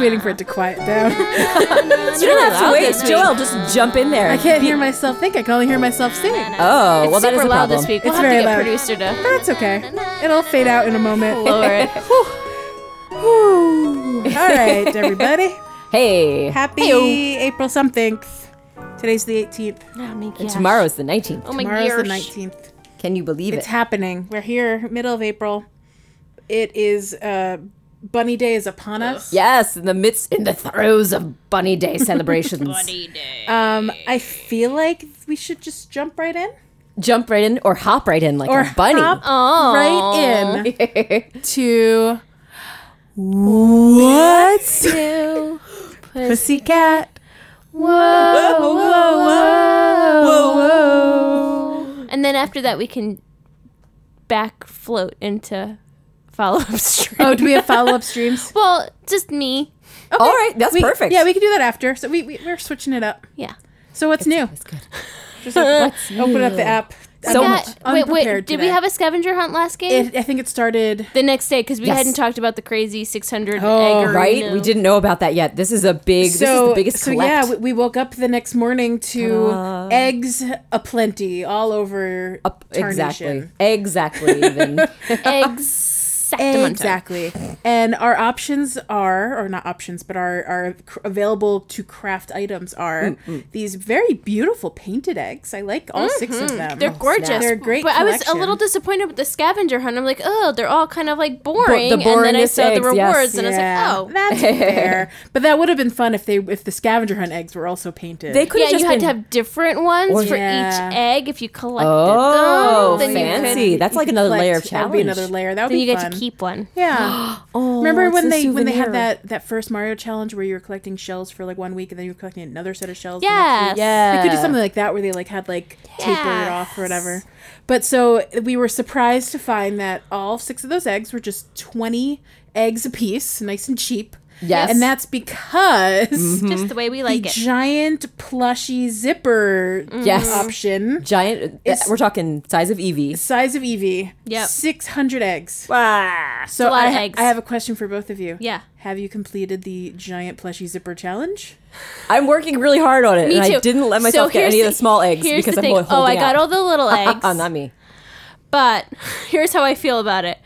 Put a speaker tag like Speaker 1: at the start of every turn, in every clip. Speaker 1: waiting for it to quiet down.
Speaker 2: You don't have to
Speaker 3: loud
Speaker 2: wait,
Speaker 3: this week.
Speaker 2: Joel. Just jump in there.
Speaker 1: I can't hear myself think. I can only hear myself sing.
Speaker 2: Oh,
Speaker 3: it's
Speaker 2: well, that
Speaker 3: super
Speaker 2: is a
Speaker 3: loud
Speaker 2: problem.
Speaker 3: this week. We'll
Speaker 1: It's
Speaker 3: have to
Speaker 1: very
Speaker 3: get
Speaker 1: loud.
Speaker 3: producer to
Speaker 1: That's okay. It'll fade out in a moment.
Speaker 3: lower it.
Speaker 1: Whew. All right, everybody.
Speaker 2: Hey,
Speaker 1: Happy April something. Today's the 18th.
Speaker 3: Oh my
Speaker 2: and
Speaker 3: gosh.
Speaker 2: tomorrow's the 19th.
Speaker 3: Oh my
Speaker 1: Tomorrow's the
Speaker 3: gosh.
Speaker 1: 19th.
Speaker 2: Can you believe
Speaker 1: It's
Speaker 2: it?
Speaker 1: happening. We're here, middle of April. It is uh, Bunny Day is upon us.
Speaker 2: Yes, in the midst, in the throes of Bunny Day celebrations.
Speaker 1: Um, I feel like we should just jump right in.
Speaker 2: Jump right in or hop right in like
Speaker 1: Or
Speaker 2: a bunny.
Speaker 1: hop
Speaker 3: Oh.
Speaker 1: right in to what?
Speaker 3: Ew.
Speaker 1: Pussycat.
Speaker 3: Whoa,
Speaker 2: whoa,
Speaker 3: And then after that, we can back float into follow up stream.
Speaker 1: Oh, do we have follow up streams?
Speaker 3: well, just me.
Speaker 1: Okay.
Speaker 2: All right, that's
Speaker 1: We-
Speaker 2: perfect.
Speaker 1: Yeah, we can do that after. So we, we we're switching it up.
Speaker 3: Yeah.
Speaker 1: So what's new?
Speaker 2: That's good.
Speaker 1: Just open up the app.
Speaker 2: So
Speaker 1: I'm
Speaker 2: much.
Speaker 3: Wait, wait.
Speaker 1: unprepared
Speaker 3: Did we
Speaker 1: today.
Speaker 3: have a scavenger hunt last game?
Speaker 1: It, I think it started.
Speaker 3: the next day, because we
Speaker 2: Yes.
Speaker 3: hadn't talked about the crazy 600
Speaker 1: Oh,
Speaker 3: egg.
Speaker 2: Right?
Speaker 3: arena.
Speaker 2: We didn't know about that yet. This is a big, this is
Speaker 1: so
Speaker 2: the biggest
Speaker 1: so
Speaker 2: collect.
Speaker 1: yeah, we, we woke up the next morning to
Speaker 3: Ah.
Speaker 1: eggs aplenty all over
Speaker 2: Up- exactly.
Speaker 1: tarnation.
Speaker 2: Exactly. Even.
Speaker 3: Exactamundo.
Speaker 1: Exactly. And our options are, or not options, but our, our cr- available to craft items are
Speaker 2: Mm,
Speaker 1: these very beautiful painted eggs. I like all six of them.
Speaker 3: Mm-hmm. They're gorgeous.
Speaker 1: They're a great.
Speaker 3: But I was a
Speaker 1: collection.
Speaker 3: little disappointed with the scavenger hunt. I'm like, oh, they're all kind of like boring.
Speaker 2: the
Speaker 3: and then I
Speaker 2: boringest
Speaker 3: saw the
Speaker 2: eggs, yes.
Speaker 3: rewards, and I was like, oh.
Speaker 1: that's fair. But that would have been fun if they if the scavenger hunt eggs were also painted.
Speaker 2: they could
Speaker 3: yeah,
Speaker 2: have just
Speaker 3: you had
Speaker 2: been.
Speaker 3: to have different ones for
Speaker 1: Yeah.
Speaker 3: each egg. If you collected
Speaker 2: Oh,
Speaker 3: them, then
Speaker 2: fancy.
Speaker 3: you could,
Speaker 2: That's
Speaker 1: You
Speaker 2: like
Speaker 1: could
Speaker 2: another
Speaker 1: collect-
Speaker 2: layer of
Speaker 1: That would be another
Speaker 2: challenge.
Speaker 1: layer. That would
Speaker 3: then
Speaker 1: be
Speaker 3: you get
Speaker 1: fun.
Speaker 3: to keep one.
Speaker 1: Yeah.
Speaker 2: Oh,
Speaker 1: Remember
Speaker 2: it's
Speaker 1: when
Speaker 2: a
Speaker 1: they when they
Speaker 2: souvenir.
Speaker 1: had that that first Mario challenge where you were collecting shells for like one week and then you were collecting another set of shells. the next
Speaker 3: Yes.
Speaker 1: week? They could do something like that where they like had like tapered off or whatever. But so we were surprised to find that all six of those eggs were just twenty eggs apiece, nice and cheap.
Speaker 2: Yes. Mm-hmm.
Speaker 1: And that's because
Speaker 3: Just the way we
Speaker 1: the
Speaker 3: like it. Mm.
Speaker 1: giant plushy zipper
Speaker 2: Yes.
Speaker 1: option.
Speaker 2: Giant. uh,
Speaker 1: It's-
Speaker 2: we're talking size of Evie.
Speaker 1: Size of Eevee.
Speaker 3: Yep.
Speaker 1: Six hundred eggs.
Speaker 2: Wow.
Speaker 1: So
Speaker 3: a lot
Speaker 1: I,
Speaker 3: of eggs.
Speaker 1: I have a question for both of you.
Speaker 3: Yeah.
Speaker 1: Have you completed the giant plushy zipper challenge?
Speaker 2: I'm working really hard on it.
Speaker 3: Me
Speaker 2: and
Speaker 3: too.
Speaker 2: I didn't let
Speaker 3: So
Speaker 2: myself get
Speaker 3: here's
Speaker 2: any of the small eggs
Speaker 3: here's
Speaker 2: because
Speaker 3: the
Speaker 2: I'm
Speaker 3: thing.
Speaker 2: holding
Speaker 3: Oh, I
Speaker 2: out.
Speaker 3: got all the little eggs.
Speaker 2: Uh, not me.
Speaker 3: But here's how I feel about it.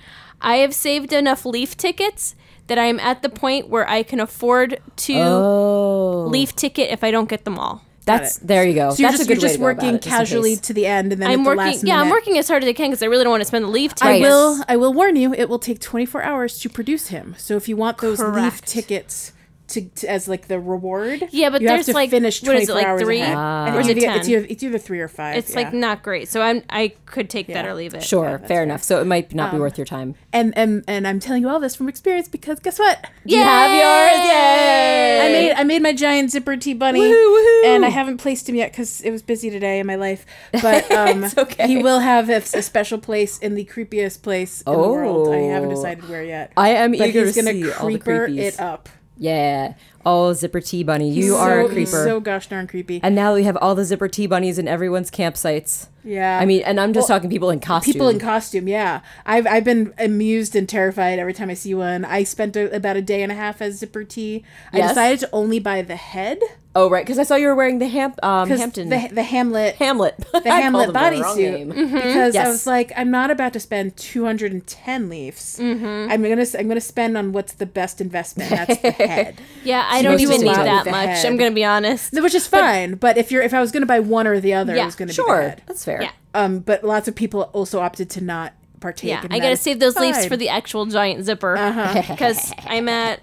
Speaker 3: I have saved enough leaf tickets that I'm at the point where I can afford to
Speaker 2: Oh,
Speaker 3: leaf ticket if I don't get them all.
Speaker 2: that's
Speaker 1: it.
Speaker 2: there. You go.
Speaker 1: So you're
Speaker 2: that's
Speaker 1: just,
Speaker 2: a good
Speaker 1: you're just
Speaker 2: way to go
Speaker 1: working
Speaker 2: about it, just in
Speaker 1: casually
Speaker 2: case.
Speaker 1: to the end and then
Speaker 3: I'm
Speaker 1: at the
Speaker 3: working.
Speaker 1: last
Speaker 3: Yeah, I'm
Speaker 1: minute-
Speaker 3: working as hard as I can because I really don't want to spend the leaf
Speaker 1: I
Speaker 3: tickets.
Speaker 1: will I will warn you, it will take 24 hours to produce him. So if you want those leaf
Speaker 3: Correct.
Speaker 1: tickets to, to- as like the reward,
Speaker 3: Yeah, but
Speaker 1: you have
Speaker 3: there's,
Speaker 1: to
Speaker 3: like-
Speaker 1: finish 24
Speaker 3: what is it, like,
Speaker 1: hours
Speaker 3: three?
Speaker 1: ahead.
Speaker 3: Ah.
Speaker 1: I think
Speaker 3: Or is
Speaker 1: it's
Speaker 3: it
Speaker 1: either- it's
Speaker 3: 10?
Speaker 1: either, it's either 3 or 5.
Speaker 3: It's
Speaker 1: yeah.
Speaker 3: like not great. So I'm I could take that or leave it.
Speaker 2: Sure, fair enough. So it might not be worth your time.
Speaker 1: and and and I'm telling you all this from experience because guess what?
Speaker 2: You have yours,
Speaker 3: Yay!
Speaker 2: yay!
Speaker 1: I made I made my giant zipper tea bunny,
Speaker 2: woohoo.
Speaker 1: and I haven't placed him yet because it was busy today in my life. But um,
Speaker 2: It's okay.
Speaker 1: he will have a, a special place in the creepiest place in the world. I haven't
Speaker 2: Oh.
Speaker 1: decided where yet.
Speaker 2: I am
Speaker 1: but
Speaker 2: eager
Speaker 1: he's
Speaker 2: to
Speaker 1: gonna
Speaker 2: see all the
Speaker 1: creeper
Speaker 2: creepies.
Speaker 1: it up.
Speaker 2: Yeah. Oh, zipper tea bunny, you are
Speaker 1: so,
Speaker 2: a creeper.
Speaker 1: So gosh darn creepy.
Speaker 2: and now we have all the zipper tea bunnies in everyone's campsites.
Speaker 1: yeah,
Speaker 2: I mean, and I'm just talking people in costume.
Speaker 1: people in costume. Yeah, I've I've been amused and terrified every time I see one. I spent a, about a day and a half as zipper tea. I
Speaker 2: Yes.
Speaker 1: decided to only buy the head
Speaker 2: oh, right, because I saw you were wearing the Ham- um,
Speaker 1: 'cause
Speaker 2: Hampton
Speaker 1: the the Hamlet
Speaker 2: Hamlet. I
Speaker 1: the
Speaker 2: called
Speaker 1: Hamlet
Speaker 2: him the wrong
Speaker 1: bodysuit
Speaker 2: name.
Speaker 1: because I
Speaker 2: Mm-hmm. Yes.
Speaker 1: was like, I'm not about to spend 210 leafs.
Speaker 2: Mm-hmm.
Speaker 1: I'm gonna s- I'm gonna spend on what's the best investment. That's the head,
Speaker 3: Yeah, I
Speaker 2: She
Speaker 3: don't
Speaker 2: was
Speaker 3: even
Speaker 2: just
Speaker 3: need
Speaker 2: loud
Speaker 3: that
Speaker 1: with the
Speaker 3: much.
Speaker 1: head.
Speaker 3: I'm gonna be honest.
Speaker 1: which is fine. But, if you're if I was gonna buy one or the other, it
Speaker 3: Yeah,
Speaker 1: was gonna be the
Speaker 2: Sure,
Speaker 1: head.
Speaker 2: that's fair.
Speaker 3: Yeah.
Speaker 1: Um, but lots of people also opted to not partake.
Speaker 3: Yeah,
Speaker 1: and
Speaker 3: I
Speaker 1: that
Speaker 3: gotta
Speaker 1: is
Speaker 3: save those leaves
Speaker 1: fine. Uh-huh.
Speaker 3: for the actual giant zipper because I'm at.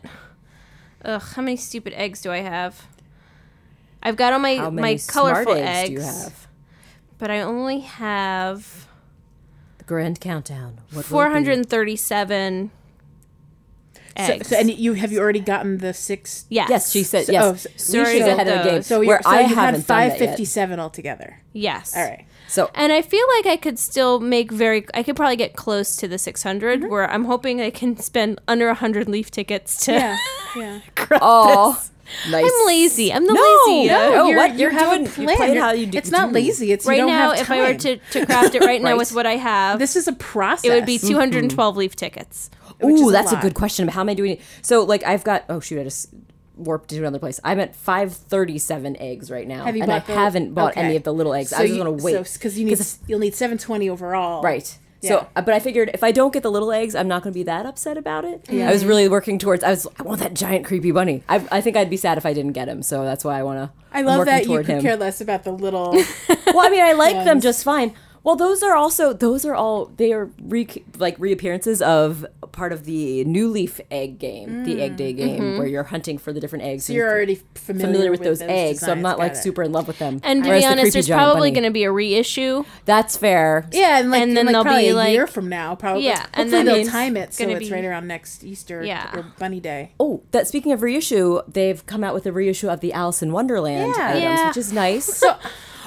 Speaker 3: Ugh, how many stupid eggs do I have? I've got all my
Speaker 2: How many
Speaker 3: my colorful
Speaker 2: smart eggs
Speaker 3: eggs,
Speaker 2: do you have?
Speaker 3: but I only have
Speaker 2: The grand countdown. What will it be?
Speaker 3: 437
Speaker 1: So,
Speaker 3: eggs.
Speaker 1: so and you have you already gotten the six?
Speaker 3: yes.
Speaker 2: Yes, she said.
Speaker 1: So-
Speaker 2: yes,
Speaker 1: oh, so-
Speaker 2: She's
Speaker 3: Sorry about
Speaker 2: ahead of the game.
Speaker 3: those. So
Speaker 1: you're-
Speaker 2: where I
Speaker 1: you've
Speaker 2: haven't
Speaker 1: had
Speaker 2: done that yet.
Speaker 1: 557 altogether.
Speaker 3: Yes.
Speaker 1: All right.
Speaker 2: So
Speaker 3: And I feel like I could still make very. I could probably get close to the 600,
Speaker 1: Mm-hmm.
Speaker 3: where I'm hoping I can spend under 100 leaf tickets to.
Speaker 1: Yeah. Yeah.
Speaker 2: Oh, nice.
Speaker 3: I'm lazy. I'm the
Speaker 2: No,
Speaker 3: lazy.
Speaker 2: no,
Speaker 3: uh,
Speaker 2: Oh,
Speaker 1: You're-
Speaker 2: what?
Speaker 1: you
Speaker 2: You're
Speaker 1: have a
Speaker 2: doing- you
Speaker 1: plan.
Speaker 2: played how
Speaker 1: You're-
Speaker 2: you d-
Speaker 1: It's not
Speaker 2: do.
Speaker 1: lazy. It's you
Speaker 3: Right
Speaker 1: don't
Speaker 3: now,
Speaker 1: have
Speaker 3: if I were
Speaker 1: time.
Speaker 3: to, to craft it right, now with
Speaker 2: Right.
Speaker 3: what I have, Mm,
Speaker 1: this is mm-hmm. a process.
Speaker 3: it would be 212 leaf tickets.
Speaker 1: which is
Speaker 2: Ooh, that's a,
Speaker 1: lot.
Speaker 2: good question. How am I doing? So like I've got oh shoot, I just warped to another place. I'm at 537 eggs right now,
Speaker 1: Have you
Speaker 2: and I
Speaker 1: bought the-
Speaker 2: haven't bought any
Speaker 1: okay.
Speaker 2: of the little eggs.
Speaker 1: So
Speaker 2: I was just
Speaker 1: you-
Speaker 2: gonna wait
Speaker 1: so- cuz you need you'll need 720 overall.
Speaker 2: Right. So, uh, but I figured if I don't get the little eggs, I'm not going to be that upset about it. I was really working towards. I was. I want that giant creepy bunny. I, I think I'd be sad if I didn't get him. So that's why I want to.
Speaker 1: I love that you could care less about the little
Speaker 2: Well, I mean, I like them just fine. Well, those are also those are all they are re, like reappearances of part of the New Leaf egg game, the Egg Day game, where you're hunting for the different eggs. and
Speaker 1: Mm. Mm-hmm. you're
Speaker 2: f-
Speaker 1: already familiar,
Speaker 2: familiar with those, eggs, so I'm
Speaker 1: designs.
Speaker 2: not like
Speaker 1: Got it.
Speaker 2: super in love with them.
Speaker 3: And to
Speaker 2: Whereas
Speaker 3: be
Speaker 2: the
Speaker 3: honest,
Speaker 2: creepy
Speaker 3: there's
Speaker 2: giant
Speaker 3: probably
Speaker 2: bunny-
Speaker 3: going to be a reissue.
Speaker 2: That's fair.
Speaker 1: Yeah, and like
Speaker 3: And
Speaker 1: in,
Speaker 3: then
Speaker 1: like
Speaker 3: they'll
Speaker 1: probably
Speaker 3: be,
Speaker 1: a
Speaker 3: like-
Speaker 1: year from now, probably.
Speaker 3: Yeah, and
Speaker 1: and then
Speaker 3: then
Speaker 1: they'll
Speaker 3: it's
Speaker 1: time it so
Speaker 3: gonna
Speaker 1: it's
Speaker 3: be-
Speaker 1: right around next Easter
Speaker 3: Yeah.
Speaker 1: or Bunny Day.
Speaker 2: Oh, that speaking of reissue, they've come out with a reissue of the Alice in Wonderland
Speaker 1: Yeah.
Speaker 2: items,
Speaker 3: Yeah.
Speaker 2: which is nice.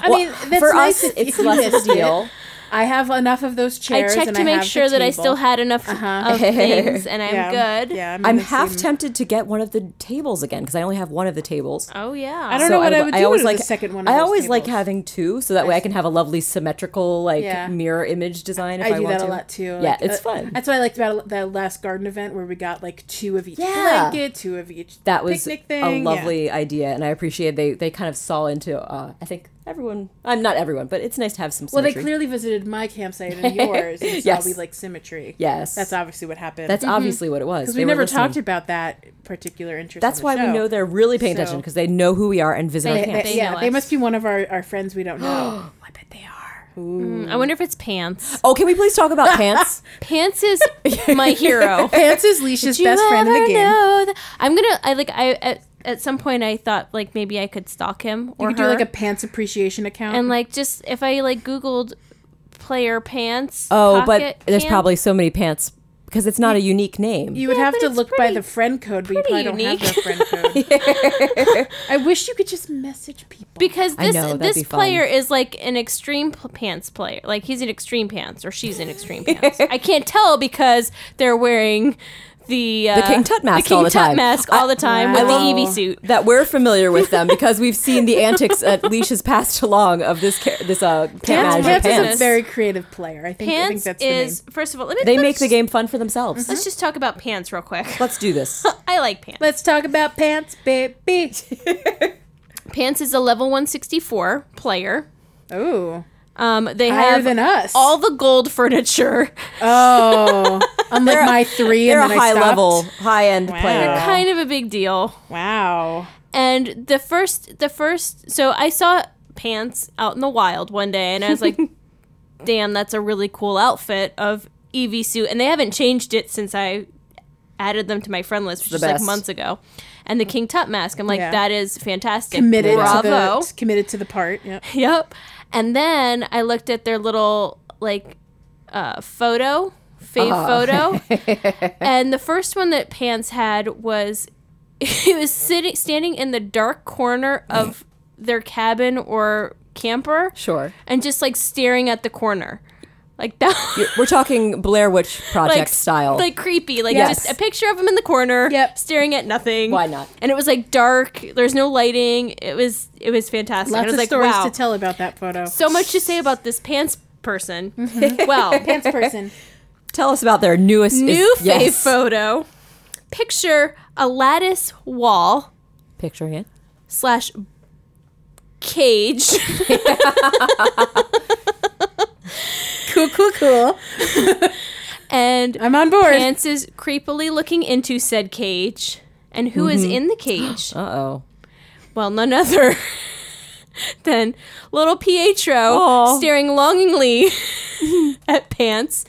Speaker 1: I mean, that's
Speaker 2: for
Speaker 1: nice
Speaker 2: us,
Speaker 1: if-
Speaker 2: it's
Speaker 1: if you
Speaker 2: less
Speaker 1: missed it.
Speaker 2: deal.
Speaker 1: I have enough of those
Speaker 3: I
Speaker 1: chairs.
Speaker 3: checked
Speaker 1: and
Speaker 3: to make
Speaker 1: have the
Speaker 3: sure that I
Speaker 1: table. Uh-huh.
Speaker 3: still had enough of things, and I'm
Speaker 1: Yeah,
Speaker 3: good.
Speaker 1: Yeah, in
Speaker 2: I'm
Speaker 1: the
Speaker 2: half
Speaker 1: same-
Speaker 2: tempted to get one of the tables again because I only have one of the tables.
Speaker 3: Oh yeah.
Speaker 1: I don't know what I would do
Speaker 2: always
Speaker 1: with
Speaker 2: like
Speaker 1: the second one of
Speaker 2: I
Speaker 1: those
Speaker 2: always like
Speaker 1: tables.
Speaker 2: having two, so that way I can have a lovely symmetrical like
Speaker 1: Yeah.
Speaker 2: mirror image design. If I,
Speaker 1: I do
Speaker 2: want
Speaker 1: that
Speaker 2: to.
Speaker 1: a lot too.
Speaker 2: yeah,
Speaker 1: like,
Speaker 2: it's
Speaker 1: uh,
Speaker 2: fun.
Speaker 1: That's what I liked about that last garden event where we got like two of each
Speaker 2: Yeah.
Speaker 1: blanket, two of each
Speaker 2: that was
Speaker 1: picnic thing.
Speaker 2: a
Speaker 1: yeah.
Speaker 2: lovely idea, and I appreciate they they kind of saw into. Uh, I think everyone. I'm not everyone, but it's nice to have some.
Speaker 1: Well, they
Speaker 2: symmetry.
Speaker 1: clearly visited my campsite and yours, and saw
Speaker 2: Yes.
Speaker 1: we like symmetry.
Speaker 2: Yes,
Speaker 1: that's obviously what happened.
Speaker 2: That's obviously what it was.
Speaker 1: because
Speaker 2: They
Speaker 1: we
Speaker 2: were
Speaker 1: never
Speaker 2: listening.
Speaker 1: talked about that particular interest.
Speaker 2: That's
Speaker 1: on the
Speaker 2: why we
Speaker 1: show.
Speaker 2: know they're really paying
Speaker 1: So-
Speaker 2: attention because they know who we are and visit our
Speaker 3: They-
Speaker 2: camps.
Speaker 1: They- yeah,
Speaker 3: know
Speaker 1: they
Speaker 3: us.
Speaker 1: must be one of our, our friends we don't know.
Speaker 2: I bet they are.
Speaker 3: Mm, I wonder if it's Pants.
Speaker 2: Oh, can we please talk about pants?
Speaker 3: Pants is my hero.
Speaker 1: Pants is Leisha's best friend in the game.
Speaker 3: Know that- I'm gonna. I like. I at, at some point I thought like maybe I could stalk him or
Speaker 1: You could do
Speaker 3: her,
Speaker 1: like a pants appreciation account.
Speaker 3: and like just if I like Googled player pants.
Speaker 2: Oh, but
Speaker 3: pocket
Speaker 2: there's
Speaker 3: pants-
Speaker 2: probably so many pants because it's not a unique name.
Speaker 1: you would
Speaker 3: Yeah,
Speaker 1: have
Speaker 3: but
Speaker 1: to
Speaker 3: it's
Speaker 1: look by
Speaker 3: pretty-
Speaker 1: the friend code, but you
Speaker 3: pretty
Speaker 1: probably don't have
Speaker 3: unique.
Speaker 1: their friend code. I wish you could just message people.
Speaker 3: because
Speaker 2: I
Speaker 3: this
Speaker 2: know, that'd be
Speaker 3: this
Speaker 2: fun.
Speaker 3: player is like an extreme p- pants player. Like he's an extreme pants or she's an extreme pants. I can't tell because they're wearing the uh, the
Speaker 2: King Tut mask
Speaker 3: King
Speaker 2: all the
Speaker 3: Tut
Speaker 2: time.
Speaker 3: mask all the time
Speaker 1: I
Speaker 3: with
Speaker 1: love-
Speaker 3: the Eevee suit.
Speaker 2: that we're familiar with them because we've seen the antics that Leash has passed along of this car- this uh, camp
Speaker 1: Pants,
Speaker 2: manager
Speaker 1: Pants
Speaker 2: pants.
Speaker 1: is a very creative player. I think, I think
Speaker 3: Pants
Speaker 1: that's the name.
Speaker 3: is first of all. Let me,
Speaker 2: they
Speaker 3: let's
Speaker 2: make the
Speaker 3: just-
Speaker 2: game fun for themselves.
Speaker 3: Let's just talk about pants real quick.
Speaker 2: Let's do this.
Speaker 3: I like pants.
Speaker 1: Let's talk about pants, baby.
Speaker 3: Pants is a level 164 player.
Speaker 1: Oh,
Speaker 3: Um, they
Speaker 1: higher
Speaker 3: have
Speaker 1: than us.
Speaker 3: all the gold furniture.
Speaker 1: oh, unlike my three, and
Speaker 2: They're a
Speaker 1: then I
Speaker 2: high
Speaker 1: stopped.
Speaker 2: level, high end player.
Speaker 1: Wow.
Speaker 3: kind of a big deal.
Speaker 1: Wow.
Speaker 3: And the first, the first, so I saw pants out in the wild one day, and I was like, "Damn, that's a really cool outfit of EV suit." And they haven't changed it since I added them to my friend list, which
Speaker 2: the
Speaker 3: was like
Speaker 2: best.
Speaker 3: months ago. And the King Tut mask, I'm like,
Speaker 1: Yeah.
Speaker 3: "That is fantastic."
Speaker 1: Committed
Speaker 3: Bravo.
Speaker 1: to the committed to the part. Yep.
Speaker 3: Yep. And then I looked at their little like uh, photo, fave
Speaker 2: Uh-huh.
Speaker 3: photo, and the first one that Pants had was he was sitting standing in the dark corner of their cabin or camper,
Speaker 2: Sure.
Speaker 3: and just like staring at the corner, like that.
Speaker 2: We're talking Blair Witch Project
Speaker 3: Like
Speaker 2: style.
Speaker 3: like creepy, like
Speaker 2: Yes.
Speaker 3: just a picture of him in the corner,
Speaker 1: Yep.
Speaker 3: staring at nothing.
Speaker 2: Why not?
Speaker 3: And it was like dark. There's no lighting. It was it was fantastic. I
Speaker 1: Lots
Speaker 3: was
Speaker 1: of
Speaker 3: like,
Speaker 1: stories
Speaker 3: wow
Speaker 1: to tell about that photo.
Speaker 3: so much to say about this pants person.
Speaker 1: Mm-hmm.
Speaker 3: Well,
Speaker 1: Pants person.
Speaker 2: Tell us about their newest is-
Speaker 3: new fave
Speaker 2: yes.
Speaker 3: photo. Picture a lattice wall
Speaker 2: picture again.
Speaker 3: slash cage
Speaker 1: cool, cool, cool.
Speaker 3: and
Speaker 1: I'm on board.
Speaker 3: pants is creepily looking into said cage. And who
Speaker 1: Mm-hmm.
Speaker 3: is in the cage?
Speaker 2: Uh oh.
Speaker 3: Well, none other than little Pietro
Speaker 2: Aw.
Speaker 3: staring longingly at pants.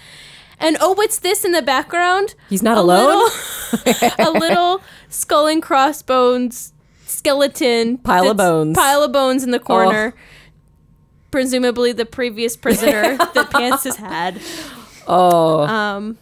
Speaker 3: And oh, what's this in the background?
Speaker 2: He's not alone.
Speaker 3: Little, a little skull and crossbones skeleton
Speaker 2: Pile of
Speaker 3: that's-
Speaker 2: bones. Oh.
Speaker 3: Pile of bones in the corner. Presumably the previous prisoner that Pants has had.
Speaker 2: Oh,
Speaker 3: Um,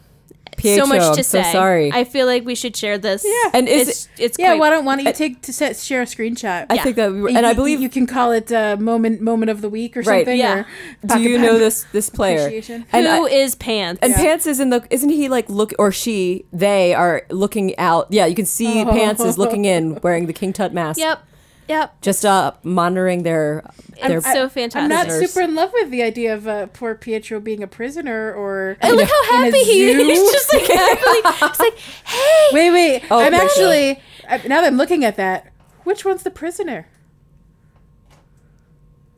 Speaker 2: Pietro,
Speaker 3: so much to
Speaker 2: I'm
Speaker 3: say.
Speaker 2: So sorry.
Speaker 3: I feel like we should share this.
Speaker 1: Yeah.
Speaker 2: And is
Speaker 3: it's, it's
Speaker 1: yeah,
Speaker 3: quite-
Speaker 1: why don't why don't you take to set, share a screenshot?
Speaker 2: I think
Speaker 3: Uh,
Speaker 2: that, we were,
Speaker 1: You-
Speaker 2: and I
Speaker 1: you-
Speaker 2: believe
Speaker 1: you can call it uh, moment moment of the week or
Speaker 2: Right,
Speaker 1: something.
Speaker 3: yeah.
Speaker 1: or
Speaker 2: Do
Speaker 1: pocket
Speaker 2: you
Speaker 1: pack.
Speaker 2: know this this player?
Speaker 1: Appreciation.
Speaker 2: And
Speaker 3: Who
Speaker 2: I-
Speaker 3: is Pants?
Speaker 2: and Pants is in the isn't he like look or she they are looking out. Yeah, you can see Pants is looking in wearing the King Tut mask.
Speaker 3: Yep. Yep.
Speaker 2: Just uh, monitoring their their.
Speaker 3: It's so fantastic.
Speaker 1: I'm not
Speaker 2: Prisoners.
Speaker 1: super in love with the idea of uh, poor Pietro being a prisoner or.
Speaker 3: and look how
Speaker 1: in a
Speaker 3: happy he is.
Speaker 1: zoo.
Speaker 3: He's just like happily. It's like, hey.
Speaker 1: Wait, wait.
Speaker 2: Oh,
Speaker 1: I'm
Speaker 2: Pietro.
Speaker 1: actually. I, now that I'm looking at that, which one's the prisoner?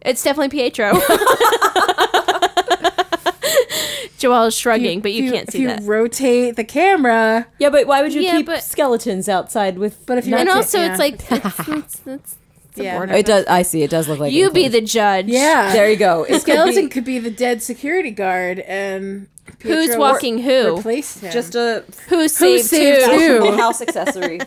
Speaker 3: It's definitely Pietro. Joelle is shrugging, but you,
Speaker 1: If
Speaker 3: can't see
Speaker 1: If you
Speaker 3: that.
Speaker 1: rotate the camera,
Speaker 2: yeah, but why would you
Speaker 3: Yeah,
Speaker 2: keep
Speaker 3: but-
Speaker 2: skeletons outside with?
Speaker 1: But if you-
Speaker 2: not-
Speaker 3: and
Speaker 1: rotate,
Speaker 3: also,
Speaker 1: yeah.
Speaker 3: it's like it's, it's, it's,
Speaker 1: yeah,
Speaker 3: border.
Speaker 1: no.
Speaker 2: it does. I see. It does look like
Speaker 3: you be
Speaker 2: enclosure.
Speaker 3: the judge.
Speaker 1: yeah.
Speaker 2: There you go. It could be
Speaker 1: skeleton could be the dead security guard, and
Speaker 3: Who's
Speaker 1: Pietro
Speaker 3: walking who?
Speaker 1: Replaced him.
Speaker 2: Just a
Speaker 3: Who saved,
Speaker 1: saved
Speaker 3: who?
Speaker 1: who? Ew.
Speaker 2: house accessory.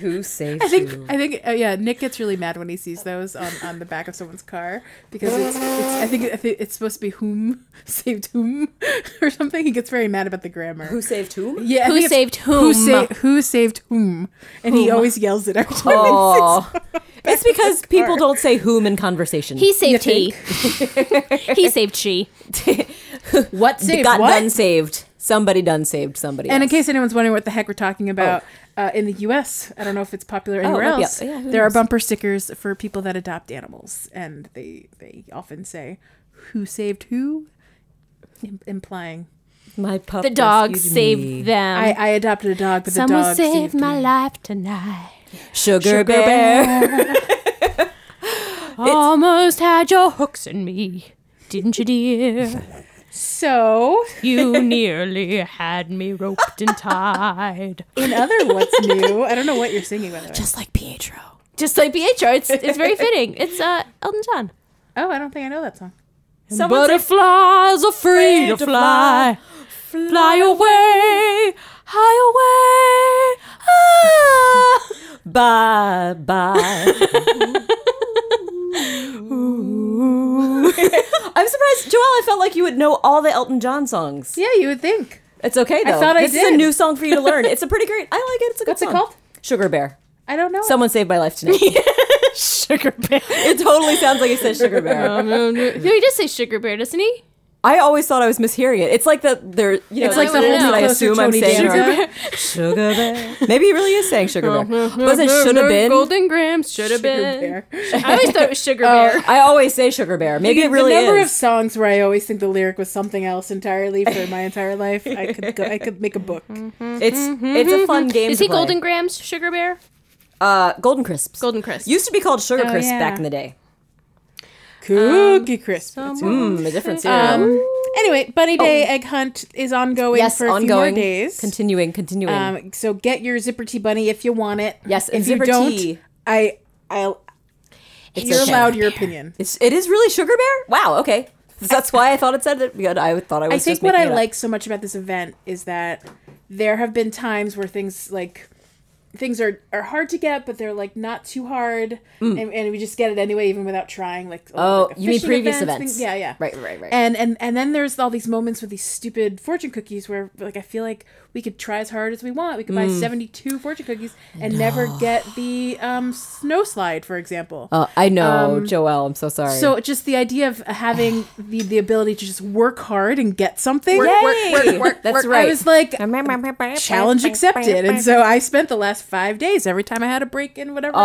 Speaker 2: Who saved?
Speaker 1: I think I think uh, yeah. Nick gets really mad when he sees those on, on the back of someone's car because it's, it's I think I think it's supposed to be whom saved whom or something. He gets very mad about the grammar.
Speaker 2: Who saved whom?
Speaker 1: yeah, I
Speaker 3: Who
Speaker 1: think it's
Speaker 3: saved
Speaker 1: Who,
Speaker 3: whom?
Speaker 1: sa- who saved whom? And he always yells it every time.
Speaker 2: Oh, it's
Speaker 1: of
Speaker 2: because
Speaker 1: the
Speaker 2: people
Speaker 1: car.
Speaker 2: don't say whom in conversation.
Speaker 3: He saved he. he saved she.
Speaker 2: what
Speaker 1: saved
Speaker 2: got
Speaker 1: what?
Speaker 2: done saved? Somebody done saved somebody.
Speaker 1: And in
Speaker 2: else.
Speaker 1: case anyone's wondering what the heck we're talking about, uh, in the U.S., I don't know if it's popular anywhere
Speaker 2: might be-
Speaker 1: else.
Speaker 2: yeah, who
Speaker 1: there are
Speaker 2: knows?
Speaker 1: bumper stickers for people that adopt animals, and they they often say, "Who saved who," Im- implying
Speaker 2: my pup,
Speaker 3: The dog
Speaker 2: rescued
Speaker 3: saved
Speaker 2: me.
Speaker 3: them.
Speaker 1: I, I adopted a dog, but the
Speaker 3: Someone
Speaker 1: dog
Speaker 3: saved
Speaker 1: saved
Speaker 3: my
Speaker 1: me.
Speaker 3: life tonight.
Speaker 2: Sugar,
Speaker 1: Sugar
Speaker 2: bear.
Speaker 3: Almost had your hooks in me. Didn't you, dear?
Speaker 1: So,
Speaker 3: You nearly had me roped and tied.
Speaker 1: in other what's new, I don't know what you're singing by the way.
Speaker 2: just like Pietro.
Speaker 3: Just like Pietro, it's it's very fitting. It's uh, Elton John.
Speaker 1: oh, I don't think I know that song.
Speaker 2: Someone said-
Speaker 3: Butterflies are free to
Speaker 2: to
Speaker 3: fly. Fly away, high away. Ah.
Speaker 2: bye bye. I'm surprised, Joelle. I felt like you would know all the Elton John songs.
Speaker 1: Yeah, you would think.
Speaker 2: It's okay though.
Speaker 1: thought I
Speaker 2: this is a
Speaker 1: did.
Speaker 2: new song for you to learn. It's a pretty great. I like it. It's a good
Speaker 1: What's it
Speaker 2: song.
Speaker 1: called?
Speaker 2: Sugar Bear.
Speaker 1: I don't know.
Speaker 2: Someone saved my life tonight.
Speaker 3: Sugar bear.
Speaker 2: it totally sounds like you said Sugar Bear.
Speaker 3: he does say sugar bear, doesn't he?
Speaker 2: I always thought I was mishearing it. It's like the there. You know,
Speaker 1: It's like
Speaker 3: the whole
Speaker 2: that I
Speaker 1: closer
Speaker 2: assume I'm
Speaker 1: Tony
Speaker 2: saying
Speaker 1: Danza.
Speaker 2: are- Sugar Bear. Maybe he really is saying Sugar Bear. Was it should have been? Oh.
Speaker 3: Golden grams should have
Speaker 1: Sugar
Speaker 3: been.
Speaker 1: Bear.
Speaker 3: I always thought it was sugar bear.
Speaker 2: I always say Sugar Bear. Maybe it really
Speaker 1: the number of
Speaker 2: is.
Speaker 1: songs where I always think the lyric was something else entirely for my entire life. I could go, I could make a book.
Speaker 2: Um, it's it's a fun game.
Speaker 3: Is
Speaker 2: to
Speaker 3: he
Speaker 2: play.
Speaker 3: golden grams sugar bear?
Speaker 2: Uh, golden crisps.
Speaker 3: Golden crisp.
Speaker 2: Used to be called sugar
Speaker 1: Oh,
Speaker 2: crisps
Speaker 1: yeah.
Speaker 2: back in the day.
Speaker 1: Cookie crisp. That's it.
Speaker 2: Mm, the difference.
Speaker 1: Um, anyway, Bunny Day egg hunt is ongoing
Speaker 2: Oh. yes,
Speaker 1: for a
Speaker 2: ongoing.
Speaker 1: few more days.
Speaker 2: Continuing, continuing.
Speaker 1: Um, so get your zipper tea bunny if you want it.
Speaker 2: Yes,
Speaker 1: if
Speaker 2: Zipper
Speaker 1: you don't,
Speaker 2: Tea.
Speaker 1: I I'll.
Speaker 2: It's
Speaker 1: you're
Speaker 2: okay.
Speaker 1: allowed your opinion.
Speaker 2: it's, it is really sugar bear. Wow. Okay. That's why I thought it said that. Good. I thought I was.
Speaker 1: I think
Speaker 2: just
Speaker 1: what
Speaker 2: making
Speaker 1: I
Speaker 2: it up.
Speaker 1: like so much about this event is that there have been times where things like things are, are hard to get, but they're like not too hard, and, and we just get it anyway, even without trying. Like
Speaker 2: Mm. Oh,
Speaker 1: like a
Speaker 2: you mean
Speaker 1: fishing
Speaker 2: previous
Speaker 1: things-
Speaker 2: events.
Speaker 1: Yeah, yeah,
Speaker 2: Right, right, right.
Speaker 1: And and and then there's all these moments with these stupid fortune cookies where like I feel like we could try as hard as we want. We could buy
Speaker 2: Mm.
Speaker 1: 72 fortune cookies and never get the um, snow slide, for example.
Speaker 2: Oh, I know,
Speaker 3: Um,
Speaker 2: Joelle. I'm so sorry.
Speaker 1: So just the idea of having the, the ability to just work hard and get something.
Speaker 2: Yay! That's right.
Speaker 1: I was like, challenge accepted. And so I spent the last five days every time I had a break in whatever
Speaker 2: Aw,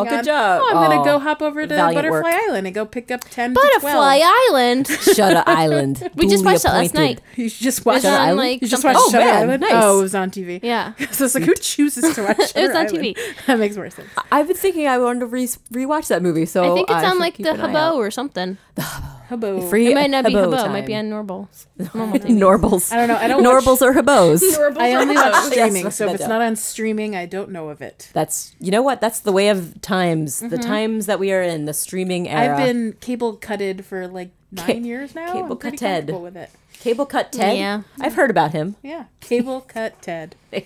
Speaker 1: I've been working
Speaker 2: good
Speaker 1: on.
Speaker 2: job.
Speaker 1: Oh, I'm
Speaker 2: Aw,
Speaker 1: gonna go hop over to
Speaker 2: valiant
Speaker 1: Butterfly
Speaker 2: work.
Speaker 1: Island and go pick up ten to
Speaker 3: Butterfly
Speaker 1: twelve.
Speaker 3: Island.
Speaker 2: Shutter Island.
Speaker 3: We just
Speaker 2: duly
Speaker 3: watched that last
Speaker 2: appointed.
Speaker 3: night.
Speaker 1: You should just watch
Speaker 3: It's on,
Speaker 1: Island.
Speaker 3: like,
Speaker 1: you just
Speaker 3: something.
Speaker 1: watch
Speaker 2: Oh,
Speaker 1: Shutter
Speaker 2: man,
Speaker 1: Island.
Speaker 2: nice.
Speaker 1: Oh, it was on TV.
Speaker 3: Yeah.
Speaker 1: so it's like who chooses to watch? Shutter
Speaker 3: on
Speaker 1: Island?
Speaker 3: TV.
Speaker 1: That makes more sense.
Speaker 2: I've been thinking I wanted to re- rewatch that movie. So
Speaker 3: I think it's
Speaker 2: Oh, should
Speaker 3: on like
Speaker 2: keep
Speaker 3: the
Speaker 2: an eye
Speaker 3: Habo
Speaker 2: out.
Speaker 3: or something.
Speaker 1: Hubbo.
Speaker 2: Free
Speaker 3: It might not be
Speaker 2: Habo
Speaker 3: Habo. It
Speaker 2: time.
Speaker 3: might be on Normal.
Speaker 2: Norbles.
Speaker 1: I don't know. I don't
Speaker 2: Norbles or Habos.
Speaker 1: I only watch streaming,
Speaker 2: that's
Speaker 1: so if
Speaker 2: what
Speaker 1: it's
Speaker 2: I
Speaker 1: not on streaming, I don't know of it.
Speaker 2: That's you know what? That's the way of times.
Speaker 3: Mm-hmm.
Speaker 2: The times that we are in, the streaming era.
Speaker 1: I've been cable cutted for like nine years now.
Speaker 2: cable
Speaker 1: I'm pretty
Speaker 2: cutted.
Speaker 1: comfortable with it.
Speaker 2: cable cut Ted.
Speaker 3: Yeah.
Speaker 2: I've heard about him.
Speaker 1: Yeah, cable cut Ted.
Speaker 2: oh,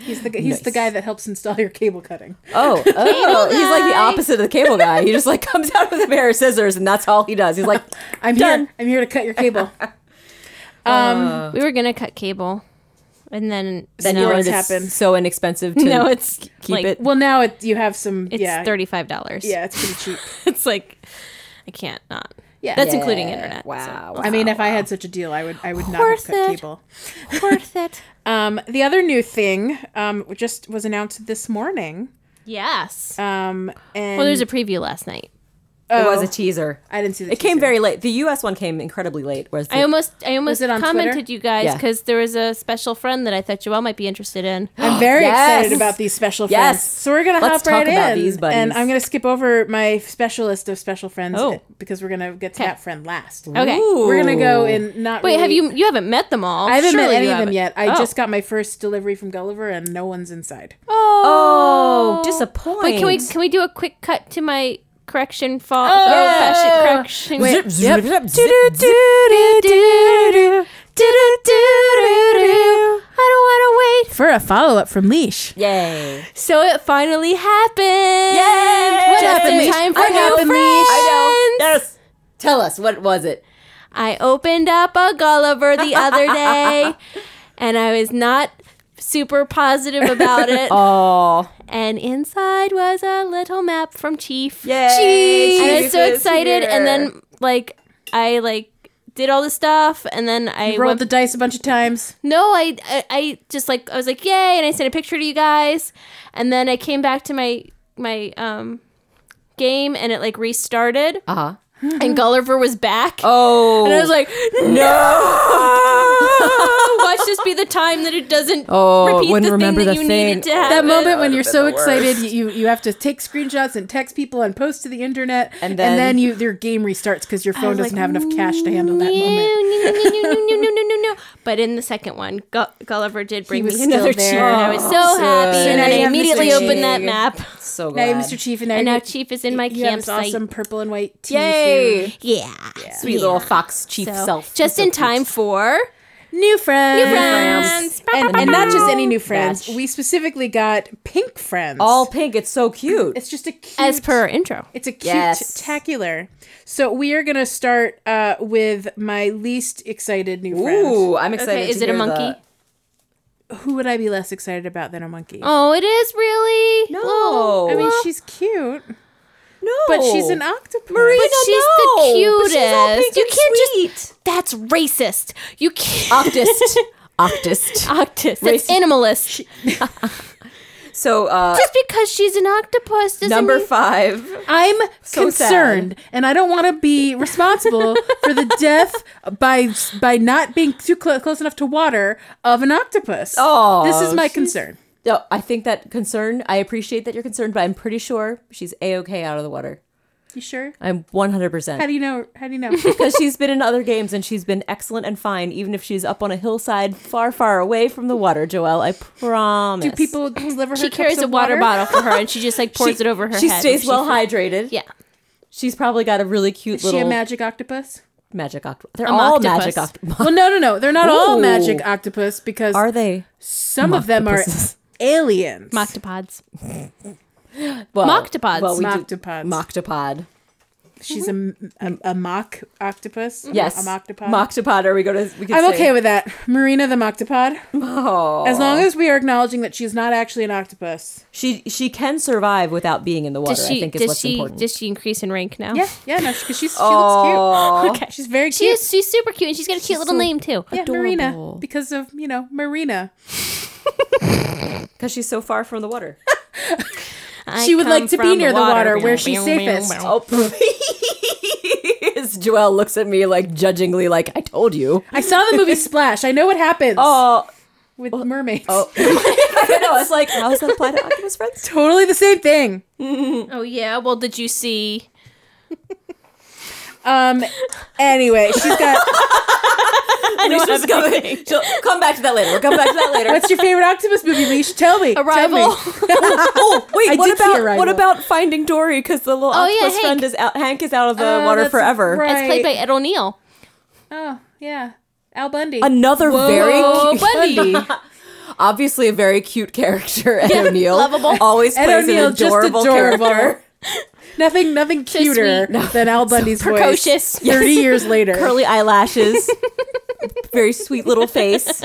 Speaker 1: He's the he's the
Speaker 2: Nice.
Speaker 1: guy that helps install your cable cutting.
Speaker 2: oh, he's like the opposite of the cable guy. He just like comes out with a pair of scissors and that's all he does. He's like,
Speaker 1: I'm
Speaker 2: Done.
Speaker 1: here. I'm here to cut your cable.
Speaker 3: We were gonna cut cable, and then
Speaker 2: then
Speaker 3: no,
Speaker 2: you
Speaker 1: What's
Speaker 2: learned
Speaker 1: happened?
Speaker 2: it's so inexpensive to
Speaker 3: no, it's
Speaker 2: keep
Speaker 3: like,
Speaker 2: it.
Speaker 1: well, now it you have some.
Speaker 3: It's
Speaker 1: yeah,
Speaker 3: thirty five dollars.
Speaker 1: yeah, it's pretty cheap.
Speaker 3: it's like I can't not.
Speaker 1: Yeah,
Speaker 3: That's
Speaker 1: Yeah.
Speaker 3: including internet.
Speaker 2: Wow.
Speaker 1: I mean, if I had such a deal, I would I would not
Speaker 3: Worth
Speaker 1: have cut
Speaker 3: it.
Speaker 1: cable.
Speaker 3: so. worth it.
Speaker 1: Um, the other new thing um, just was announced this morning
Speaker 3: Yes.
Speaker 1: Um, and
Speaker 3: well, there's a preview last night.
Speaker 2: It was
Speaker 1: oh,
Speaker 2: a teaser.
Speaker 1: I didn't see the
Speaker 2: It came
Speaker 1: teaser.
Speaker 2: very late. The U.S. one came incredibly late. Whereas the,
Speaker 3: I almost, I almost
Speaker 1: it on
Speaker 3: commented
Speaker 1: Twitter?
Speaker 3: you guys
Speaker 2: Yeah.
Speaker 3: because there was a special friend that I thought Joelle might be interested in.
Speaker 1: I'm very
Speaker 2: Yes.
Speaker 1: excited about these special friends.
Speaker 2: Yes.
Speaker 1: So we're gonna
Speaker 2: Let's
Speaker 1: hop right
Speaker 2: talk about
Speaker 1: in,
Speaker 2: these buddies.
Speaker 1: and I'm gonna skip over my specialist of special friends
Speaker 3: Oh.
Speaker 1: because we're gonna get to that friend last.
Speaker 3: Okay.
Speaker 1: We're gonna go in. Not
Speaker 3: Wait, have
Speaker 1: really-
Speaker 3: you? You haven't met them all.
Speaker 1: I haven't
Speaker 3: Surely
Speaker 1: met any
Speaker 3: you
Speaker 1: of them
Speaker 3: haven't.
Speaker 1: yet. I
Speaker 3: Oh.
Speaker 1: just got my first delivery from Gulliver, and no one's inside.
Speaker 3: Oh,
Speaker 2: Oh, disappoint.
Speaker 3: Wait, can we can we do a quick cut to my correction fault?
Speaker 2: Oh.
Speaker 3: fashion correction.
Speaker 1: Wait.
Speaker 2: Zip,
Speaker 1: Yep.
Speaker 2: zip, zip, zip.
Speaker 3: I don't want to wait.
Speaker 1: For a follow up from Leash.
Speaker 2: Yay!
Speaker 3: So it finally happened.
Speaker 2: Yay!
Speaker 3: What
Speaker 2: What
Speaker 3: Just
Speaker 2: happened,
Speaker 3: in
Speaker 2: Leash?
Speaker 3: time for
Speaker 1: What
Speaker 3: new
Speaker 1: happened, Leash?
Speaker 2: I know.
Speaker 3: friends.
Speaker 2: Yes. Tell us what was it?
Speaker 3: I opened up a Gulliver the other day, and I was not super positive about it.
Speaker 2: Oh,
Speaker 3: And inside was a little map from Chief.
Speaker 2: yay!
Speaker 3: and I was so excited. And then like I like did all the stuff, and then I
Speaker 1: Rolled
Speaker 3: went.
Speaker 1: the dice a bunch of times.
Speaker 3: no, I, I I just like I was like yay, and I sent a picture to you guys, and then I came back to my my um game, and it like restarted,
Speaker 1: Oh.
Speaker 2: uh huh.
Speaker 3: and Gulliver was back.
Speaker 2: Oh,
Speaker 3: And I was like,
Speaker 2: no.
Speaker 3: watch this be the time that it doesn't
Speaker 2: Oh, it
Speaker 3: repeat
Speaker 2: wouldn't
Speaker 3: the
Speaker 2: remember
Speaker 3: thing that
Speaker 2: the
Speaker 3: you
Speaker 2: thing.
Speaker 3: needed to have.
Speaker 1: That moment when you're so excited, you, you you have to take screenshots and text people and post to the internet,
Speaker 2: And then-
Speaker 1: you your game restarts because your phone
Speaker 3: was
Speaker 1: doesn't
Speaker 3: like,
Speaker 1: have enough cash to handle that moment.
Speaker 3: moment. But in the second one, Gu- Gulliver did bring
Speaker 1: was
Speaker 3: me another
Speaker 1: still
Speaker 3: Chief,
Speaker 1: there.
Speaker 3: and I was so
Speaker 2: Oh,
Speaker 3: happy.
Speaker 2: so
Speaker 3: And
Speaker 1: now
Speaker 3: then
Speaker 1: you
Speaker 3: I
Speaker 1: have
Speaker 3: immediately
Speaker 1: Mr.
Speaker 3: opened that
Speaker 1: Chief.
Speaker 3: map,
Speaker 2: so
Speaker 1: Now, you
Speaker 2: glad.
Speaker 1: have Mr. Chief, and now,
Speaker 3: and now
Speaker 1: you're-
Speaker 3: Chief is in my
Speaker 1: you have this
Speaker 3: campsite.
Speaker 1: awesome purple and white tea suit.
Speaker 2: Yay!
Speaker 3: Yeah,
Speaker 2: Sweet little fox chief
Speaker 3: So,
Speaker 2: self.
Speaker 3: just in time for
Speaker 1: New friends.
Speaker 3: New Friends.
Speaker 1: And, and not just any new friends.
Speaker 2: Batch.
Speaker 1: We specifically got pink friends.
Speaker 2: All pink. It's so cute.
Speaker 1: it's just a cute
Speaker 3: as per our intro.
Speaker 1: It's a cute
Speaker 2: Yes.
Speaker 1: tacular. So we are gonna start uh, with my least excited new friend.
Speaker 2: Ooh, I'm excited.
Speaker 3: Okay, is
Speaker 2: to
Speaker 3: it a
Speaker 2: hear
Speaker 3: monkey?
Speaker 2: the-
Speaker 1: Who would I be less excited about than a monkey?
Speaker 3: Oh, it is really.
Speaker 2: No.
Speaker 3: Oh,
Speaker 1: I mean, she's cute,
Speaker 2: No,
Speaker 1: but she's an octopus.
Speaker 3: But she's the cutest. You can't just-
Speaker 2: just
Speaker 3: that's racist. You can't.
Speaker 2: octist. octist.
Speaker 3: Octus. That's
Speaker 2: Racist.
Speaker 3: animalist.
Speaker 2: So uh,
Speaker 3: just because she's an octopus doesn't
Speaker 2: number
Speaker 3: mean-
Speaker 2: five.
Speaker 1: I'm
Speaker 2: So
Speaker 1: concerned, and I don't want to be responsible for the death by by not being too cl- close enough to water of an octopus.
Speaker 2: Aw,
Speaker 1: this is my
Speaker 2: she's-
Speaker 1: concern.
Speaker 2: No, I think that concern. I appreciate that you're concerned, but I'm pretty sure she's a okay out of the water.
Speaker 1: You sure?
Speaker 2: I'm 100.
Speaker 1: How
Speaker 2: percent
Speaker 1: do you know? How do you know?
Speaker 2: because she's been in other games and she's been excellent and fine, even if she's up on a hillside far, far away from the water. Joelle, I promise.
Speaker 1: do people deliver her?
Speaker 3: she carries
Speaker 1: cups
Speaker 3: a
Speaker 1: of
Speaker 3: water,
Speaker 1: water
Speaker 3: bottle for her and she just like pours it over her
Speaker 2: She
Speaker 3: head.
Speaker 2: stays
Speaker 3: if
Speaker 2: well
Speaker 3: feels-
Speaker 2: hydrated.
Speaker 3: Yeah.
Speaker 2: She's probably got a really cute
Speaker 1: Is she
Speaker 2: little
Speaker 1: a magic octopus?
Speaker 2: magic octopus. They're
Speaker 3: Um,
Speaker 2: all
Speaker 3: octopus.
Speaker 2: magic octopus.
Speaker 1: Well, no, no, no. They're not all
Speaker 2: Ooh.
Speaker 1: magic octopus because
Speaker 2: Are they?
Speaker 1: some of them are
Speaker 2: octopuses?
Speaker 1: aliens.
Speaker 3: Moctopods.
Speaker 2: Well,
Speaker 3: Moctopods.
Speaker 2: Well, Oh, we do-
Speaker 1: Moctopods.
Speaker 2: Moctopod.
Speaker 1: She's a, a, a mock octopus.
Speaker 2: Yes.
Speaker 1: A moctopod.
Speaker 2: Moctopod, or we go to. We could
Speaker 1: I'm
Speaker 2: say-
Speaker 1: okay with that. Marina the moctopod.
Speaker 2: Oh.
Speaker 1: As long as we are acknowledging that she's not actually an octopus.
Speaker 2: She she can survive without being in the water.
Speaker 3: Does she
Speaker 2: I think is
Speaker 3: does
Speaker 2: what's
Speaker 3: she
Speaker 2: important.
Speaker 3: does she increase in rank now?
Speaker 1: Yeah, yeah, no, because she's she
Speaker 2: Aw.
Speaker 1: looks cute. She's very
Speaker 3: She
Speaker 1: cute.
Speaker 3: is, she's super cute and she's got a cute little
Speaker 2: so-
Speaker 3: name too.
Speaker 1: yeah, Marina
Speaker 2: adorable.
Speaker 1: because of you know Marina.
Speaker 2: because she's so far from the water.
Speaker 3: I
Speaker 1: She would
Speaker 3: come
Speaker 1: like to be
Speaker 3: from
Speaker 1: near the water where she's safest.
Speaker 2: oh please! Joelle looks at me like judgingly, like I told you.
Speaker 1: I saw the movie Splash. I know what happens
Speaker 2: Oh,
Speaker 1: with mermaids.
Speaker 2: I know. It's like how does that apply to Octopus Friends?
Speaker 1: Totally the same thing.
Speaker 3: Oh yeah. Well, did you see?
Speaker 1: Um. Anyway, she's got.
Speaker 2: I know she's coming. She'll come back to that later. We'll come back to that later.
Speaker 1: What's your favorite octopus movie, Leash? Tell me. Tell
Speaker 3: Arrival.
Speaker 1: me.
Speaker 2: oh wait,
Speaker 1: I
Speaker 2: what
Speaker 1: did see
Speaker 2: about
Speaker 1: Arrival.
Speaker 2: what about Finding Dory? Because the little
Speaker 3: Oh, yeah,
Speaker 2: Octopus
Speaker 3: Hank.
Speaker 2: Friend is out. Hank is out of the
Speaker 1: Oh,
Speaker 2: water
Speaker 1: that's
Speaker 2: forever.
Speaker 1: right.
Speaker 3: That's played by Ed O'Neill.
Speaker 1: Oh yeah, Al Bundy.
Speaker 2: Another very
Speaker 3: Whoa,
Speaker 2: cute,
Speaker 3: Oh, Bundy.
Speaker 2: obviously a very cute character. Ed O'Neill,
Speaker 3: lovable.
Speaker 2: always
Speaker 1: Ed
Speaker 2: plays
Speaker 1: O'Neill,
Speaker 2: an
Speaker 1: just
Speaker 2: adorable,
Speaker 1: adorable.
Speaker 2: character.
Speaker 1: nothing, nothing cuter
Speaker 3: sweet.
Speaker 1: than Al Bundy's
Speaker 3: precocious.
Speaker 1: voice. Thirty years later.
Speaker 2: Curly eyelashes, very sweet little face.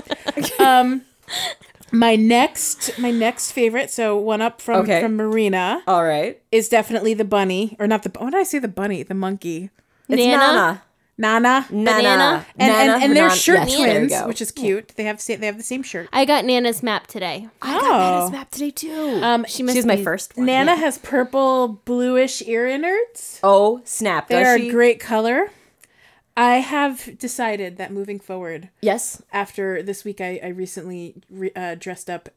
Speaker 1: Um, my next, my next favorite. So one up from
Speaker 2: Okay.
Speaker 1: from Marina
Speaker 2: All right,
Speaker 1: is definitely the bunny, or not the. What did I say? The bunny, the monkey.
Speaker 2: it's Nana.
Speaker 3: Nana?
Speaker 1: Nana.
Speaker 2: Nana.
Speaker 3: Banana.
Speaker 1: And,
Speaker 2: Nana,
Speaker 1: and, and they're
Speaker 2: banana-
Speaker 1: shirt
Speaker 2: yes, there we
Speaker 1: twins,
Speaker 2: go.
Speaker 1: which is cute. They have sa- they have the same shirt.
Speaker 3: I got Nana's map today.
Speaker 2: I got
Speaker 1: Oh.
Speaker 2: Nana's map today too.
Speaker 1: Um,
Speaker 3: She must
Speaker 2: She's my
Speaker 3: be-
Speaker 2: first one.
Speaker 1: Nana has purple bluish ear innards.
Speaker 2: Oh snap!
Speaker 1: They
Speaker 2: Does
Speaker 1: are
Speaker 2: she?
Speaker 1: a great color. I have decided that moving forward,
Speaker 2: Yes,
Speaker 1: after this week, I, I recently re- uh, dressed up.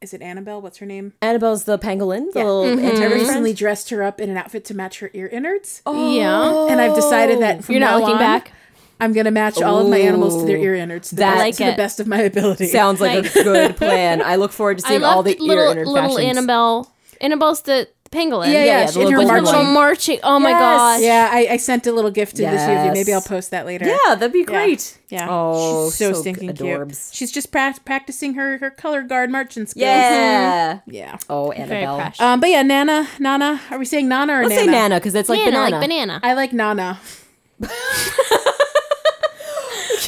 Speaker 1: Is it Annabelle? What's her name?
Speaker 2: Annabelle's the pangolin, the little
Speaker 1: I
Speaker 2: anti
Speaker 1: recently dressed her up in an outfit to match her ear innards.
Speaker 3: Yeah.
Speaker 1: And I've decided
Speaker 2: Oh,
Speaker 1: that from
Speaker 3: You're not
Speaker 1: now
Speaker 3: looking
Speaker 1: on,
Speaker 3: back.
Speaker 1: I'm going to match all of my animals to their
Speaker 2: Ooh.
Speaker 1: ear innards to, the
Speaker 2: That-
Speaker 1: best,
Speaker 3: Like
Speaker 1: to the
Speaker 3: it.
Speaker 1: best of my ability.
Speaker 2: Sounds like
Speaker 3: Nice.
Speaker 2: a good plan. I look forward to
Speaker 3: I
Speaker 2: seeing
Speaker 3: love
Speaker 2: all the
Speaker 3: little
Speaker 2: ear inner
Speaker 3: little
Speaker 2: fashions.
Speaker 3: Annabelle. Annabelle's the pangolin.
Speaker 1: yeah, yeah.
Speaker 2: yeah,
Speaker 1: yeah
Speaker 2: the
Speaker 1: in
Speaker 2: little
Speaker 1: her
Speaker 3: With her
Speaker 2: golden
Speaker 3: little
Speaker 1: marching.
Speaker 2: one.
Speaker 3: marching. Oh my
Speaker 2: Yes.
Speaker 3: gosh.
Speaker 1: Yeah, I, I sent a little gift to the two of you.
Speaker 2: Yes.
Speaker 1: Maybe I'll post that later.
Speaker 2: Yeah, that'd be great.
Speaker 1: Yeah.
Speaker 2: Oh,
Speaker 1: she's so,
Speaker 2: so
Speaker 1: stinking
Speaker 2: adorbs.
Speaker 1: cute. She's just prac practicing her her color guard marching skills.
Speaker 2: Yeah.
Speaker 1: Yeah.
Speaker 2: Oh,
Speaker 3: Very
Speaker 2: Annabelle.
Speaker 3: precious.
Speaker 1: Um, but yeah, Nana, Nana. Are we saying Nana or
Speaker 2: Let's
Speaker 1: Nana?
Speaker 2: say Nana because that's like
Speaker 3: Nana,
Speaker 2: banana.
Speaker 3: like banana.
Speaker 1: I like Nana.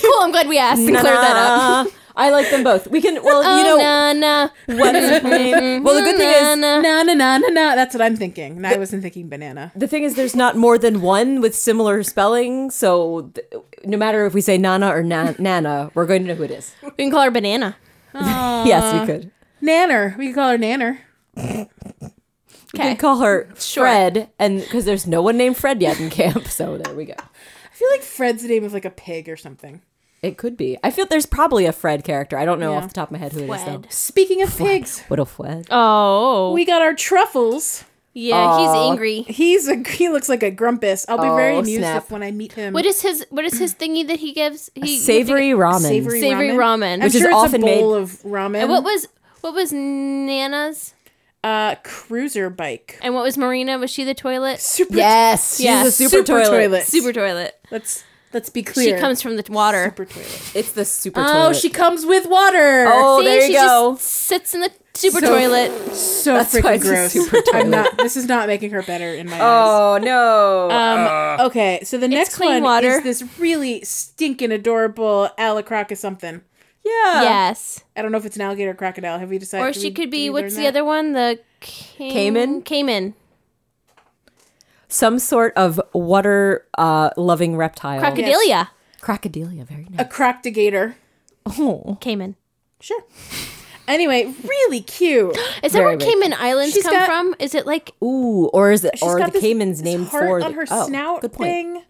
Speaker 3: cool. I'm glad we asked and cleared that up.
Speaker 2: Nana. I like them both. We can. Well,
Speaker 3: Oh,
Speaker 2: you know.
Speaker 3: Nana. Oh,
Speaker 2: What's, well, the good thing is
Speaker 3: Nana.
Speaker 1: Nana, Nana, Nana. That's what I'm thinking. And I wasn't thinking banana.
Speaker 2: the thing is there's not more than one with similar spelling, so th- no matter if we say Nana or na- Nana, we're going to know who it is.
Speaker 3: We can call her banana.
Speaker 2: yes, we could.
Speaker 1: Nanner. We could call her Nanner.
Speaker 2: We could call her Fred, and because there's no one named Fred yet in camp, so there we go.
Speaker 1: I feel like Fred's the name of like a pig or something.
Speaker 2: It could be. I feel there's probably a Fred character. I don't know
Speaker 1: Yeah.
Speaker 2: off the top of my head who it is though.
Speaker 3: Fred.
Speaker 1: Speaking of pigs,
Speaker 2: What a Fred.
Speaker 3: Oh.
Speaker 1: we got our truffles.
Speaker 3: yeah, he's angry.
Speaker 1: He's a he looks like a grumpus. I'll be very
Speaker 2: Oh,
Speaker 1: amused
Speaker 2: snap.
Speaker 1: if when I meet him.
Speaker 3: What is his what is his thingy that he gives? He
Speaker 2: Savory ramen.
Speaker 1: savory,
Speaker 3: Savory ramen.
Speaker 1: I'm
Speaker 3: Which
Speaker 2: is
Speaker 1: sure it's
Speaker 2: often
Speaker 1: a bowl
Speaker 2: made-
Speaker 1: of ramen.
Speaker 3: And what was what was Nana's
Speaker 1: uh cruiser bike.
Speaker 3: and what was Marina? Was she the toilet?
Speaker 1: Super
Speaker 2: Yes, she's
Speaker 3: Yeah.
Speaker 2: a super, toilet.
Speaker 3: Super toilet.
Speaker 1: Let's let's be
Speaker 3: She
Speaker 1: clear.
Speaker 3: comes Oh, from the water.
Speaker 1: super toilet.
Speaker 2: It's the super toilet.
Speaker 1: Oh, she comes with water.
Speaker 2: Oh,
Speaker 3: See,
Speaker 2: there you
Speaker 3: she
Speaker 2: go.
Speaker 3: Just sits in the super
Speaker 1: So-
Speaker 3: toilet.
Speaker 1: so
Speaker 2: that's why
Speaker 1: freaking
Speaker 2: it's a
Speaker 1: gross.
Speaker 2: super
Speaker 1: I'm
Speaker 2: toilet.
Speaker 1: not. This is not making her better in my eyes.
Speaker 2: Oh no.
Speaker 1: Um, okay, so the next
Speaker 3: clean
Speaker 1: one
Speaker 3: water.
Speaker 1: is this really stinking adorable alacroc or something.
Speaker 2: yeah.
Speaker 3: yes.
Speaker 1: I don't know if it's an alligator or crocodile. Have we decided?
Speaker 3: Or
Speaker 1: did
Speaker 3: she
Speaker 1: we-
Speaker 3: could
Speaker 1: did we
Speaker 3: be what's
Speaker 1: learn
Speaker 3: the
Speaker 1: that?
Speaker 3: other one? The came-
Speaker 2: Cayman?
Speaker 3: Cayman.
Speaker 2: Some sort of water uh, loving reptile.
Speaker 3: Crocodilia.
Speaker 2: Crocodilia, very
Speaker 1: A
Speaker 2: nice.
Speaker 1: croctigator.
Speaker 2: Oh.
Speaker 3: Cayman.
Speaker 1: Sure. Anyway, really cute.
Speaker 3: Is that
Speaker 2: Very
Speaker 3: where
Speaker 2: big.
Speaker 3: Cayman Islands
Speaker 1: She's
Speaker 3: come
Speaker 1: got-
Speaker 3: from? Is it like
Speaker 2: Ooh, or is it?
Speaker 1: She's
Speaker 2: or
Speaker 1: got
Speaker 2: the
Speaker 1: this-
Speaker 2: Cayman's
Speaker 1: this
Speaker 2: named
Speaker 1: heart
Speaker 2: for
Speaker 1: on her
Speaker 2: oh,
Speaker 1: snout
Speaker 2: Good point.
Speaker 1: thing.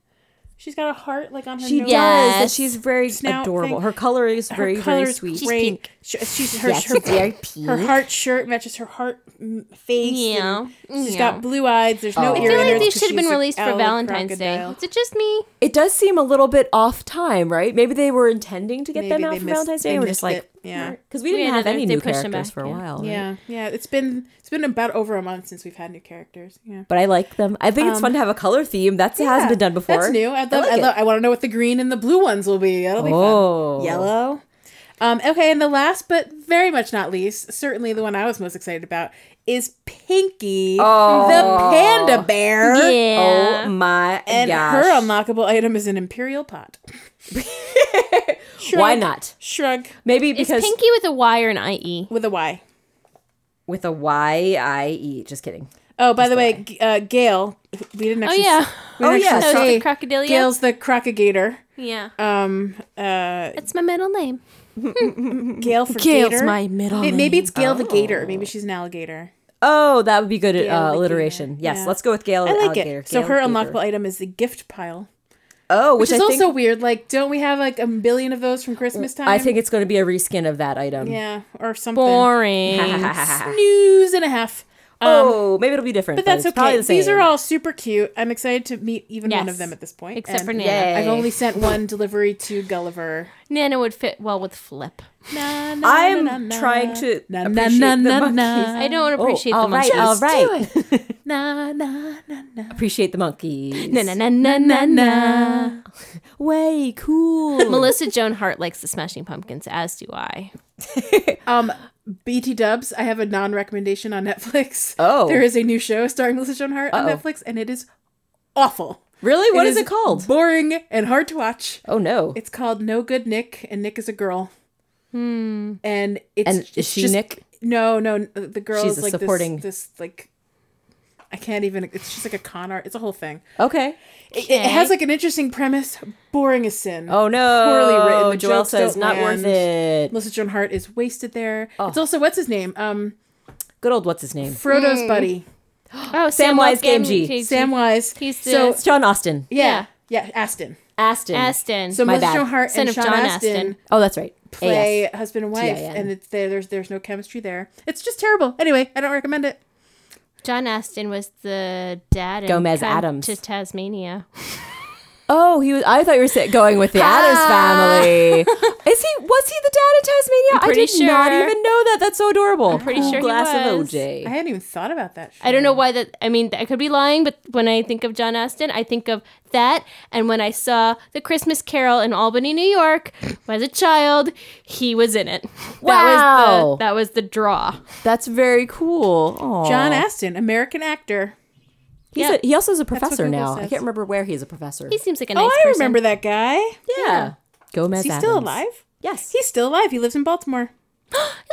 Speaker 1: She's got a heart like on her
Speaker 2: She
Speaker 1: nose.
Speaker 3: Yes.
Speaker 2: does. and She's very
Speaker 1: Snout
Speaker 2: adorable.
Speaker 1: thing.
Speaker 2: Her color is
Speaker 1: Her
Speaker 2: very
Speaker 1: color
Speaker 2: very
Speaker 1: is
Speaker 2: sweet.
Speaker 1: great. She- she's her,
Speaker 2: Yes,
Speaker 1: her,
Speaker 2: it's very pink.
Speaker 1: her heart shirt matches her heart mm, face.
Speaker 3: Yeah,
Speaker 1: Yeah, she's
Speaker 3: yeah.
Speaker 1: got blue eyes. There's no.
Speaker 2: I
Speaker 1: ear
Speaker 3: I feel like
Speaker 1: innards
Speaker 3: these
Speaker 1: 'cause
Speaker 3: should have been
Speaker 1: she's a
Speaker 3: released for
Speaker 1: allo
Speaker 3: Valentine's Day.
Speaker 1: crocodile.
Speaker 3: Is it just me?
Speaker 2: It does seem a little bit off time, right? Maybe they were intending to get
Speaker 1: Maybe
Speaker 2: them out
Speaker 1: they
Speaker 2: for
Speaker 1: missed-
Speaker 2: Valentine's Day.
Speaker 1: they
Speaker 2: and We're just
Speaker 1: missed
Speaker 2: like,
Speaker 1: it, yeah.
Speaker 2: because we didn't
Speaker 3: Yeah,
Speaker 2: have
Speaker 3: they-
Speaker 2: any
Speaker 3: they
Speaker 2: new
Speaker 3: pushed them
Speaker 2: characters
Speaker 3: back,
Speaker 2: for a
Speaker 3: yeah.
Speaker 2: while. right?
Speaker 1: Yeah, yeah. It's been it's been about over a month since we've had new characters. Yeah.
Speaker 2: But I like them. I think it's fun to have a color theme. That's hasn't been done before.
Speaker 1: Um, That's new. I love. I,
Speaker 2: like it.
Speaker 1: love. I want to know what the green and the blue ones will be. That'll be
Speaker 2: Oh.
Speaker 1: fun. Yellow. Um, okay, and the last but very much not least, certainly the one I was most excited about, is Pinky, the panda bear.
Speaker 2: Oh my
Speaker 1: And
Speaker 2: gosh.
Speaker 1: her um, unlockable item is an imperial pot. Shrug.
Speaker 2: Why not?
Speaker 1: Shrug
Speaker 2: Maybe
Speaker 3: It's
Speaker 2: because
Speaker 3: pinky with a Y or an E. IE.
Speaker 1: with a Y.
Speaker 2: with a Y I E. Just kidding.
Speaker 1: Oh, by the way, G- uh, Gail, we didn't actually.
Speaker 3: yeah.
Speaker 1: we didn't
Speaker 2: Oh, yeah,
Speaker 1: actually
Speaker 3: That was
Speaker 1: say
Speaker 3: the crocodilia.
Speaker 1: Gail's the crocagator.
Speaker 3: Yeah.
Speaker 1: Um, uh,
Speaker 3: That's my middle name.
Speaker 1: Gail for gator.
Speaker 3: middle
Speaker 1: May- Maybe it's Gail the gator. Maybe she's an alligator.
Speaker 2: Oh, that would be good
Speaker 1: Gail
Speaker 2: uh,
Speaker 1: the
Speaker 2: alliteration.
Speaker 1: Gator.
Speaker 2: Yes,
Speaker 1: Yeah.
Speaker 2: let's go with Gail.
Speaker 1: I like
Speaker 2: Oh, alligator.
Speaker 1: it. So
Speaker 2: Gail
Speaker 1: her
Speaker 2: Gator.
Speaker 1: unlockable item is the gift pile,
Speaker 2: Oh, which,
Speaker 1: which is
Speaker 2: I think
Speaker 1: also weird. Like, don't we have like a billion of those from Christmas time?
Speaker 2: I think it's going to be a reskin of that item.
Speaker 1: yeah, or something.
Speaker 3: Boring.
Speaker 2: Ah.
Speaker 1: Snooze and a half.
Speaker 2: oh, maybe it'll be different.
Speaker 1: Um, But that's
Speaker 2: it's probably
Speaker 1: okay.
Speaker 2: the same.
Speaker 1: These are all super cute. I'm excited to meet even one
Speaker 3: Yes.
Speaker 1: of them at this point.
Speaker 3: Except
Speaker 1: And
Speaker 3: for Nana.
Speaker 2: Yay.
Speaker 1: I've only sent one delivery to Gulliver.
Speaker 3: Nana would fit well with Flip.
Speaker 1: Na, na,
Speaker 2: I'm
Speaker 1: na, na,
Speaker 2: trying
Speaker 1: na.
Speaker 2: to
Speaker 1: Na, na,
Speaker 2: appreciate the
Speaker 1: na, na,
Speaker 2: monkeys.
Speaker 1: na.
Speaker 3: I don't
Speaker 2: Oh,
Speaker 3: appreciate
Speaker 2: all
Speaker 3: the
Speaker 2: right,
Speaker 3: monkeys.
Speaker 2: all right.
Speaker 1: Na na na na.
Speaker 2: appreciate the monkeys.
Speaker 3: Na na na na na na.
Speaker 2: Way cool.
Speaker 3: Melissa Joan Hart likes the Smashing Pumpkins, as do I.
Speaker 1: Um, BT Dubs, I have a non recommendation on Netflix.
Speaker 2: Oh.
Speaker 1: There is a new show starring Melissa Joan Hart on
Speaker 2: Uh-oh.
Speaker 1: Netflix, and it is awful.
Speaker 2: really? What is,
Speaker 1: is-
Speaker 2: it called?
Speaker 1: Boring and hard to watch.
Speaker 2: Oh no.
Speaker 1: It's called No Good Nick, and Nick is a girl. Hmm. And it's
Speaker 2: And
Speaker 1: it's
Speaker 2: is she
Speaker 1: just-
Speaker 2: Nick?
Speaker 1: No, no. The girl
Speaker 2: She's
Speaker 1: is
Speaker 2: a
Speaker 1: like
Speaker 2: supporting-
Speaker 1: supporting this, like. I can't even. It's just like a con art. It's a whole thing.
Speaker 2: Okay.
Speaker 1: It, it has like an interesting premise. Boring as sin.
Speaker 2: Oh no.
Speaker 1: Poorly written. The
Speaker 2: Joel
Speaker 1: jokes
Speaker 2: says
Speaker 1: don't
Speaker 2: not worth
Speaker 1: land.
Speaker 2: it.
Speaker 1: Melissa Joan Hart is wasted there.
Speaker 2: Oh.
Speaker 1: It's also what's his name? Um,
Speaker 2: Good old what's his name?
Speaker 1: Frodo's buddy,
Speaker 3: Oh, Sam
Speaker 2: Samwise
Speaker 3: Game
Speaker 2: Gamgee.
Speaker 1: Samwise.
Speaker 3: He's the-
Speaker 1: so
Speaker 2: It's John Austin.
Speaker 1: yeah, yeah, Aston.
Speaker 2: Aston.
Speaker 3: Aston.
Speaker 1: So
Speaker 2: My
Speaker 1: Melissa
Speaker 2: bad.
Speaker 1: Joan Hart
Speaker 3: Son
Speaker 1: and
Speaker 3: of
Speaker 1: Sean
Speaker 3: John
Speaker 1: Aston,
Speaker 3: Astin.
Speaker 2: Oh, that's right.
Speaker 1: play
Speaker 2: AS.
Speaker 1: husband and wife,
Speaker 2: T.I.N..
Speaker 1: and it's there, there's there's no chemistry there. It's just terrible. Anyway, I don't recommend it.
Speaker 3: John Aston was the dad in
Speaker 2: Gomez
Speaker 3: Come
Speaker 2: Adams.
Speaker 3: to Tasmania.
Speaker 2: Oh, he was. I thought you were sa- going with the Adams family. Is he? Was he the dad in Tasmania? I
Speaker 3: pretty
Speaker 2: did not
Speaker 3: sure.
Speaker 2: even know that. That's so adorable. I'm
Speaker 3: pretty sure he
Speaker 2: glass
Speaker 3: was.
Speaker 2: of OJ.
Speaker 1: I hadn't even thought about that.
Speaker 3: I don't know why that. I mean, I could be lying, but when I think of John Aston, I think of that. And when I saw the Christmas Carol in Albany, New York, as a child, he was in it. That was
Speaker 2: Wow.
Speaker 3: the, that was the draw.
Speaker 2: That's very cool. Aw.
Speaker 1: John Aston, American actor.
Speaker 2: He's
Speaker 3: Yeah.
Speaker 2: a, he also is a
Speaker 1: what
Speaker 2: professor
Speaker 1: Google
Speaker 2: now. I
Speaker 1: says.
Speaker 2: can't remember where he's a professor.
Speaker 3: He seems like a nice
Speaker 1: Oh, I
Speaker 3: person.
Speaker 1: remember that guy.
Speaker 2: yeah. Gomez.
Speaker 1: Is he
Speaker 2: Adams.
Speaker 1: still alive?
Speaker 2: Yes.
Speaker 1: He's still alive. He lives in Baltimore.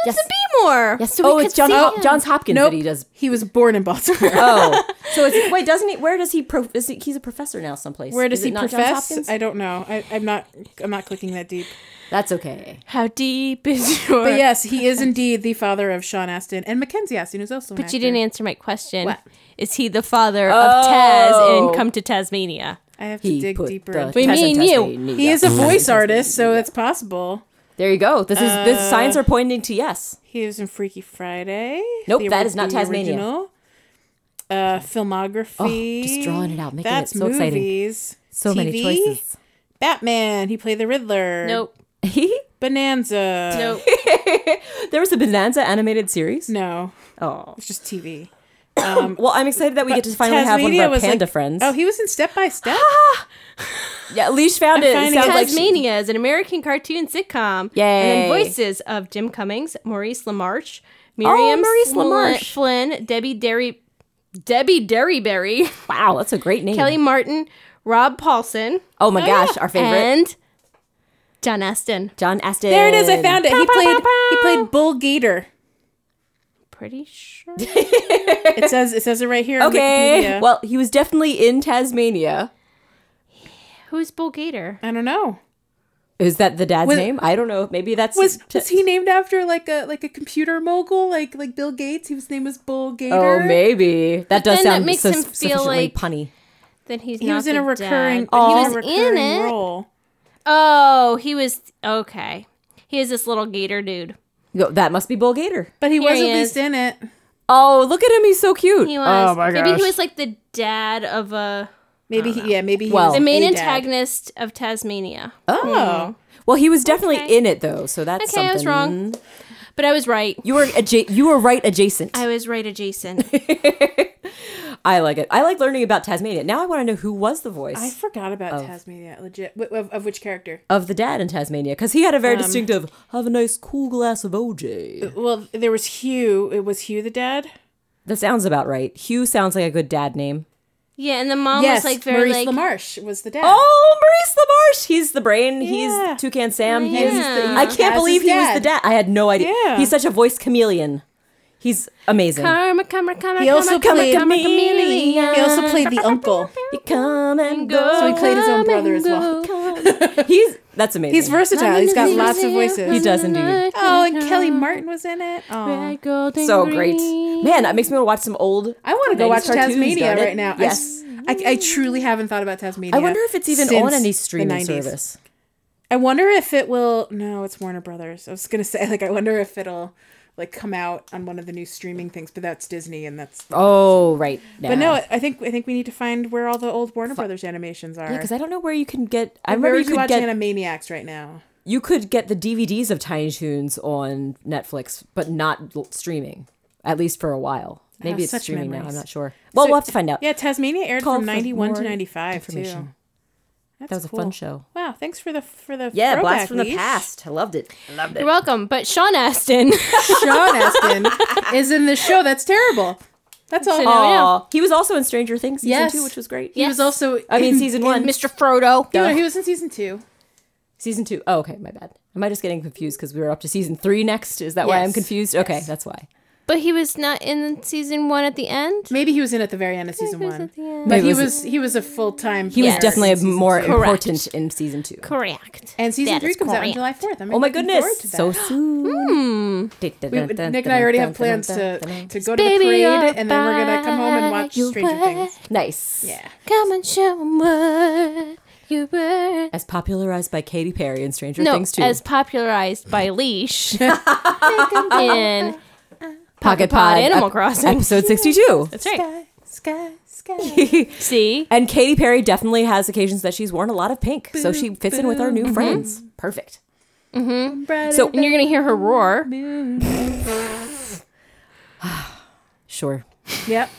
Speaker 3: Yes. To be more.
Speaker 2: yes.
Speaker 3: So we
Speaker 2: oh,
Speaker 3: could
Speaker 2: it's John,
Speaker 3: see
Speaker 2: oh,
Speaker 3: him.
Speaker 2: Johns Hopkins that he does.
Speaker 1: He was born in Baltimore.
Speaker 2: Oh, so it's, wait, doesn't he? Where does he? Pro, is he? He's a professor now, someplace.
Speaker 1: Where does
Speaker 2: Is it
Speaker 1: he
Speaker 2: not Johns
Speaker 1: profess?
Speaker 2: Hopkins?
Speaker 1: I don't know. I, I'm not. I'm not clicking that deep.
Speaker 2: That's okay.
Speaker 3: How deep is your?
Speaker 1: But yes, he is indeed the father of Sean Aston and Mackenzie Aston, who's also. An
Speaker 3: But you
Speaker 1: actor.
Speaker 3: didn't answer my question.
Speaker 1: What?
Speaker 3: Is he the father of Taz
Speaker 2: Oh.
Speaker 3: in Come to Tasmania?
Speaker 1: I have to
Speaker 2: He
Speaker 1: dig
Speaker 2: put
Speaker 1: deeper.
Speaker 2: the
Speaker 1: into
Speaker 3: We
Speaker 2: Taz
Speaker 3: mean
Speaker 2: and
Speaker 3: you.
Speaker 2: Tasmania.
Speaker 1: He is a voice artist, Uh, so it's possible.
Speaker 2: There you go. This is this signs are pointing to yes.
Speaker 1: He was in Freaky Friday.
Speaker 2: Nope,
Speaker 1: the
Speaker 2: that
Speaker 1: ori-
Speaker 2: is not
Speaker 1: the
Speaker 2: Tasmania.
Speaker 1: original. Uh, filmography.
Speaker 2: Oh, just drawing it out, making it
Speaker 1: That's
Speaker 2: so exciting.
Speaker 1: movies.
Speaker 2: So many
Speaker 1: TV.
Speaker 2: choices.
Speaker 1: Batman. He played the Riddler.
Speaker 3: Nope.
Speaker 1: Bonanza.
Speaker 3: Nope.
Speaker 2: there was a Bonanza animated series.
Speaker 1: No,
Speaker 2: Oh,
Speaker 1: it's just TV. Mm.
Speaker 2: well, I'm excited that we get to finally have one of
Speaker 1: Tasmania
Speaker 2: our
Speaker 1: was
Speaker 2: panda
Speaker 1: like-
Speaker 2: friends.
Speaker 1: Oh, he was in Step by Step.
Speaker 2: yeah, Leash found it. It
Speaker 1: finding
Speaker 2: sounds
Speaker 1: it.
Speaker 2: like she-
Speaker 3: Tasmania is an American cartoon sitcom.
Speaker 2: Yay.
Speaker 3: And then voices of Jim Cummings, Maurice LaMarche,
Speaker 1: Oh,
Speaker 3: Miriam
Speaker 2: Maurice
Speaker 3: Flynn-
Speaker 2: LaMarche.
Speaker 3: Flynn, Debbie Derry, Debbie Derryberry,
Speaker 2: wow, that's a great name.
Speaker 3: Kelly Martin, Rob Paulson,
Speaker 2: oh my gosh, our favorite
Speaker 3: and John Aston.
Speaker 2: John Aston.
Speaker 1: There it is. I found it. He
Speaker 2: Pow, pow,
Speaker 1: played.
Speaker 2: pow, pow.
Speaker 1: He played Bull Gator.
Speaker 3: Pretty sure.
Speaker 1: It says. It says it right here. on
Speaker 2: Okay.
Speaker 1: Wikipedia.
Speaker 2: Well, he was definitely in Tasmania.
Speaker 3: Who's Bull Gator?
Speaker 1: I don't know.
Speaker 2: Is that the dad's
Speaker 1: Was-
Speaker 2: name? I don't know. Maybe that's
Speaker 1: Was
Speaker 2: Ta-
Speaker 1: was he named after like a like a computer mogul like like Bill Gates? His name was Bull Gator.
Speaker 2: Oh, maybe that does
Speaker 3: then that
Speaker 2: sound
Speaker 3: makes
Speaker 2: sus-
Speaker 3: him feel
Speaker 2: sufficiently
Speaker 3: like-
Speaker 2: punny.
Speaker 3: Then he's
Speaker 1: He
Speaker 3: not
Speaker 1: was in
Speaker 3: the
Speaker 1: a recurring.
Speaker 3: dad.
Speaker 1: he
Speaker 2: Aw.
Speaker 1: was in a
Speaker 3: He was in
Speaker 1: recurring
Speaker 3: it.
Speaker 1: role.
Speaker 3: Oh, he was okay. He is this little gator dude.
Speaker 2: Yo, That must be Bull Gator.
Speaker 1: But he
Speaker 3: Here
Speaker 1: was
Speaker 3: he
Speaker 1: at
Speaker 3: is.
Speaker 1: least in it.
Speaker 2: Oh, look at him. He's so cute.
Speaker 3: He was.
Speaker 1: Oh my
Speaker 3: Maybe
Speaker 1: gosh.
Speaker 3: he was like the dad of a
Speaker 1: Maybe he, yeah, maybe he
Speaker 2: Well-
Speaker 1: was
Speaker 3: the main
Speaker 1: Oh, a dad.
Speaker 3: antagonist of Tasmania.
Speaker 1: Oh,
Speaker 2: Well, he was definitely
Speaker 3: Okay.
Speaker 2: in it though, so that's
Speaker 3: Okay, I was
Speaker 2: something.
Speaker 3: wrong. But I was right.
Speaker 2: You were adja- you were right adjacent.
Speaker 3: I was right adjacent.
Speaker 2: I like it. I like learning about Tasmania. Now I want to know who was the voice
Speaker 1: I forgot about Tasmania. Legit, Wh- of, of which character?
Speaker 2: of the dad in Tasmania because he had a very distinctive "Have a nice cool glass of OJ."
Speaker 1: Well, there was Hugh. It was Hugh the dad.
Speaker 2: That sounds about right. Hugh sounds like a good dad name.
Speaker 3: yeah, and the mom
Speaker 1: yes,
Speaker 3: was like very
Speaker 1: Maurice
Speaker 3: like
Speaker 1: LaMarche was the dad.
Speaker 2: Oh, Maurice LaMarche. He's the brain.
Speaker 1: Yeah.
Speaker 2: He's Toucan Sam.
Speaker 3: Yeah.
Speaker 2: He's
Speaker 3: Yeah.
Speaker 2: I can't
Speaker 1: Taz's
Speaker 2: believe he was the dad.
Speaker 1: dad.
Speaker 2: I had no idea.
Speaker 1: Yeah.
Speaker 2: He's such a voice chameleon. He's amazing.
Speaker 3: karma, karma, karma,
Speaker 1: He also
Speaker 3: karma, karma,
Speaker 1: played-
Speaker 3: karma,
Speaker 2: Chameleon.
Speaker 1: He also played the uncle.
Speaker 2: You come and
Speaker 3: go.
Speaker 1: So he played his own
Speaker 3: come
Speaker 1: brother as
Speaker 3: and
Speaker 1: well.
Speaker 2: go. He's that's amazing.
Speaker 1: He's versatile. He's got lots of voices.
Speaker 2: He does indeed.
Speaker 1: Oh, and Kelly Martin was in it. Oh,
Speaker 3: Red, gold, and
Speaker 2: so great.
Speaker 3: green.
Speaker 2: Man, that makes me want to watch some old.
Speaker 1: I want to go
Speaker 2: 90s
Speaker 1: watch
Speaker 2: cartoons,
Speaker 1: Tasmania
Speaker 2: darn it.
Speaker 1: right now. I
Speaker 2: Yes.
Speaker 1: s- I, I truly haven't thought about Tasmania.
Speaker 2: I wonder if it's even
Speaker 1: since
Speaker 2: on any
Speaker 1: the
Speaker 2: streaming
Speaker 1: 90s.
Speaker 2: service.
Speaker 1: I wonder if it will. No, it's Warner Brothers. I was gonna say like I wonder if it'll like come out on one of the new streaming things, but that's Disney and that's.
Speaker 2: Oh, right. Now.
Speaker 1: But no, I think I think we need to find where all the old Warner Brothers animations are.
Speaker 2: because I don't know where you can get. I remember
Speaker 1: where would
Speaker 2: you could
Speaker 1: you watch
Speaker 2: get
Speaker 1: Animaniacs right now?
Speaker 2: you could get the DVDs of Tiny Toons on Netflix, but not l- streaming, at least for a while. Maybe it's
Speaker 1: Oh, such
Speaker 2: streaming now. I'm
Speaker 1: memories.
Speaker 2: not sure. Oh, Well,
Speaker 1: So-
Speaker 2: we'll have to find out.
Speaker 1: Yeah, Tasmania aired
Speaker 2: Call
Speaker 1: from
Speaker 2: for
Speaker 1: ninety one to
Speaker 2: more
Speaker 1: ninety five too.
Speaker 2: information.
Speaker 1: That's
Speaker 2: that was a fun
Speaker 1: cool.
Speaker 2: show.
Speaker 1: Wow, thanks for the for the
Speaker 2: Yeah,
Speaker 1: throwback,
Speaker 2: blast from the
Speaker 1: Leash.
Speaker 2: past. I loved it. I loved
Speaker 3: You're
Speaker 2: it.
Speaker 3: welcome. But Sean Aston.
Speaker 1: Sean Astin is in this show. That's terrible. That's all.
Speaker 3: Now we know.
Speaker 2: Aw. he was also in Stranger Things season
Speaker 1: Yes.
Speaker 2: two, which was great.
Speaker 1: He was also.
Speaker 2: I mean
Speaker 1: in-
Speaker 2: season one,
Speaker 3: Mr. Frodo.
Speaker 1: No, he was in season two.
Speaker 2: season two. Oh, okay, my bad. Am I just getting confused because we were up to season three next? Is that why I'm
Speaker 1: Yes.
Speaker 2: confused? Okay, that's why.
Speaker 3: But he was not in season one at the end.
Speaker 1: Maybe he was in at the very end of season
Speaker 3: He was
Speaker 1: one,
Speaker 3: at the end.
Speaker 1: but
Speaker 2: Maybe
Speaker 1: he
Speaker 2: it was-
Speaker 1: was he was a full time.
Speaker 2: He was definitely a more
Speaker 3: Correct.
Speaker 2: important in season two.
Speaker 3: Correct.
Speaker 1: And season
Speaker 3: That
Speaker 1: three
Speaker 3: is
Speaker 1: comes out on
Speaker 3: correct.
Speaker 1: July fourth.
Speaker 2: Oh my goodness! So
Speaker 1: So
Speaker 2: soon.
Speaker 3: Hmm.
Speaker 1: we, Nick and I already have plans to to go to the
Speaker 3: Baby,
Speaker 1: parade,
Speaker 3: I'll
Speaker 1: and then we're gonna come home and
Speaker 3: buy
Speaker 1: watch
Speaker 3: you
Speaker 1: Stranger
Speaker 3: a-
Speaker 1: Things.
Speaker 2: Nice.
Speaker 1: Yeah.
Speaker 3: Come and show 'em what you were.
Speaker 2: As popularized by Katy Perry and Stranger
Speaker 3: No,
Speaker 2: Things too.
Speaker 3: as popularized by Leash in Pocket Pod Animal
Speaker 2: ep-
Speaker 3: Crossing.
Speaker 2: episode sixty-two.
Speaker 3: That's right.
Speaker 1: Sky, sky, sky.
Speaker 3: See,
Speaker 2: and Katy Perry definitely has occasions that she's worn a lot of pink, so she fits in with our new
Speaker 3: Mm-hmm.
Speaker 2: friends. Perfect.
Speaker 1: so
Speaker 3: and you're gonna hear her roar.
Speaker 2: Sure.
Speaker 1: yep.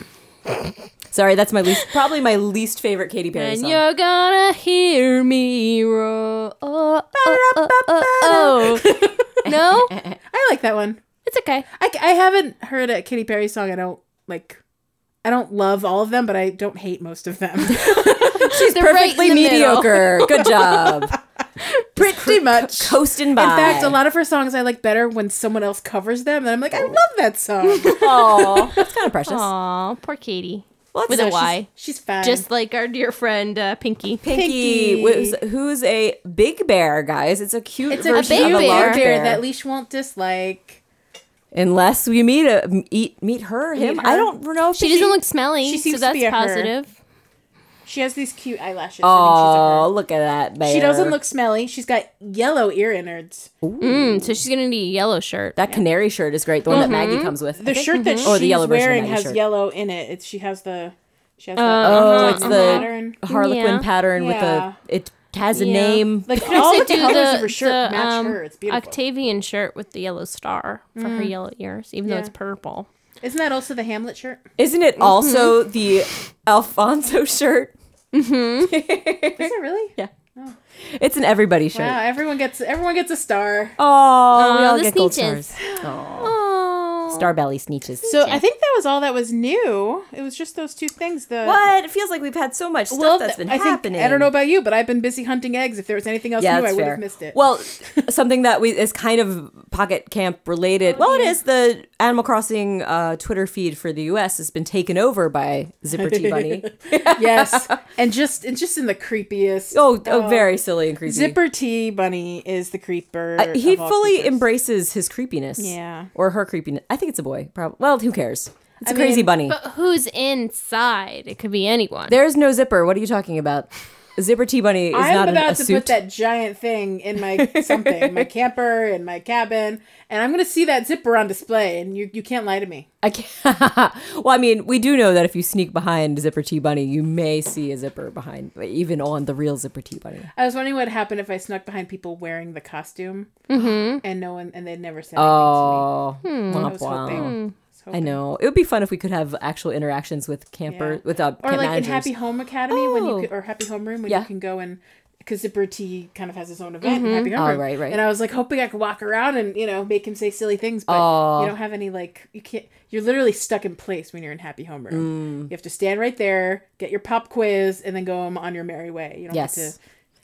Speaker 2: Sorry, that's my least, probably my least favorite Katy Perry
Speaker 3: And
Speaker 2: song.
Speaker 3: you're gonna hear me roar. Oh, oh, oh, oh, oh. no,
Speaker 1: I like that one.
Speaker 3: it's okay.
Speaker 1: I, I haven't heard a Katy Perry song. I don't like. I don't love all of them, but I don't hate most of them.
Speaker 3: She's
Speaker 2: Perfectly mediocre. Good job.
Speaker 1: Pretty much.
Speaker 2: Coasting by.
Speaker 1: In fact, a lot of her songs I like better when someone else covers them, and I'm like, I love that song.
Speaker 2: Aw, that's kind of precious.
Speaker 3: Aw, poor Katie.
Speaker 2: Well,
Speaker 3: With
Speaker 2: it's-
Speaker 3: a Y.
Speaker 1: She's fine.
Speaker 3: Just like our dear friend uh, Pinky.
Speaker 2: Pinky,
Speaker 1: Pinky.
Speaker 2: who's- who's a big bear, guys. It's a cute
Speaker 1: it's a,
Speaker 2: version
Speaker 1: big
Speaker 2: of a
Speaker 1: bear,
Speaker 2: large bear.
Speaker 1: that leash won't dislike.
Speaker 2: Unless we meet a m- eat meet her him.
Speaker 1: her.
Speaker 2: I don't know. If
Speaker 3: She doesn't look smelly,
Speaker 1: she seems to
Speaker 3: so that's
Speaker 1: be a her.
Speaker 3: positive.
Speaker 1: She has these cute eyelashes.
Speaker 2: Oh,
Speaker 1: Oh,
Speaker 2: look at that bear.
Speaker 1: she doesn't look smelly. She's got yellow ear innards.
Speaker 3: Mm, so she's gonna need a yellow shirt.
Speaker 2: That canary shirt is great. The one that Maggie comes with.
Speaker 1: Mm-hmm. The shirt that
Speaker 2: Or Oh, the
Speaker 1: she's
Speaker 2: yellow version of
Speaker 1: wearing
Speaker 2: Maggie's
Speaker 1: has
Speaker 2: shirt.
Speaker 1: yellow in it. It's she has the she has the
Speaker 2: Oh,
Speaker 1: uh-huh,
Speaker 2: it's the
Speaker 1: pattern.
Speaker 2: Harlequin
Speaker 3: Yeah.
Speaker 2: pattern
Speaker 1: Yeah.
Speaker 2: with a. It has a
Speaker 3: Yeah.
Speaker 2: name.
Speaker 1: Like all the
Speaker 3: They do
Speaker 1: colors
Speaker 3: the-
Speaker 1: of her shirt
Speaker 3: the,
Speaker 1: match
Speaker 3: um,
Speaker 1: her. It's beautiful. Mm.
Speaker 3: Octavian shirt with the yellow star for her yellow ears, even though it's purple.
Speaker 1: Isn't that also the Hamlet shirt?
Speaker 2: Isn't it
Speaker 1: Mm-hmm.
Speaker 2: also the Alfonso shirt?
Speaker 1: Is it really?
Speaker 2: Yeah. It's an everybody shirt.
Speaker 1: Wow, everyone gets everyone gets a star.
Speaker 2: Oh, we
Speaker 3: Aw,
Speaker 2: all
Speaker 3: the
Speaker 2: get gold
Speaker 3: sneeches.
Speaker 2: stars. Aw.
Speaker 3: Oh,
Speaker 2: Star belly sneeches.
Speaker 1: So I think that was all that was new. It was just those two things. The
Speaker 2: What? It feels like we've had so much stuff that's been
Speaker 1: I think-
Speaker 2: happening.
Speaker 1: I don't know about you, but I've been busy hunting eggs. If there was anything else
Speaker 2: Yeah,
Speaker 1: new, I
Speaker 2: that's
Speaker 1: would
Speaker 2: fair.
Speaker 1: have missed it.
Speaker 2: Well, something that we is kind of pocket camp related. Well, it is the Animal Crossing uh, Twitter feed for the U.S. has been taken over by Zipper T Bunny.
Speaker 1: yes, and just and just in the creepiest.
Speaker 2: oh, oh, very silly and creepy.
Speaker 1: Zipper T Bunny is the creeper.
Speaker 2: Uh, he
Speaker 1: of all
Speaker 2: fully
Speaker 1: creepers.
Speaker 2: embraces his creepiness.
Speaker 1: Yeah.
Speaker 2: Or her creepiness. I think it's a boy. Probably. Well, who cares? It's a
Speaker 1: I
Speaker 2: crazy
Speaker 1: mean,
Speaker 2: bunny.
Speaker 3: But who's inside? It could be anyone.
Speaker 2: There's no zipper. What are you talking about? Zipper T Bunny is
Speaker 1: I'm
Speaker 2: not an,
Speaker 1: about
Speaker 2: a
Speaker 1: to
Speaker 2: suit.
Speaker 1: put that giant thing in my something, my camper, in my cabin, and I'm gonna see that zipper on display. And you you can't lie to me.
Speaker 2: I can't. well, I mean, we do know that if you sneak behind Zipper T Bunny, you may see a zipper behind, even on the real Zipper T Bunny.
Speaker 1: I was wondering what happened if I snuck behind people wearing the costume, and no one and they never
Speaker 2: Mm-hmm.
Speaker 1: said.
Speaker 2: Oh, womp
Speaker 1: anything to me. Hmm. I was
Speaker 2: womp.
Speaker 1: hoping. was
Speaker 2: I
Speaker 1: hoping.
Speaker 2: know. It would be fun if we could have actual interactions with camper,
Speaker 1: Yeah.
Speaker 2: with uh,
Speaker 1: or
Speaker 2: camp
Speaker 1: like
Speaker 2: managers.
Speaker 1: in Happy Home Academy when
Speaker 2: Oh.
Speaker 1: you could, or Happy Home Room when
Speaker 2: Yeah.
Speaker 1: you can go and because Zipper T kind of has his own event in Happy Home
Speaker 2: Oh,
Speaker 1: Room,
Speaker 2: right, right.
Speaker 1: And I was like hoping I could walk around and you know make him say silly things, but
Speaker 2: Oh.
Speaker 1: you don't have any like you can't. You're literally stuck in place when you're in Happy Home
Speaker 2: Mm.
Speaker 1: Room. You have to stand right there, get your pop quiz, and then go on your merry way. You don't have
Speaker 2: Yes.
Speaker 1: to.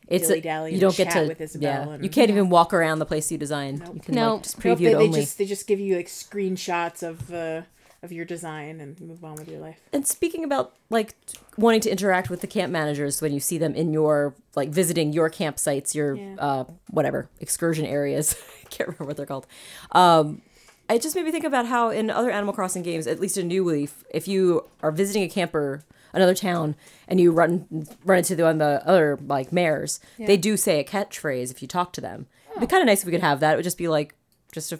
Speaker 2: it's a,
Speaker 1: dilly-dally
Speaker 2: you
Speaker 1: and
Speaker 2: don't get
Speaker 1: chat
Speaker 2: to
Speaker 1: with Isabel
Speaker 2: yeah.
Speaker 1: and-
Speaker 2: you can't even walk around the place you designed. You can
Speaker 3: Nope.
Speaker 2: like, just preview
Speaker 1: Nope, they,
Speaker 2: it
Speaker 1: they
Speaker 2: only.
Speaker 1: just they just give you like screenshots of uh, of your design and move on with your life.
Speaker 2: And speaking about like t- wanting to interact with the camp managers when you see them in your like visiting your campsites, your
Speaker 1: Yeah.
Speaker 2: uh, whatever excursion areas, I can't remember what they're called. Um, it just made me think about how in other Animal Crossing games, at least in New Leaf, if you are visiting a camper, another town, and you run run into the on the other like mayors, they do say a catchphrase if you talk to them.
Speaker 1: Oh.
Speaker 2: It'd be kind of nice if we could have that. It would just be like just a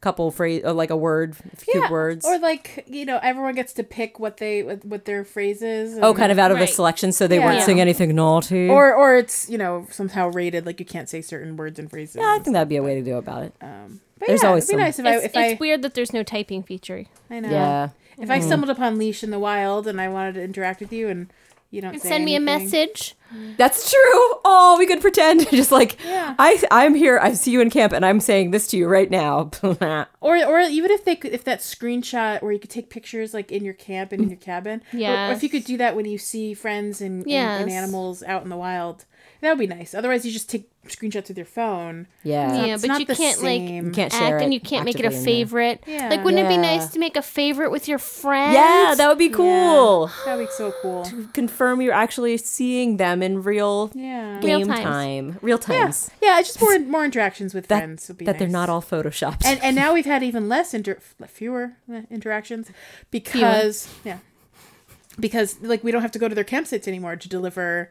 Speaker 2: couple phrase, uh, like a word, a few words.
Speaker 1: or like you know everyone gets to pick what they what, what their phrases.
Speaker 2: Oh,
Speaker 1: and-
Speaker 2: kind of out of
Speaker 3: Right.
Speaker 2: the selection, so they
Speaker 1: Yeah.
Speaker 2: weren't saying anything naughty.
Speaker 1: or or it's you know somehow rated like you can't say certain words and phrases.
Speaker 2: I think that'd be a way to go about it.
Speaker 1: um, but
Speaker 2: there's
Speaker 1: yeah,
Speaker 2: always
Speaker 1: it'd be
Speaker 2: some-
Speaker 1: nice if I
Speaker 3: it's
Speaker 1: if
Speaker 3: it's
Speaker 1: I,
Speaker 3: weird that there's no typing feature.
Speaker 1: I know
Speaker 2: Yeah. Mm.
Speaker 1: if I stumbled upon leash in the wild and I wanted to interact with you and you don't say
Speaker 3: Send me a
Speaker 1: anything,
Speaker 3: message.
Speaker 2: That's true. Oh, we could pretend. Just like
Speaker 1: Yeah.
Speaker 2: I, I'm here. I see you in camp, and I'm saying this to you right now.
Speaker 1: or or even if they could, if that screenshot where you could take pictures like in your camp and in your cabin. Or- Or, if you could do that when you see friends and, and- and
Speaker 3: Yes.
Speaker 1: animals out in the wild, that would be nice. Otherwise, you just take screenshots with your phone.
Speaker 2: yeah,
Speaker 3: Yeah,
Speaker 1: It's
Speaker 3: but
Speaker 1: not
Speaker 3: you
Speaker 1: the
Speaker 3: can't like
Speaker 1: same.
Speaker 2: can't share
Speaker 3: act
Speaker 2: it
Speaker 3: and you can't make it a
Speaker 2: actively in there.
Speaker 3: favorite.
Speaker 1: Yeah.
Speaker 3: Like, wouldn't it be
Speaker 2: Yeah.
Speaker 3: nice to make a favorite with your friends?
Speaker 2: Yeah, that would be cool.
Speaker 1: Yeah, that'd be so cool.
Speaker 2: Confirm you're actually seeing them in real
Speaker 1: Yeah.
Speaker 3: Real
Speaker 2: game
Speaker 3: times.
Speaker 2: time, real
Speaker 1: Yeah,
Speaker 2: times.
Speaker 1: yeah. It's just more more interactions with friends would be
Speaker 2: That they're
Speaker 1: nice.
Speaker 2: not all photoshopped.
Speaker 1: And and now we've had even less inter fewer eh, interactions because yeah, because like we don't have to go to their campsites anymore to deliver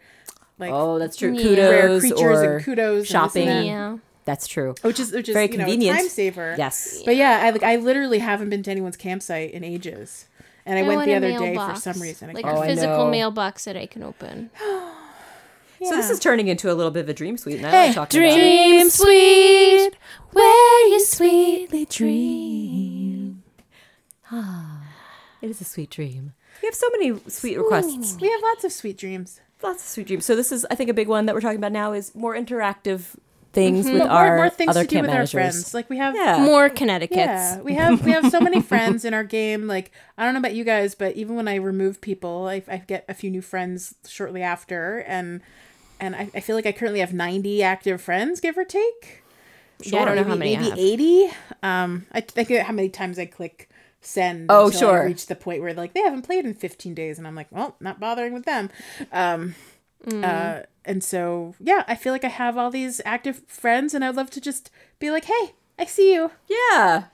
Speaker 1: like
Speaker 2: oh, that's true.
Speaker 3: Yeah.
Speaker 1: rare
Speaker 2: Kudos
Speaker 1: creatures
Speaker 2: or
Speaker 1: and kudos
Speaker 2: shopping.
Speaker 1: and this and that.
Speaker 3: Yeah.
Speaker 2: That's true.
Speaker 1: which is which is
Speaker 2: Very
Speaker 1: you know, a
Speaker 2: convenient.
Speaker 1: time saver.
Speaker 2: Yes.
Speaker 1: But yeah, I like I literally haven't been to anyone's campsite in ages. And I, went
Speaker 3: want
Speaker 1: the
Speaker 3: a
Speaker 1: other day for
Speaker 3: mailbox,
Speaker 1: some reason. I
Speaker 3: Like
Speaker 1: couldn't-
Speaker 2: Oh,
Speaker 3: a
Speaker 2: I
Speaker 3: physical
Speaker 2: know.
Speaker 3: mailbox that I can open.
Speaker 2: So this
Speaker 1: Yeah. Eh,
Speaker 2: is turning into a little bit of a dream suite, and I
Speaker 1: Hey,
Speaker 2: like talking about it.
Speaker 3: Dream sweet, where you sweetly dream.
Speaker 2: Ah, It is a sweet dream. We have so many sweet requests.
Speaker 1: we have lots of sweet dreams.
Speaker 2: Lots of sweet dreams. So this is, I think, a big one that we're talking about now is more interactive things with
Speaker 1: But
Speaker 2: our
Speaker 1: Mm-hmm. more, more things
Speaker 2: other
Speaker 1: to do
Speaker 2: camp
Speaker 1: with
Speaker 2: managers.
Speaker 1: our friends. Like we have
Speaker 2: Yeah.
Speaker 3: More Connecticut.
Speaker 1: Yeah, we have we have so many friends in our game. Like I don't know about you guys, but even when I remove people, I, I get a few new friends shortly after, and and I, I feel like I currently have ninety active friends, give or take.
Speaker 3: Yeah, I don't know how
Speaker 1: maybe,
Speaker 3: many I have.
Speaker 1: Maybe eighty. Um, I think how many times I click send.
Speaker 2: Oh,
Speaker 1: until I
Speaker 2: sure.
Speaker 1: reach the point where like they haven't played in fifteen days, and I'm like, well, not bothering with them. Um,
Speaker 2: Mm.
Speaker 1: uh, and so yeah, I feel like I have all these active friends, and I'd love to just be like, hey. I see you.
Speaker 2: Yeah.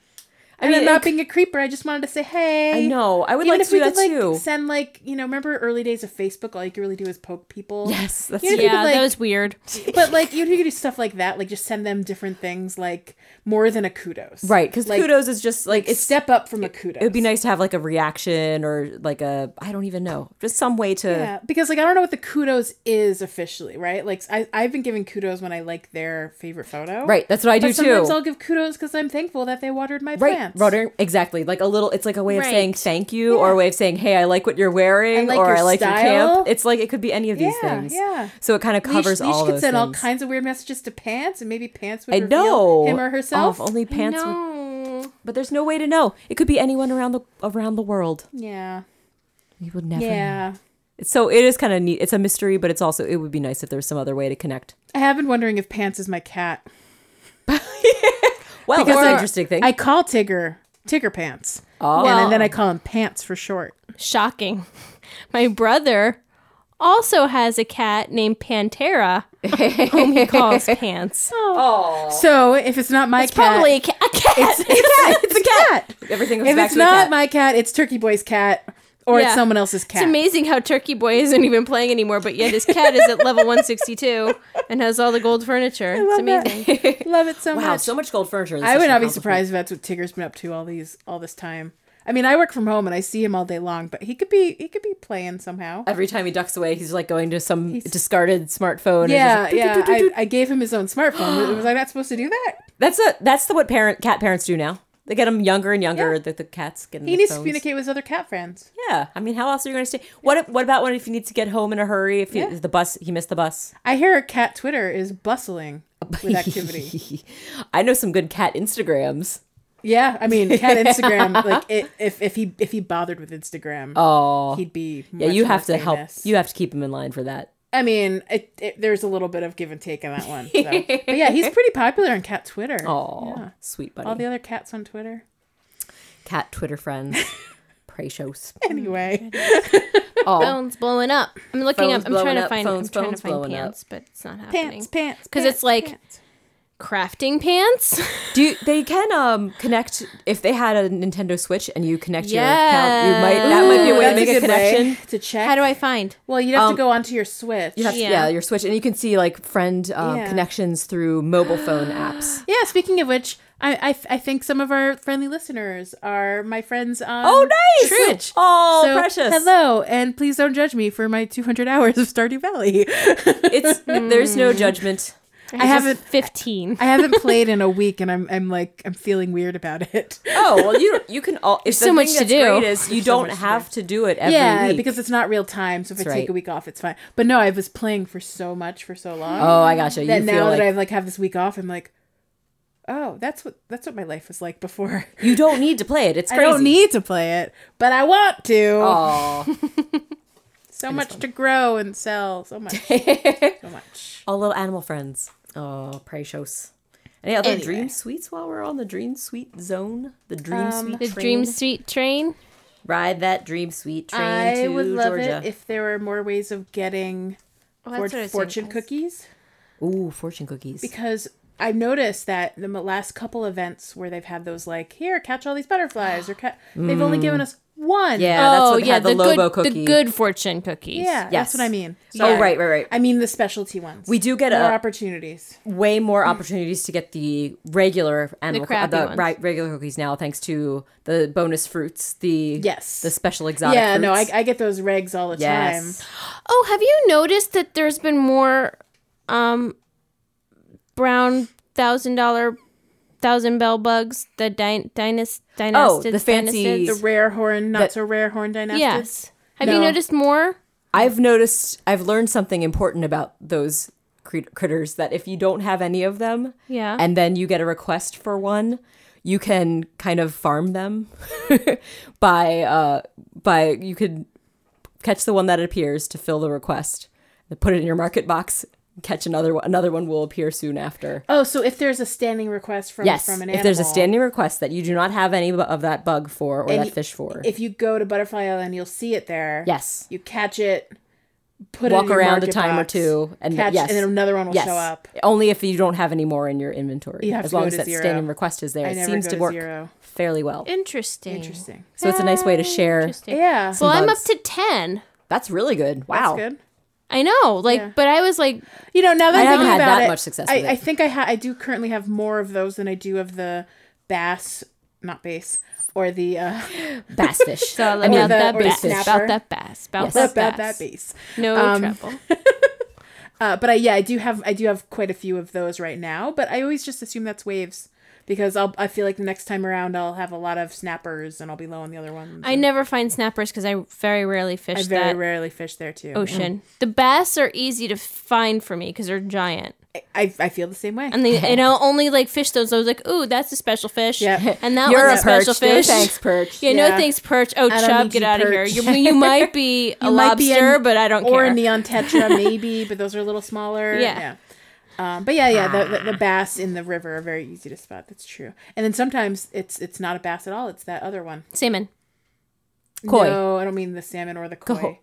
Speaker 2: I
Speaker 1: I mean,
Speaker 2: mean,
Speaker 1: not
Speaker 2: it-
Speaker 1: being a creeper. I just wanted to say, hey.
Speaker 2: I know. I would
Speaker 1: Even
Speaker 2: like
Speaker 1: if
Speaker 2: to do
Speaker 1: we
Speaker 2: that
Speaker 1: could, like,
Speaker 2: too.
Speaker 1: Send like you know, remember early days of Facebook? All you could really do is poke people.
Speaker 2: Yes, that's
Speaker 1: You know,
Speaker 2: true.
Speaker 1: people,
Speaker 3: Yeah,
Speaker 1: like-
Speaker 3: that was weird.
Speaker 1: But like you know, you could do stuff like that. Like just send them different things, like more than a kudos.
Speaker 2: Right, because
Speaker 1: Like,
Speaker 2: kudos is just like it's.
Speaker 1: Step up from a kudos.
Speaker 2: It would be nice to have like a reaction or like a I don't even know, just some way to.
Speaker 1: Yeah, because like I don't know what the kudos is officially, right? Like I I've been giving kudos when I like their favorite photo.
Speaker 2: Right, that's what I do
Speaker 1: But sometimes I'll
Speaker 2: too.
Speaker 1: give kudos because I'm thankful that they watered my
Speaker 2: Right,
Speaker 1: plants.
Speaker 2: Roder, exactly. Like a little, it's like a way of
Speaker 3: Right.
Speaker 2: saying thank you, or a way of saying, "Hey, I like what you're wearing,"
Speaker 1: like
Speaker 2: or
Speaker 1: your
Speaker 2: "I like your
Speaker 1: style."
Speaker 2: camp." It's like it could be any of these
Speaker 1: Yeah,
Speaker 2: things.
Speaker 1: yeah.
Speaker 2: So it kind of
Speaker 1: Leash-
Speaker 2: covers
Speaker 1: Leash
Speaker 2: all
Speaker 1: could
Speaker 2: those
Speaker 1: send all
Speaker 2: things.
Speaker 1: kinds of weird messages to Pants, and maybe Pants would
Speaker 2: I
Speaker 1: reveal
Speaker 2: know
Speaker 1: him or herself.
Speaker 2: Oh, if only pants, would-
Speaker 3: No.
Speaker 2: but there's no way to know. It could be anyone around the around the world.
Speaker 1: Yeah.
Speaker 2: You would never. know.
Speaker 1: Yeah.
Speaker 2: It's- So it is kind of neat. It's a mystery, but it's also it would be nice if there's some other way to connect.
Speaker 1: I have been wondering if Pants is my cat.
Speaker 2: Well, that's
Speaker 1: Or-
Speaker 2: an interesting thing.
Speaker 1: I call Tigger Tigger Pants.
Speaker 2: Oh.
Speaker 1: And then-
Speaker 3: Well-
Speaker 1: then I call him Pants for short.
Speaker 3: Shocking. My brother also has a cat named Pantera, whom he calls Pants.
Speaker 1: So if it's not my
Speaker 3: It's
Speaker 1: cat,
Speaker 3: probably a, ca- a cat.
Speaker 1: yeah, it's a cat.
Speaker 2: Everything goes
Speaker 1: if
Speaker 2: back
Speaker 1: it's
Speaker 2: to the
Speaker 1: not
Speaker 2: cat.
Speaker 1: my cat, it's Turkey Boy's cat, or it's
Speaker 3: Yeah.
Speaker 1: someone else's cat.
Speaker 3: It's amazing how Turkey Boy isn't even playing anymore, but yet his cat is at level 162 and has all the gold furniture. It's
Speaker 1: love
Speaker 3: amazing.
Speaker 1: Love it so
Speaker 2: wow,
Speaker 1: much.
Speaker 2: so much gold furniture. This
Speaker 1: I
Speaker 2: is
Speaker 1: would
Speaker 2: such
Speaker 1: not
Speaker 2: a
Speaker 1: be surprised if that's what Tigger's been up to all these all this time. I mean, I work from home and I see him all day long, but he could be he could be playing somehow.
Speaker 2: compliment. Every time he ducks away, he's like going to some discarded smartphone. and
Speaker 1: Yeah,
Speaker 2: just like,
Speaker 1: yeah.
Speaker 2: "Doo-doo-doo-doo-doo."
Speaker 1: I, I gave him his own smartphone. Was I not supposed to do that?
Speaker 2: That's a that's the what parent cat parents do now. They get them younger and younger. The, the cats get.
Speaker 1: He needs to communicate with his other cat friends.
Speaker 2: Yeah, I mean, how else are you going to stay? What if- What about when if he needs to get home in a hurry? If he,
Speaker 1: Yeah.
Speaker 2: the bus, he missed the bus.
Speaker 1: I hear cat Twitter is bustling with activity.
Speaker 2: I know some good cat Instagrams.
Speaker 1: yeah, I mean, cat Instagram. like, i if if he if he bothered with Instagram,
Speaker 2: Oh,
Speaker 1: he'd be.
Speaker 2: yeah.
Speaker 1: much
Speaker 2: You
Speaker 1: more
Speaker 2: have to help.
Speaker 1: famous.
Speaker 2: You have to keep him in line for that.
Speaker 1: I mean, it, it, there's a little bit of give and take on that one. So. but yeah, he's pretty popular on cat Twitter.
Speaker 2: Oh,
Speaker 1: Yeah.
Speaker 2: sweet
Speaker 1: all
Speaker 2: buddy.
Speaker 1: the other cats on Twitter.
Speaker 2: Mm, cat Twitter friends. Precious.
Speaker 1: Anyway,
Speaker 2: Oh,
Speaker 3: Phone's blowing up. I'm looking
Speaker 2: Phone's
Speaker 3: up. I'm trying
Speaker 2: blowing
Speaker 3: to
Speaker 2: up.
Speaker 3: find.
Speaker 2: Phone's-
Speaker 3: I'm trying to
Speaker 2: phone's
Speaker 3: find
Speaker 2: blowing up.
Speaker 3: pants, but it's not happening.
Speaker 1: pants, pants,
Speaker 3: 'Cause it's
Speaker 1: pants,
Speaker 3: like-
Speaker 1: pants.
Speaker 3: Crafting pants.
Speaker 2: do you, they can um connect if they had a Nintendo Switch and you connect your account? You might that might be a way to
Speaker 1: That's
Speaker 2: make a,
Speaker 1: good way
Speaker 2: connection.
Speaker 1: to check.
Speaker 3: How do I find?
Speaker 1: Well, you'd have to go onto your Switch.
Speaker 2: Um, You have to- yeah.
Speaker 3: Yeah.
Speaker 2: your Switch, and you can see like friend um,
Speaker 1: Yeah.
Speaker 2: connections through mobile phone apps.
Speaker 1: Yeah, speaking of which, I, I, I think some of our friendly listeners are my friends on
Speaker 2: Oh, nice!
Speaker 1: the Switch.
Speaker 2: Oh, precious.
Speaker 1: Hello, and please don't judge me for my 200 hours of Stardew Valley.
Speaker 2: It's there's no judgment.
Speaker 1: I haven't.
Speaker 3: fifteen.
Speaker 1: I haven't played in a week, and I'm I'm like I'm feeling weird about it.
Speaker 2: Oh well, you don't- you can all. If the
Speaker 3: so much
Speaker 2: thing
Speaker 3: to
Speaker 2: that's
Speaker 3: do.
Speaker 2: Great is you
Speaker 1: so
Speaker 2: don't
Speaker 1: much to
Speaker 2: have to do it every
Speaker 1: yeah,
Speaker 2: week.
Speaker 1: because it's not real time. So if I
Speaker 2: That's
Speaker 1: take
Speaker 2: right.
Speaker 1: a week off, it's fine. But no, I was playing for so much for so long.
Speaker 2: oh, I gotcha. You
Speaker 1: that
Speaker 2: feel
Speaker 1: now
Speaker 2: like
Speaker 1: that I've like have this week off, I'm like, oh, that's what that's what my life was like before.
Speaker 2: you don't need to play it. It's
Speaker 1: I
Speaker 2: crazy.
Speaker 1: don't need to play it, but I want to.
Speaker 2: Aw.
Speaker 1: so much to grow and sell. So much. so much.
Speaker 2: All little animal friends. Oh, precious. Any other
Speaker 1: Anyway.
Speaker 2: dream suites while we're on the dream suite zone? The dream suite
Speaker 3: the
Speaker 2: train?
Speaker 3: Dream Street train.
Speaker 2: Ride that dream suite train
Speaker 1: I
Speaker 2: to
Speaker 1: would love
Speaker 2: Georgia.
Speaker 1: it if there were more ways of getting for- fortune cookies
Speaker 2: Ooh, fortune cookies.
Speaker 1: because. I've noticed that the last couple events where they've had those like here catch all these butterflies or ca- they've only given us one.
Speaker 2: Mm.
Speaker 1: Oh,
Speaker 2: yeah, that's what had the, Lobo
Speaker 3: good,
Speaker 2: cookie.
Speaker 3: Oh, The good fortune cookies.
Speaker 1: yeah,
Speaker 2: Yes.
Speaker 1: that's what I mean.
Speaker 2: Oh,
Speaker 1: Sorry.
Speaker 2: right, right, right.
Speaker 1: I mean the specialty ones.
Speaker 2: We do get
Speaker 1: more Mm.
Speaker 2: a,
Speaker 1: opportunities.
Speaker 2: way more opportunities to get the regular animal
Speaker 3: crappy
Speaker 2: the
Speaker 3: ones.
Speaker 2: ri- regular cookies now thanks to the bonus fruits, the
Speaker 1: Yes.
Speaker 2: the special exotic
Speaker 1: Yeah, no, I,
Speaker 2: fruits.
Speaker 1: I get those regs all the
Speaker 2: yes.
Speaker 1: time.
Speaker 3: Oh, have you noticed that there's been more um brown thousand dollar thousand bell bugs, the dy- dynast dynastids,
Speaker 2: the fancy-
Speaker 3: dynastids?
Speaker 1: The rare horn, not
Speaker 2: That-
Speaker 1: so rare horn dynastids.
Speaker 3: Yes. Have you
Speaker 1: No.
Speaker 3: noticed more?
Speaker 2: I've noticed I've learned something important about those crit- critters that if you don't have any of them,
Speaker 3: Yeah.
Speaker 1: Uh-huh.
Speaker 2: and then you get a request for one, you can kind of farm them by uh by you could catch the one that appears to fill the request, put it in your market box, catch another one, another one will appear soon after.
Speaker 1: Oh, so if there's a standing request from
Speaker 2: Yes,
Speaker 1: from an
Speaker 2: if there's a
Speaker 1: animal,
Speaker 2: standing request that you do not have any bu- of that bug for or that
Speaker 1: you-
Speaker 2: fish for,
Speaker 1: if you go to Butterfly Island, you'll see it there.
Speaker 2: yes,
Speaker 1: you catch it, put it
Speaker 2: walk
Speaker 1: in your
Speaker 2: around a
Speaker 1: market
Speaker 2: time
Speaker 1: box,
Speaker 2: or two, and
Speaker 1: catch,
Speaker 2: yes,
Speaker 1: and then another one will
Speaker 2: yes.
Speaker 1: show up.
Speaker 2: Only if you don't have any more in your inventory.
Speaker 1: You have
Speaker 2: as
Speaker 1: to go
Speaker 2: long as
Speaker 1: to
Speaker 2: that
Speaker 1: zero.
Speaker 2: standing request is there,
Speaker 1: I
Speaker 2: it
Speaker 1: never
Speaker 2: seems
Speaker 1: go
Speaker 2: to
Speaker 1: to
Speaker 2: work
Speaker 1: zero.
Speaker 2: fairly well.
Speaker 3: Interesting.
Speaker 1: Interesting.
Speaker 2: So it's a nice way to share.
Speaker 3: Interesting.
Speaker 1: Yeah,
Speaker 3: Well, I'm up
Speaker 2: bugs.
Speaker 3: to 10.
Speaker 2: That's really good. Wow.
Speaker 1: that's good.
Speaker 3: I know. Like,
Speaker 1: Yeah.
Speaker 3: but I was like,
Speaker 1: You know, now that I am
Speaker 2: haven't
Speaker 1: thinking
Speaker 2: had
Speaker 1: about
Speaker 2: that
Speaker 1: it,
Speaker 2: much success
Speaker 1: I,
Speaker 2: with it.
Speaker 1: I think I ha- I do currently have more of those than I do of the bass, not bass, or the uh,
Speaker 2: Bass fish.
Speaker 3: about
Speaker 2: I mean,
Speaker 1: the-
Speaker 3: that
Speaker 1: or the
Speaker 3: bass,
Speaker 1: snapper.
Speaker 3: about that bass, about
Speaker 2: Yes.
Speaker 3: that
Speaker 1: about
Speaker 3: bass,
Speaker 1: that bass.
Speaker 3: No
Speaker 1: Um,
Speaker 3: trouble.
Speaker 1: Uh, but I yeah, I do have I do have quite a few of those right now. But I always just assume that's waves because I'll I feel like the next time around I'll have a lot of snappers and I'll be low on the other ones.
Speaker 3: I never find snappers because I very rarely fish
Speaker 1: I very
Speaker 3: that
Speaker 1: rarely fish Oh, there too.
Speaker 3: ocean. The bass are easy to find for me because they're giant,
Speaker 1: I, I feel the same way.
Speaker 3: and they and I'll only like fish those. I was like, ooh, that's a special fish,
Speaker 1: Yep.
Speaker 3: and that
Speaker 2: You're a
Speaker 3: one's a
Speaker 2: perch.
Speaker 3: special
Speaker 2: No
Speaker 3: fish.
Speaker 2: thanks, perch.
Speaker 3: Yeah,
Speaker 1: Yeah.
Speaker 3: no thanks, perch. Oh,
Speaker 1: I don't
Speaker 3: chub,
Speaker 1: need
Speaker 3: get
Speaker 1: you,
Speaker 3: out of here.
Speaker 1: perch.
Speaker 3: You, you might be a
Speaker 1: You might be
Speaker 3: lobster,
Speaker 1: a-
Speaker 3: but I don't
Speaker 1: or
Speaker 3: care.
Speaker 1: a neon tetra maybe, but those are a little smaller.
Speaker 3: Yeah.
Speaker 1: Yeah. Um, but yeah, yeah, the, the, the bass in the river are very easy to spot. That's true. And then sometimes it's it's not a bass at all. It's that other one.
Speaker 3: Salmon.
Speaker 2: Koi.
Speaker 1: No, I don't mean the salmon or the koi.
Speaker 2: Koi.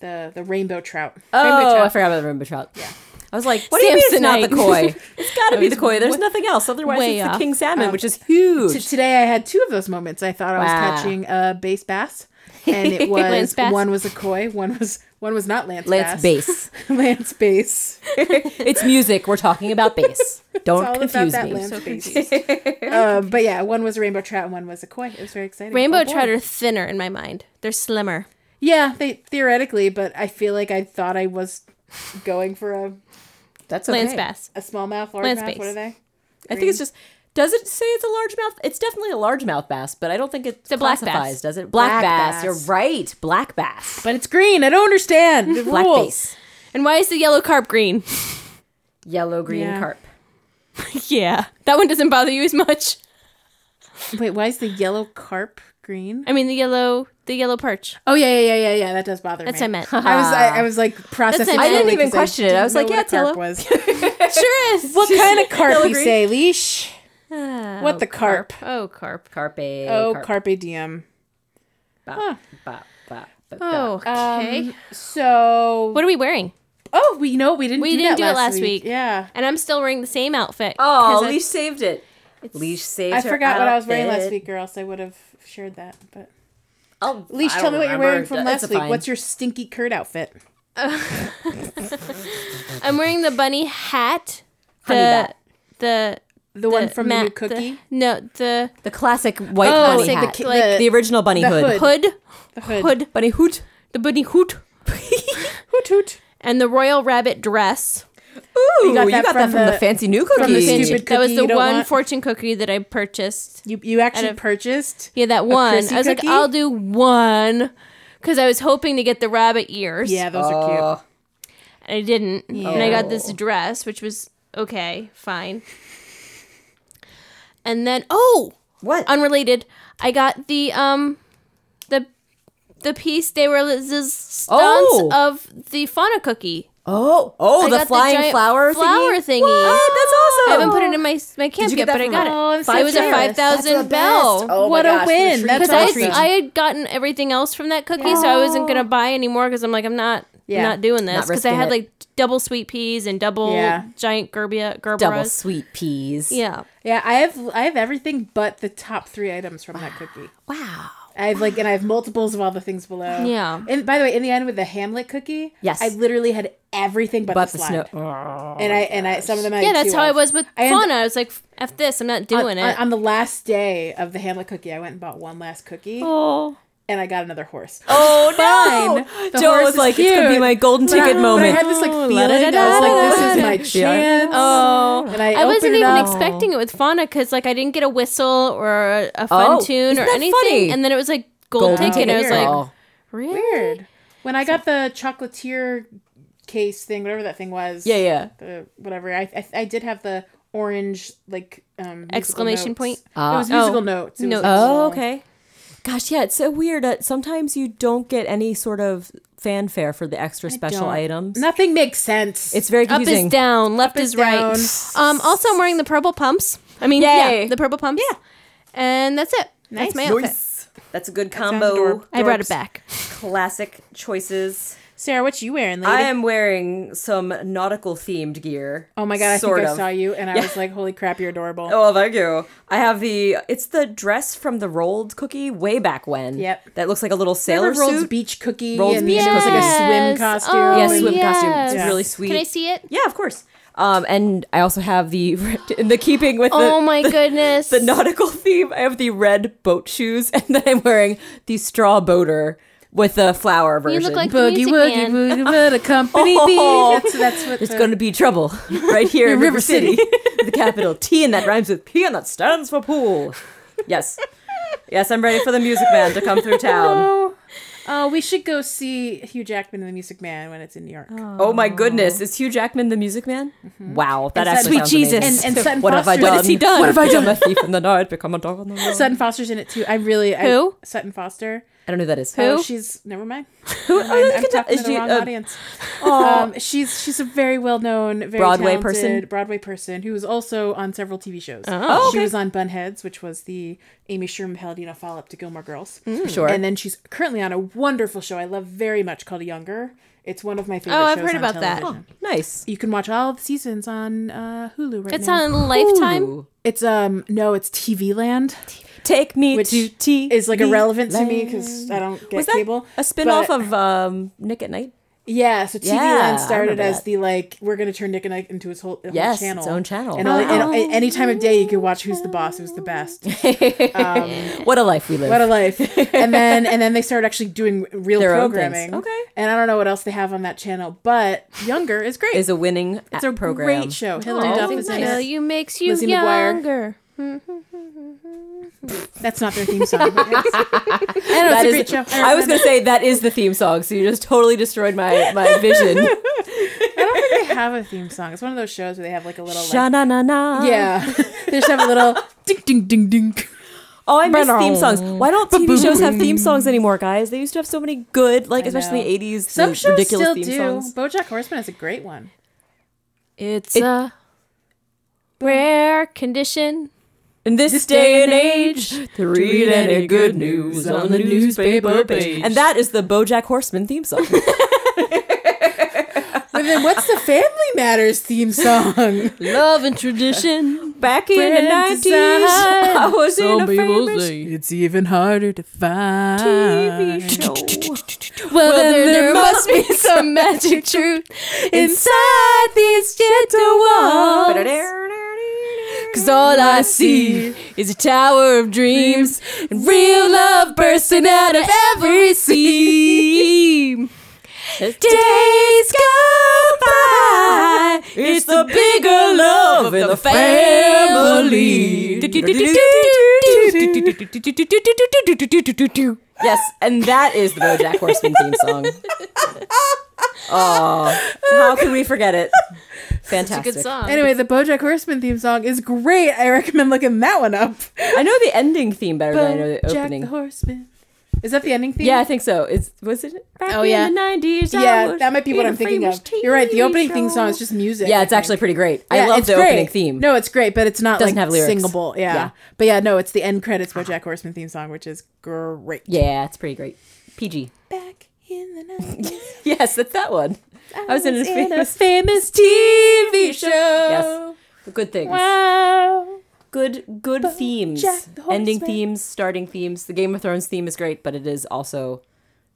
Speaker 1: The the rainbow trout.
Speaker 2: oh, I
Speaker 1: trout.
Speaker 2: forgot about the rainbow trout. Yeah. I was like, what do you mean it's not the
Speaker 3: Samsonite.
Speaker 2: koi? It's got to be the koi. There's nothing else. Otherwise,
Speaker 3: way
Speaker 2: it's the
Speaker 3: off.
Speaker 2: king salmon, which is
Speaker 1: So
Speaker 2: huge.
Speaker 1: today I had two of those moments. I thought I was
Speaker 2: Oh, Wow.
Speaker 1: catching a bass bass, and it was
Speaker 3: Lance bass?
Speaker 1: one was a koi, one was one was not Lance.
Speaker 2: Lance
Speaker 1: bass.
Speaker 2: bass.
Speaker 1: Lance bass.
Speaker 2: it's music. We're talking about bass. Don't
Speaker 1: All about
Speaker 2: confuse
Speaker 1: that
Speaker 2: me.
Speaker 1: Lance bass. um, but yeah, one was a rainbow trout, and one was a koi. It was very exciting.
Speaker 3: Rainbow
Speaker 1: Oh, boy.
Speaker 3: trout are thinner in my mind. They're slimmer.
Speaker 1: Yeah, they theoretically, but I feel like I thought I was going for a
Speaker 2: That's
Speaker 3: Lance
Speaker 2: okay.
Speaker 3: bass.
Speaker 1: a smallmouth, largemouth.
Speaker 3: Lance
Speaker 1: What
Speaker 3: bass.
Speaker 1: are they?
Speaker 2: I think it's just. Does it say it's a largemouth? It's definitely a largemouth bass, but I don't think it
Speaker 3: a black bass.
Speaker 2: classifies, does it? Black,
Speaker 1: Black
Speaker 2: bass.
Speaker 1: bass.
Speaker 2: You're right. Black bass.
Speaker 1: But it's green. I don't understand the
Speaker 2: Black
Speaker 1: rules.
Speaker 2: bass.
Speaker 3: And why is the yellow carp green?
Speaker 2: Yellow green
Speaker 1: Yeah.
Speaker 2: carp.
Speaker 3: yeah, that one doesn't bother you as much.
Speaker 1: Wait, why is the yellow carp green?
Speaker 3: I mean, the yellow, the yellow perch.
Speaker 1: Oh yeah, yeah, yeah, yeah, yeah. That does bother
Speaker 3: That's
Speaker 1: me.
Speaker 3: what I meant.
Speaker 1: I was I, I was like processing.
Speaker 3: I didn't
Speaker 1: slowly
Speaker 2: even
Speaker 1: 'cause
Speaker 2: question it. I
Speaker 1: didn't
Speaker 2: was like,
Speaker 1: know
Speaker 2: yeah,
Speaker 1: what a carp
Speaker 2: Tilla.
Speaker 1: was.
Speaker 3: sure is.
Speaker 1: what kind of carp you
Speaker 2: agree.
Speaker 1: say, leash? what the Ah, carp?
Speaker 3: Oh, carp.
Speaker 2: Carpe.
Speaker 1: Oh, carpe diem.
Speaker 2: Bop, bop, bop, bop,
Speaker 3: Oh,
Speaker 2: bop.
Speaker 3: okay.
Speaker 1: Um, So
Speaker 3: what are we wearing?
Speaker 1: oh, we know we didn't.
Speaker 3: We
Speaker 1: do
Speaker 3: didn't
Speaker 1: that
Speaker 3: do it
Speaker 1: last
Speaker 3: last
Speaker 1: week.
Speaker 3: week.
Speaker 1: Yeah,
Speaker 3: And I'm still wearing the same outfit.
Speaker 2: Oh,
Speaker 3: 'cause I-
Speaker 2: Leash saved it. Leash saved
Speaker 1: I
Speaker 2: her
Speaker 1: forgot what I was wearing last
Speaker 2: outfit.
Speaker 1: week, or else I would have shared that. But
Speaker 2: I'll,
Speaker 1: Leash,
Speaker 2: I
Speaker 1: tell me what you're
Speaker 2: remember.
Speaker 1: wearing from
Speaker 2: It's
Speaker 1: last week.
Speaker 2: fine.
Speaker 1: What's your stinky Kurt outfit?
Speaker 3: I'm wearing the bunny hat. The
Speaker 2: Honey bat.
Speaker 3: the
Speaker 1: The, one from the
Speaker 3: ma-
Speaker 1: new cookie.
Speaker 3: no, the
Speaker 2: the classic white
Speaker 1: Oh,
Speaker 2: bunny
Speaker 1: the
Speaker 2: hat?
Speaker 1: ki-
Speaker 2: The,
Speaker 3: like-
Speaker 1: the-
Speaker 2: original bunny
Speaker 1: the
Speaker 2: hood.
Speaker 1: hood.
Speaker 3: hood,
Speaker 1: The hood.
Speaker 3: hood,
Speaker 2: Bunny hoot.
Speaker 3: the bunny hoot,
Speaker 1: Hoot hoot.
Speaker 3: and the royal rabbit dress.
Speaker 2: Ooh, you got
Speaker 1: that
Speaker 2: that,
Speaker 1: from
Speaker 2: from, the,
Speaker 1: the-
Speaker 2: fancy new
Speaker 1: from the
Speaker 2: cookie.
Speaker 1: stupid
Speaker 3: that was
Speaker 1: cookie
Speaker 3: the
Speaker 1: you don't
Speaker 3: one
Speaker 1: want?
Speaker 3: fortune cookie that I purchased.
Speaker 1: You you actually
Speaker 3: Out of-
Speaker 1: purchased?
Speaker 3: Yeah, that one. I was
Speaker 1: Chrissy
Speaker 3: like,
Speaker 1: cookie?
Speaker 3: I'll do one because I was hoping to get the rabbit ears.
Speaker 1: Yeah, those are
Speaker 2: Oh,
Speaker 1: cute.
Speaker 3: and I didn't. And I got this
Speaker 2: Oh.
Speaker 3: dress, which was okay, fine. And then, oh,
Speaker 2: what?
Speaker 3: unrelated, I got the um, the the piece they were the stunts
Speaker 2: Oh.
Speaker 3: of the fauna cookie.
Speaker 2: oh, oh,
Speaker 3: I got
Speaker 2: the flying
Speaker 3: giant
Speaker 2: flower
Speaker 3: flower thingy.
Speaker 2: What? Oh, That's awesome.
Speaker 3: I haven't put it in my my camp
Speaker 2: you get
Speaker 3: yet, but
Speaker 2: that
Speaker 3: I
Speaker 2: from
Speaker 3: got
Speaker 2: a-
Speaker 3: it.
Speaker 1: Oh, I'm so
Speaker 3: it was a
Speaker 1: jealous.
Speaker 3: five
Speaker 2: That's
Speaker 3: thousand
Speaker 2: the
Speaker 3: bell.
Speaker 2: best. Oh my
Speaker 1: What a
Speaker 2: gosh, what
Speaker 1: win.
Speaker 2: treat.
Speaker 1: That's
Speaker 3: because
Speaker 1: what
Speaker 3: I
Speaker 1: a
Speaker 3: had,
Speaker 1: treat.
Speaker 3: I had gotten everything else from that cookie, so I wasn't gonna buy anymore because I'm like I'm not
Speaker 1: Yeah.
Speaker 3: not doing this
Speaker 2: Oh. Not
Speaker 3: because I
Speaker 2: risking
Speaker 3: had
Speaker 2: it.
Speaker 3: like double sweet peas and double
Speaker 1: Yeah.
Speaker 3: giant gerbia gerberas.
Speaker 2: double sweet peas.
Speaker 3: Yeah,
Speaker 1: Yeah, I have I have everything but the top three items from that cookie.
Speaker 2: Wow.
Speaker 1: I have like, and I have multiples of all the things below.
Speaker 3: Yeah.
Speaker 1: And by the way, in the end with the Hamlet cookie,
Speaker 2: Yes.
Speaker 1: I literally had everything but,
Speaker 2: But
Speaker 1: the
Speaker 2: the
Speaker 1: slide.
Speaker 2: snow.
Speaker 1: And I and I some of them. I
Speaker 3: yeah,
Speaker 1: had
Speaker 3: that's
Speaker 1: two
Speaker 3: how I
Speaker 1: of.
Speaker 3: was with
Speaker 1: I had-
Speaker 3: fauna. I was like, f this, I'm not
Speaker 1: On,
Speaker 3: doing
Speaker 1: on-
Speaker 3: it.
Speaker 1: on the last day of the Hamlet cookie, I went and bought one last cookie,
Speaker 3: oh,
Speaker 1: and I got another horse.
Speaker 2: Oh
Speaker 1: no! The
Speaker 2: Joe
Speaker 1: horse
Speaker 2: was
Speaker 1: is
Speaker 2: like, "It's gonna be
Speaker 1: cute."
Speaker 2: my golden
Speaker 1: But I-
Speaker 2: ticket
Speaker 1: But I
Speaker 2: moment."
Speaker 1: had this like
Speaker 3: Oh,
Speaker 1: feeling. I was like, "This is my
Speaker 2: la-da-da-da-da. Yeah.
Speaker 1: chance."
Speaker 3: oh.
Speaker 1: And I,
Speaker 3: I wasn't
Speaker 1: opened it
Speaker 3: even
Speaker 1: up.
Speaker 3: expecting it with fauna because like I didn't get a whistle or a, a fun
Speaker 2: Oh,
Speaker 3: tune
Speaker 2: isn't
Speaker 3: or
Speaker 2: that
Speaker 3: anything,
Speaker 2: funny?
Speaker 3: and then it was like gold,
Speaker 2: Golden
Speaker 3: ticket, and I was
Speaker 1: ticket.
Speaker 3: like,
Speaker 2: Oh.
Speaker 3: really?
Speaker 1: Weird. When I got the chocolatier case thing, whatever that thing was.
Speaker 2: Yeah, yeah.
Speaker 1: The whatever. I I, I did have the orange like um musical
Speaker 3: Exclamation
Speaker 1: notes.
Speaker 3: point?
Speaker 1: it
Speaker 2: Ah.
Speaker 1: was musical
Speaker 3: Oh.
Speaker 1: notes. It
Speaker 3: Notes.
Speaker 1: Was,
Speaker 2: Oh, okay. Gosh, yeah, it's so weird. Uh, sometimes you don't get any sort of fanfare for the extra special
Speaker 1: don't.
Speaker 2: items.
Speaker 1: Nothing makes sense.
Speaker 2: It's very
Speaker 3: Up
Speaker 2: confusing.
Speaker 3: is down, left is,
Speaker 1: down.
Speaker 3: right. Um, also, I'm wearing the purple pumps. I mean, yeah,
Speaker 2: Yay.
Speaker 3: the purple pumps. Yeah, and that's it.
Speaker 1: Nice.
Speaker 3: That's my outfit.
Speaker 2: That's a good
Speaker 1: adorable.
Speaker 3: I brought it back.
Speaker 2: Classic choices.
Speaker 1: Sarah, what you wearing, lady?
Speaker 2: I am wearing some nautical themed gear.
Speaker 1: oh my god, I think
Speaker 2: sort
Speaker 1: I
Speaker 2: of.
Speaker 1: saw you and I was like, holy crap, you're adorable.
Speaker 2: Oh, thank you. I have the. It's the dress from the rolled cookie way back when.
Speaker 1: Yep.
Speaker 2: That looks like a little sailor
Speaker 1: Remember Rolls
Speaker 2: suit.
Speaker 1: Beach cookie
Speaker 2: Rolls
Speaker 1: and
Speaker 2: Beach
Speaker 1: it was like a swim
Speaker 3: Yes.
Speaker 1: costume.
Speaker 3: Oh,
Speaker 2: Yeah, swim costume. It's
Speaker 3: yes.
Speaker 2: really sweet.
Speaker 3: Can I see it?
Speaker 2: Yeah, of course. Um, and I also have the in the keeping with the,
Speaker 3: oh my goodness!
Speaker 2: the nautical theme. I have the red boat shoes, and then I'm wearing the straw boater with the flower
Speaker 3: you
Speaker 2: version.
Speaker 3: look like
Speaker 1: Boogie
Speaker 3: music
Speaker 1: woogie
Speaker 3: man.
Speaker 1: woogie woogie company
Speaker 2: Oh.
Speaker 1: bee. That's that's what
Speaker 2: There's
Speaker 1: the-
Speaker 2: going to be trouble right here in
Speaker 1: River
Speaker 2: River City, the capital T, and that rhymes with P, and that stands for pool. Yes, yes, I'm ready for the music man to come through town.
Speaker 1: Oh, uh, we should go see Hugh Jackman and the Music Man when it's in New York.
Speaker 2: Oh my goodness, is Hugh Jackman the music man? Wow, that actually
Speaker 1: Sutton-
Speaker 2: sounds
Speaker 1: Mm-hmm. Sweet Jesus.
Speaker 2: amazing.
Speaker 1: And- and Sutton
Speaker 2: what have I
Speaker 1: Foster.
Speaker 2: done?
Speaker 1: What has he done?
Speaker 2: What have I done? I'm a thief in the night, become a dog on the road.
Speaker 1: Sutton Foster's in it too. I really I-
Speaker 3: Who?
Speaker 1: Sutton Foster.
Speaker 2: I don't know who that is.
Speaker 1: Oh,
Speaker 3: Who?
Speaker 1: she's never mind.
Speaker 2: Who? Oh,
Speaker 1: I'm, I'm talking to
Speaker 2: Is
Speaker 1: the
Speaker 2: she,
Speaker 1: wrong
Speaker 2: uh,
Speaker 1: audience. Um, she's she's a very well known, very
Speaker 2: Broadway
Speaker 1: talented
Speaker 2: person?
Speaker 1: Broadway person who was also on several TV shows.
Speaker 2: Oh,
Speaker 1: she
Speaker 2: okay.
Speaker 1: was on Bunheads, which was the Amy Sherman Palladino follow up to Gilmore Girls.
Speaker 2: Mm. Sure.
Speaker 1: And then she's currently on a wonderful show I love very much called Younger. It's one of my favorite.
Speaker 3: Oh, I've
Speaker 1: shows
Speaker 3: heard
Speaker 1: on
Speaker 3: about that.
Speaker 1: television.
Speaker 2: Nice.
Speaker 1: You can watch all the seasons on uh, Hulu right
Speaker 3: It's
Speaker 1: now.
Speaker 3: on Lifetime.
Speaker 2: Ooh.
Speaker 1: It's um no, it's TV Land,
Speaker 2: Take me
Speaker 1: which
Speaker 2: to tea.
Speaker 1: is like irrelevant to me because I don't get
Speaker 2: Was that
Speaker 1: cable.
Speaker 2: a spin-off
Speaker 1: But-
Speaker 2: of um, Nick at Night?
Speaker 1: yeah? So TV
Speaker 2: Yeah, I
Speaker 1: Land started
Speaker 2: remember
Speaker 1: as
Speaker 2: that.
Speaker 1: the like we're gonna turn Nick and Ike into his whole, whole
Speaker 2: Yes, its
Speaker 1: channel,
Speaker 2: own channel. Oh.
Speaker 1: and, only, and- and any time of day you could watch Who's the Boss, Who's the Best. Um,
Speaker 2: what a life we live.
Speaker 1: What a life! and then and then they started actually doing real
Speaker 2: Their own
Speaker 1: programming.
Speaker 2: things. Okay.
Speaker 1: and I don't know what else they have on that channel, but Younger is great.
Speaker 2: is a winning
Speaker 1: it's a
Speaker 2: program.
Speaker 1: great show. Hilary
Speaker 2: Oh,
Speaker 1: Duff
Speaker 2: think
Speaker 1: is in
Speaker 3: Know
Speaker 1: it.
Speaker 3: you makes you
Speaker 1: Lizzie McGuire.
Speaker 3: younger.
Speaker 1: That's not their theme song. but it's- I don't know.
Speaker 2: That
Speaker 1: It's a
Speaker 2: is-
Speaker 1: great show.
Speaker 2: I was gonna say that is the theme song, so you just totally destroyed my my vision.
Speaker 1: Oh they have a theme song. It's one of those shows where they have like a little. Like,
Speaker 2: na na na.
Speaker 1: yeah, they just have a little ding ding ding ding.
Speaker 2: Oh, I miss theme songs. Why don't TV shows have theme songs anymore, guys? They used to have so many good, like especially
Speaker 1: know.
Speaker 2: '80s, the
Speaker 1: Some shows
Speaker 2: ridiculous
Speaker 1: still
Speaker 2: theme
Speaker 1: do.
Speaker 2: songs.
Speaker 1: BoJack Horseman is a great one.
Speaker 3: It's
Speaker 2: It-
Speaker 3: a rare condition.
Speaker 2: In this, day and age, to read any good news on the newspaper page, and that is the BoJack Horseman theme song.
Speaker 1: And then what's the Family Matters theme song?
Speaker 3: Love and tradition.
Speaker 2: Back in the
Speaker 1: Friends
Speaker 2: nineties, I was in a
Speaker 4: people
Speaker 2: famous
Speaker 4: say it's even harder to find.
Speaker 2: TV show.
Speaker 3: Well,
Speaker 2: then
Speaker 3: then there
Speaker 2: there
Speaker 3: must be some magic truth
Speaker 2: Inside these gentle walls,
Speaker 3: Cause all I see is a tower of dreams and real love bursting out of every seam.
Speaker 2: days go by
Speaker 3: in
Speaker 2: It's the bigger love in the family. Yes, and that is the BoJack Horseman theme song. Oh, how can we forget it? Fantastic.
Speaker 3: Good song.
Speaker 1: Anyway, the BoJack Horseman theme song is great. I recommend looking that one up.
Speaker 2: I know the ending theme better than I know the
Speaker 1: BoJack
Speaker 2: opening.
Speaker 1: the Horseman. Is that the ending theme?
Speaker 2: yeah, I think so. It's was it back
Speaker 1: Oh,
Speaker 2: in
Speaker 1: yeah.
Speaker 2: the nineties?
Speaker 1: Yeah, that might be what I'm thinking of. You're right. The opening theme song is just music.
Speaker 2: Yeah,
Speaker 1: I
Speaker 2: it's actually
Speaker 1: think.
Speaker 2: pretty great. I
Speaker 1: Yeah,
Speaker 2: love
Speaker 1: it's
Speaker 2: the
Speaker 1: great.
Speaker 2: opening theme.
Speaker 1: No, it's great, but it's not
Speaker 2: Doesn't
Speaker 1: like
Speaker 2: have lyrics.
Speaker 1: singable. Yeah.
Speaker 2: Yeah.
Speaker 1: but yeah, no, it's the end credits BoJack Horseman theme song, which is great.
Speaker 2: Yeah, it's pretty great. PG.
Speaker 1: Back in the night,
Speaker 2: Yes, that's that one. I, was in a famous
Speaker 1: famous TV show.
Speaker 2: Yes. good things.
Speaker 1: Wow.
Speaker 2: Good good themes.
Speaker 1: Jack the
Speaker 2: Ending
Speaker 1: Horseman.
Speaker 2: themes, starting themes. The Game of Thrones theme is great, but it is also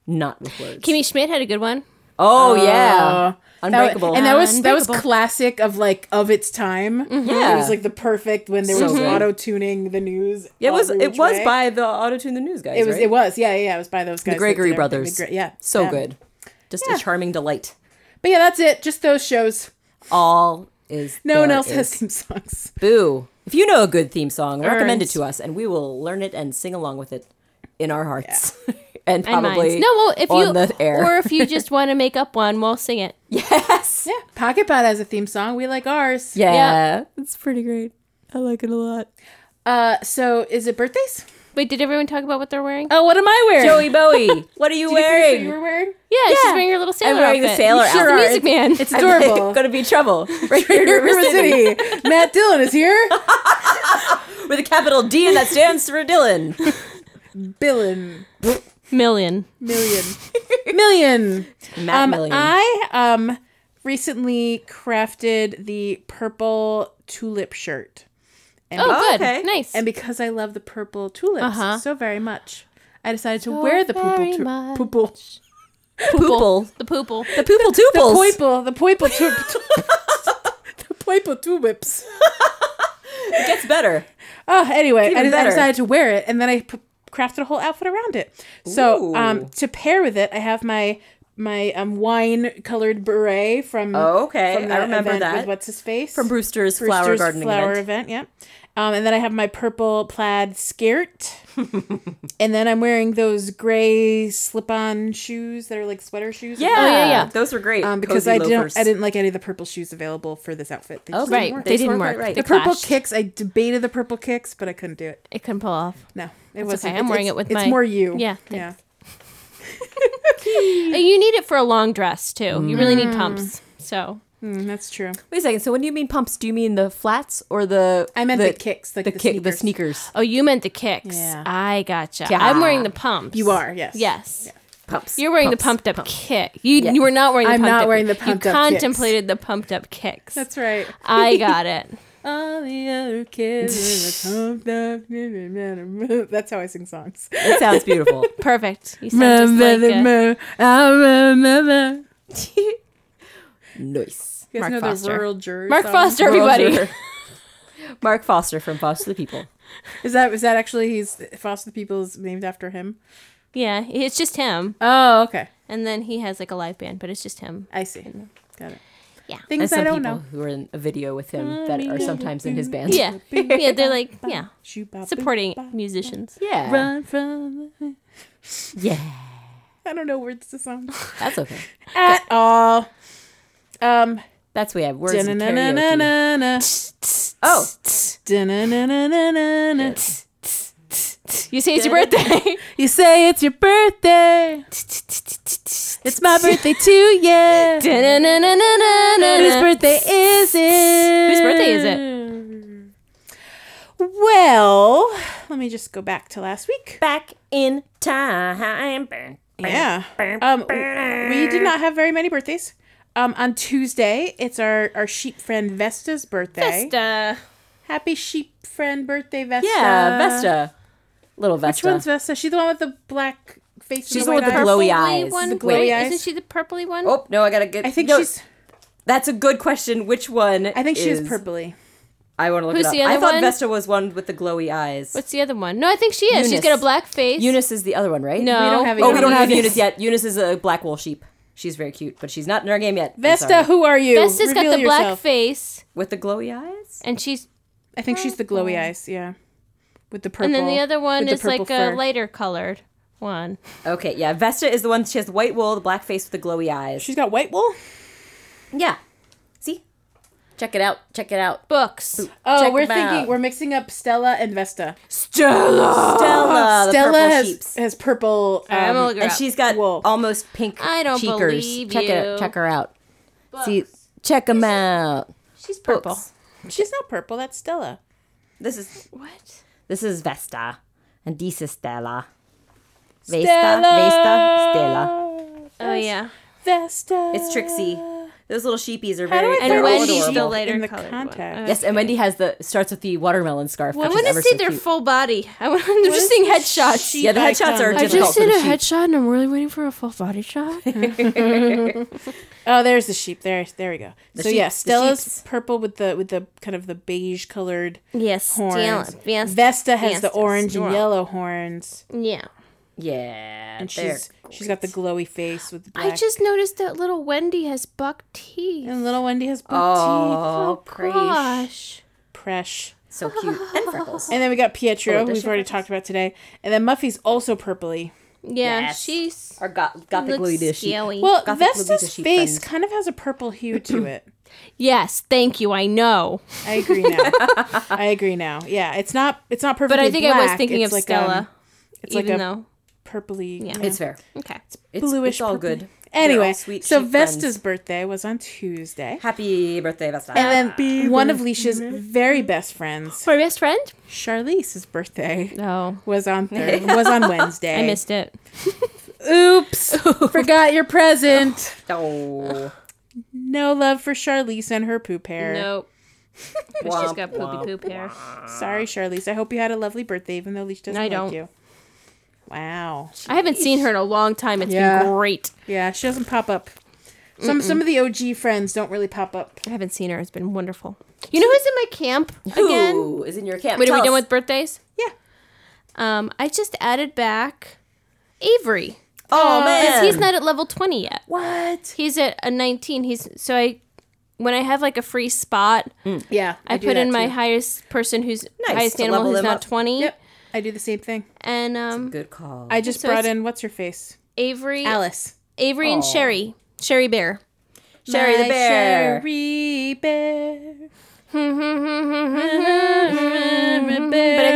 Speaker 2: not with words.
Speaker 3: Kimmy Schmidt had a good one.
Speaker 2: oh yeah.
Speaker 1: That wa-
Speaker 2: Unbreakable. Mm-hmm.
Speaker 1: and that was that was
Speaker 3: Unbreakable.
Speaker 1: classic of like of its time.
Speaker 2: Yeah.
Speaker 1: It was like the perfect when they were
Speaker 2: So
Speaker 1: just
Speaker 2: good.
Speaker 1: auto tuning the news.
Speaker 2: it was
Speaker 1: every
Speaker 2: it
Speaker 1: which
Speaker 2: was
Speaker 1: way.
Speaker 2: by the autotune the news guys.
Speaker 1: it was
Speaker 2: right?
Speaker 1: it was yeah yeah, yeah it was by those guys that
Speaker 2: the
Speaker 1: did
Speaker 2: Gregory
Speaker 1: everything.
Speaker 2: brothers.
Speaker 1: The Gre- yeah
Speaker 2: So
Speaker 1: yeah.
Speaker 2: good. Just
Speaker 1: Yeah.
Speaker 2: a charming delight.
Speaker 1: but yeah that's it just those shows
Speaker 2: All is
Speaker 1: no one
Speaker 2: there
Speaker 1: else has
Speaker 2: is.
Speaker 1: theme songs
Speaker 2: Boo. If you know a good theme song, recommend it
Speaker 1: Earns.
Speaker 2: to us and we will learn it and sing along with it in our hearts. and
Speaker 3: And mine.
Speaker 2: probably
Speaker 3: No, well, if
Speaker 2: on
Speaker 3: you
Speaker 2: the air.
Speaker 3: or if you just want to make up one, we'll sing it.
Speaker 2: yes.
Speaker 1: yeah Pocket Pod has a theme song we like ours
Speaker 2: Yeah.
Speaker 3: Yeah.
Speaker 2: It's pretty great. I like it a lot.
Speaker 1: uh so is it birthdays
Speaker 3: Wait, did everyone talk about what they're wearing?
Speaker 1: oh what am I wearing
Speaker 2: Joey Bowie, what are you
Speaker 1: Did you finish what
Speaker 2: wearing?
Speaker 1: you were wearing
Speaker 3: Yeah, she's
Speaker 2: Yeah.
Speaker 3: wearing her little sailor
Speaker 2: I'm wearing the
Speaker 3: outfit.
Speaker 2: sailor
Speaker 3: she's
Speaker 2: outfit.
Speaker 3: the music man.
Speaker 1: it's adorable
Speaker 2: gonna be trouble. Right here in
Speaker 1: River
Speaker 2: River City.
Speaker 1: City. Matt Dillon is here
Speaker 2: With a capital D and that stands for Dylan.
Speaker 1: billion
Speaker 3: million.
Speaker 1: million million
Speaker 2: Matt
Speaker 1: um,
Speaker 2: Millian.
Speaker 1: I um recently crafted the purple tulip shirt. And,
Speaker 3: Oh,
Speaker 1: be-
Speaker 3: good.
Speaker 2: okay.
Speaker 3: Nice.
Speaker 1: and because I love the purple tulips
Speaker 3: Uh-huh.
Speaker 1: so very much, I decided to wear the purple
Speaker 3: very
Speaker 1: tu-
Speaker 3: much.
Speaker 1: purple
Speaker 2: Poople.
Speaker 3: the poople.
Speaker 2: The poople
Speaker 1: the
Speaker 2: tuples.
Speaker 1: purple the purple tu- the purple tulips.
Speaker 2: it gets better.
Speaker 1: Oh, anyway, I,
Speaker 2: even
Speaker 1: just- I
Speaker 2: better.
Speaker 1: decided to wear it, and then I p- crafted a whole outfit around it. So, um,
Speaker 2: Ooh.
Speaker 1: to pair with it, I have my my um, wine colored beret from
Speaker 2: Okay,
Speaker 1: from
Speaker 2: I remember
Speaker 1: event
Speaker 2: that.
Speaker 1: with what's his face
Speaker 2: From Brewster's, flower
Speaker 1: Brewster's
Speaker 2: gardening
Speaker 1: flower
Speaker 2: event.
Speaker 1: event. Yep. Um, and then I have my purple plaid skirt, and then I'm wearing those gray slip-on shoes that are like sweater shoes.
Speaker 2: Yeah,
Speaker 3: Oh, yeah, yeah.
Speaker 2: Those were great.
Speaker 1: Um, because
Speaker 2: Cozy
Speaker 1: I didn't,
Speaker 2: loafers.
Speaker 1: I didn't like any of the purple shoes available for this outfit. They just
Speaker 2: Okay.
Speaker 1: didn't
Speaker 3: Right.
Speaker 1: work.
Speaker 3: They didn't
Speaker 2: weren't
Speaker 3: work.
Speaker 2: quite right.
Speaker 3: They
Speaker 1: the purple
Speaker 3: clashed.
Speaker 1: kicks, I debated the purple kicks, but I couldn't do it.
Speaker 3: It couldn't pull off.
Speaker 1: No, it
Speaker 3: That's
Speaker 1: was
Speaker 3: okay. I'm wearing it with
Speaker 1: it's
Speaker 3: my-
Speaker 1: It's more you.
Speaker 3: Yeah,
Speaker 1: yeah.
Speaker 3: Uh, You need it for a long dress too. You really need pumps. So
Speaker 1: Mm, that's true.
Speaker 2: Wait a second. So when do you mean pumps? Do you mean the flats or the?
Speaker 1: I meant the, kicks, like
Speaker 2: The,
Speaker 1: the,
Speaker 2: kick, the
Speaker 1: sneakers.
Speaker 2: sneakers.
Speaker 3: Oh, you meant the kicks.
Speaker 1: Yeah.
Speaker 3: I gotcha.
Speaker 2: Yeah.
Speaker 3: I'm wearing the pumps.
Speaker 1: You are, yes.
Speaker 3: Yes.
Speaker 2: Pumps.
Speaker 3: You're wearing
Speaker 2: Pumps.
Speaker 3: the pumped up kick. You you were not wearing the
Speaker 1: I'm
Speaker 3: pumped
Speaker 1: not
Speaker 3: up
Speaker 1: wearing the
Speaker 3: You
Speaker 1: pumped up kicks.
Speaker 3: contemplated the pumped up kicks.
Speaker 1: That's right.
Speaker 3: I got it.
Speaker 1: All the other kids are pumped up. That's how I sing songs.
Speaker 2: It sounds beautiful.
Speaker 3: Perfect. You sound just like uh,
Speaker 2: nice.
Speaker 1: You guys
Speaker 3: Mark
Speaker 1: know
Speaker 3: Foster.
Speaker 1: the rural jury.
Speaker 3: Mark
Speaker 1: song?
Speaker 3: Foster, everybody.
Speaker 2: Mark Foster from Foster the People.
Speaker 1: Is that is that actually he's Foster the People is named after him?
Speaker 3: Yeah, it's just him.
Speaker 1: Oh, okay.
Speaker 3: And then he has like a live band, but it's just him.
Speaker 1: I see. Got it.
Speaker 3: Yeah.
Speaker 1: Things
Speaker 2: some
Speaker 1: I don't
Speaker 2: people
Speaker 1: know.
Speaker 2: who are in a video with him that are sometimes in his band.
Speaker 3: Yeah. Yeah, they're like, yeah,
Speaker 1: Shoo-ba-boom.
Speaker 3: supporting musicians.
Speaker 2: Yeah.
Speaker 1: Run from. the-
Speaker 2: Yeah.
Speaker 1: I don't know words to song
Speaker 2: That's okay.
Speaker 1: at all. Um.
Speaker 2: That's what we have. Words in karaoke.
Speaker 1: Da-na-na-na-na-na.
Speaker 2: Oh,
Speaker 1: Da-na-na-na-na-na.
Speaker 3: You say it's your birthday.
Speaker 1: You say it's your birthday. It's my birthday too, yeah. Whose
Speaker 3: Da-na-na-na-na-na-na.
Speaker 1: birthday is it?
Speaker 3: Whose birthday is
Speaker 1: it? Well, let me just go back to last week.
Speaker 2: back in time.
Speaker 1: Yeah. Um, we did not have very many birthdays. Um, on Tuesday, it's our, our sheep friend Vesta's birthday.
Speaker 3: Vesta.
Speaker 1: Happy sheep friend birthday, Vesta.
Speaker 2: Yeah, Vesta. Little
Speaker 1: Which
Speaker 2: Vesta.
Speaker 1: one's Vesta? She's the one with the black face.
Speaker 2: She's
Speaker 1: and the
Speaker 2: the one
Speaker 1: white
Speaker 2: with the glowy
Speaker 1: eyes?
Speaker 3: Purpley
Speaker 2: eyes.
Speaker 3: One,
Speaker 2: The
Speaker 3: the
Speaker 2: glowy
Speaker 1: eyes.
Speaker 3: Isn't she the purpley one?
Speaker 2: Oh no, I gotta get.
Speaker 1: I think
Speaker 2: no,
Speaker 1: she's.
Speaker 2: That's a good question. Which one?
Speaker 1: I think she is
Speaker 2: is
Speaker 1: purpley.
Speaker 2: I want to look it
Speaker 3: Who's
Speaker 2: up.
Speaker 3: the
Speaker 2: I
Speaker 3: other
Speaker 2: thought
Speaker 3: one?
Speaker 2: Vesta was one with the glowy eyes.
Speaker 3: What's the other one? No, I think she is. She's got a
Speaker 2: Eunice.
Speaker 3: black face.
Speaker 2: Eunice is the other one, right?
Speaker 3: No.
Speaker 1: We don't have
Speaker 2: Oh, we don't have
Speaker 1: Eunice.
Speaker 2: Eunice yet. Eunice is a black wool sheep. She's very cute, but she's not in our game yet. I'm
Speaker 1: Vesta,
Speaker 2: sorry.
Speaker 1: who are you?
Speaker 3: Vesta's got
Speaker 1: Reveal
Speaker 3: the black
Speaker 1: yourself.
Speaker 3: face,
Speaker 2: with the glowy eyes.
Speaker 3: and she's
Speaker 1: I think she's the glowy eyes, yeah. With the purple.
Speaker 3: and then the other one
Speaker 1: with the
Speaker 3: is like
Speaker 1: purple fur.
Speaker 3: a lighter colored one.
Speaker 2: Okay, yeah. Vesta is the one. She has the white wool, the black face with the glowy eyes.
Speaker 1: She's got white wool?
Speaker 2: yeah. See, check it out. Check it out.
Speaker 3: Books.
Speaker 1: Oh,
Speaker 2: Check
Speaker 1: we're
Speaker 2: them out.
Speaker 1: thinking we're mixing up Stella and Vesta.
Speaker 2: Stella, Ah, the
Speaker 1: Stella
Speaker 2: purple
Speaker 1: has,
Speaker 2: sheeps.
Speaker 1: has purple. Um,
Speaker 3: I'm gonna look her
Speaker 2: and
Speaker 3: up.
Speaker 2: she's got
Speaker 1: Wool.
Speaker 2: almost pink
Speaker 3: I don't
Speaker 2: cheekers.
Speaker 3: believe
Speaker 2: check
Speaker 3: you.
Speaker 2: it. Check her out. See, check them out.
Speaker 3: she's purple.
Speaker 2: Books.
Speaker 1: she's not purple. That's Stella.
Speaker 2: This is
Speaker 3: What?
Speaker 2: this is Vesta, and this is Stella. Vesta, Vesta, Stella.
Speaker 3: Oh yeah.
Speaker 1: Vesta.
Speaker 2: Ah. It's Trixie. Those little sheepies are
Speaker 1: How do
Speaker 2: very
Speaker 1: I
Speaker 3: And
Speaker 1: They're
Speaker 2: adorable.
Speaker 3: Wendy's
Speaker 1: adorable.
Speaker 3: the
Speaker 1: In
Speaker 3: lighter
Speaker 1: the
Speaker 3: colored
Speaker 1: context.
Speaker 3: one. Uh,
Speaker 2: Yes, and Wendy has the starts with the watermelon scarf.
Speaker 3: I
Speaker 2: which is
Speaker 3: want to
Speaker 2: ever
Speaker 3: see
Speaker 2: so
Speaker 3: their
Speaker 2: cute.
Speaker 3: full body. I want. I'm just seeing headshots.
Speaker 2: Yeah, the headshots are
Speaker 1: icon.
Speaker 3: I
Speaker 2: difficult.
Speaker 3: just
Speaker 2: for
Speaker 3: did
Speaker 2: the
Speaker 3: a
Speaker 2: sheep.
Speaker 3: headshot, and I'm really waiting for a full body shot.
Speaker 1: Oh, there's the sheep. There, there we go. so
Speaker 2: sheep-
Speaker 1: yeah,
Speaker 2: the
Speaker 1: Stella's
Speaker 2: sheeps.
Speaker 1: purple with the with the kind of the beige colored
Speaker 3: yes,
Speaker 1: horns.
Speaker 3: Stella, yes,
Speaker 1: Vesta has the
Speaker 3: yes,
Speaker 1: orange and
Speaker 3: Stella.
Speaker 1: yellow horns,
Speaker 3: Yeah.
Speaker 2: Yeah,
Speaker 1: and she's she's got the glowy face with the black.
Speaker 3: I just noticed that little Wendy has buck teeth.
Speaker 1: and little Wendy has blue
Speaker 2: oh, gosh,
Speaker 3: Gosh.
Speaker 1: Presh.
Speaker 2: so cute and freckles.
Speaker 1: And then we got Pietro,
Speaker 2: Oh, does
Speaker 1: who's
Speaker 2: she
Speaker 1: already talked about today. And then Muffy's also purpley.
Speaker 3: Yeah,
Speaker 2: Yes.
Speaker 3: she's
Speaker 2: Or got got the
Speaker 3: looks
Speaker 2: glowy dish.
Speaker 3: scaly.
Speaker 1: Well,
Speaker 2: Gothic Lolita
Speaker 1: Vesta's
Speaker 2: sheep
Speaker 1: face
Speaker 2: friend.
Speaker 1: kind of has a purple hue to it.
Speaker 3: yes, thank you. I know,
Speaker 1: I agree now. I agree now. Yeah, it's not it's not perfect.
Speaker 3: but I think I was thinking of Stella,
Speaker 1: um, it's like
Speaker 3: even
Speaker 1: a
Speaker 3: though.
Speaker 1: purpley.
Speaker 3: Yeah.
Speaker 2: It's fair.
Speaker 3: Okay.
Speaker 2: It's,
Speaker 1: Bluish
Speaker 2: it's all
Speaker 1: purpley.
Speaker 2: good. They're
Speaker 1: Anyway,
Speaker 2: all sweet
Speaker 1: so
Speaker 2: sheep
Speaker 1: Vesta's
Speaker 2: friends.
Speaker 1: birthday was on Tuesday.
Speaker 2: happy birthday, Vesta.
Speaker 1: And then one of Leisha's very best friends,
Speaker 3: My best friend.
Speaker 1: Charlize's birthday,
Speaker 3: No,
Speaker 1: was on Thur- was on Wednesday.
Speaker 3: I missed it.
Speaker 1: Oops, forgot your present.
Speaker 2: oh,
Speaker 1: No love for Charlize and her poop hair.
Speaker 3: Nope. But she's
Speaker 2: Womp,
Speaker 3: got poopy poop hair.
Speaker 1: Sorry, Charlize. I hope you had a lovely birthday, even though Leisha doesn't
Speaker 3: I
Speaker 1: like
Speaker 3: don't.
Speaker 1: you. Wow.
Speaker 3: I haven't seen her in a long time. It's
Speaker 1: Yeah.
Speaker 3: been great.
Speaker 1: Yeah, she doesn't pop up. Some some of the OG friends don't really pop up.
Speaker 3: I haven't seen her. It's been wonderful. You know who's in my camp again?
Speaker 2: Who is in your camp?
Speaker 3: Wait, are we
Speaker 2: Tell
Speaker 3: done
Speaker 2: us.
Speaker 3: with birthdays?
Speaker 1: Yeah.
Speaker 3: Um, I just added back Avery.
Speaker 2: Oh
Speaker 3: Because
Speaker 2: man,
Speaker 3: he's not at level 20 yet.
Speaker 2: What?
Speaker 3: He's at a 19. He's so I when I have like a free spot,
Speaker 1: Yeah.
Speaker 3: I,
Speaker 1: do
Speaker 3: put
Speaker 1: that
Speaker 3: in my
Speaker 1: too.
Speaker 3: highest person who's
Speaker 2: Nice,
Speaker 3: highest
Speaker 2: to
Speaker 3: animal
Speaker 2: level
Speaker 3: who's
Speaker 2: them
Speaker 3: not
Speaker 2: up.
Speaker 3: 20
Speaker 1: Yep. I do the same thing.
Speaker 3: and um
Speaker 2: Good call.
Speaker 1: I just
Speaker 3: So
Speaker 1: brought
Speaker 3: it's-
Speaker 1: in what's her face?
Speaker 3: Avery
Speaker 1: Alice.
Speaker 3: Avery and Sherry. Sherry Bear.
Speaker 2: Sherry the
Speaker 1: My
Speaker 2: bear.
Speaker 1: Sherry Bear.
Speaker 3: But I think I'm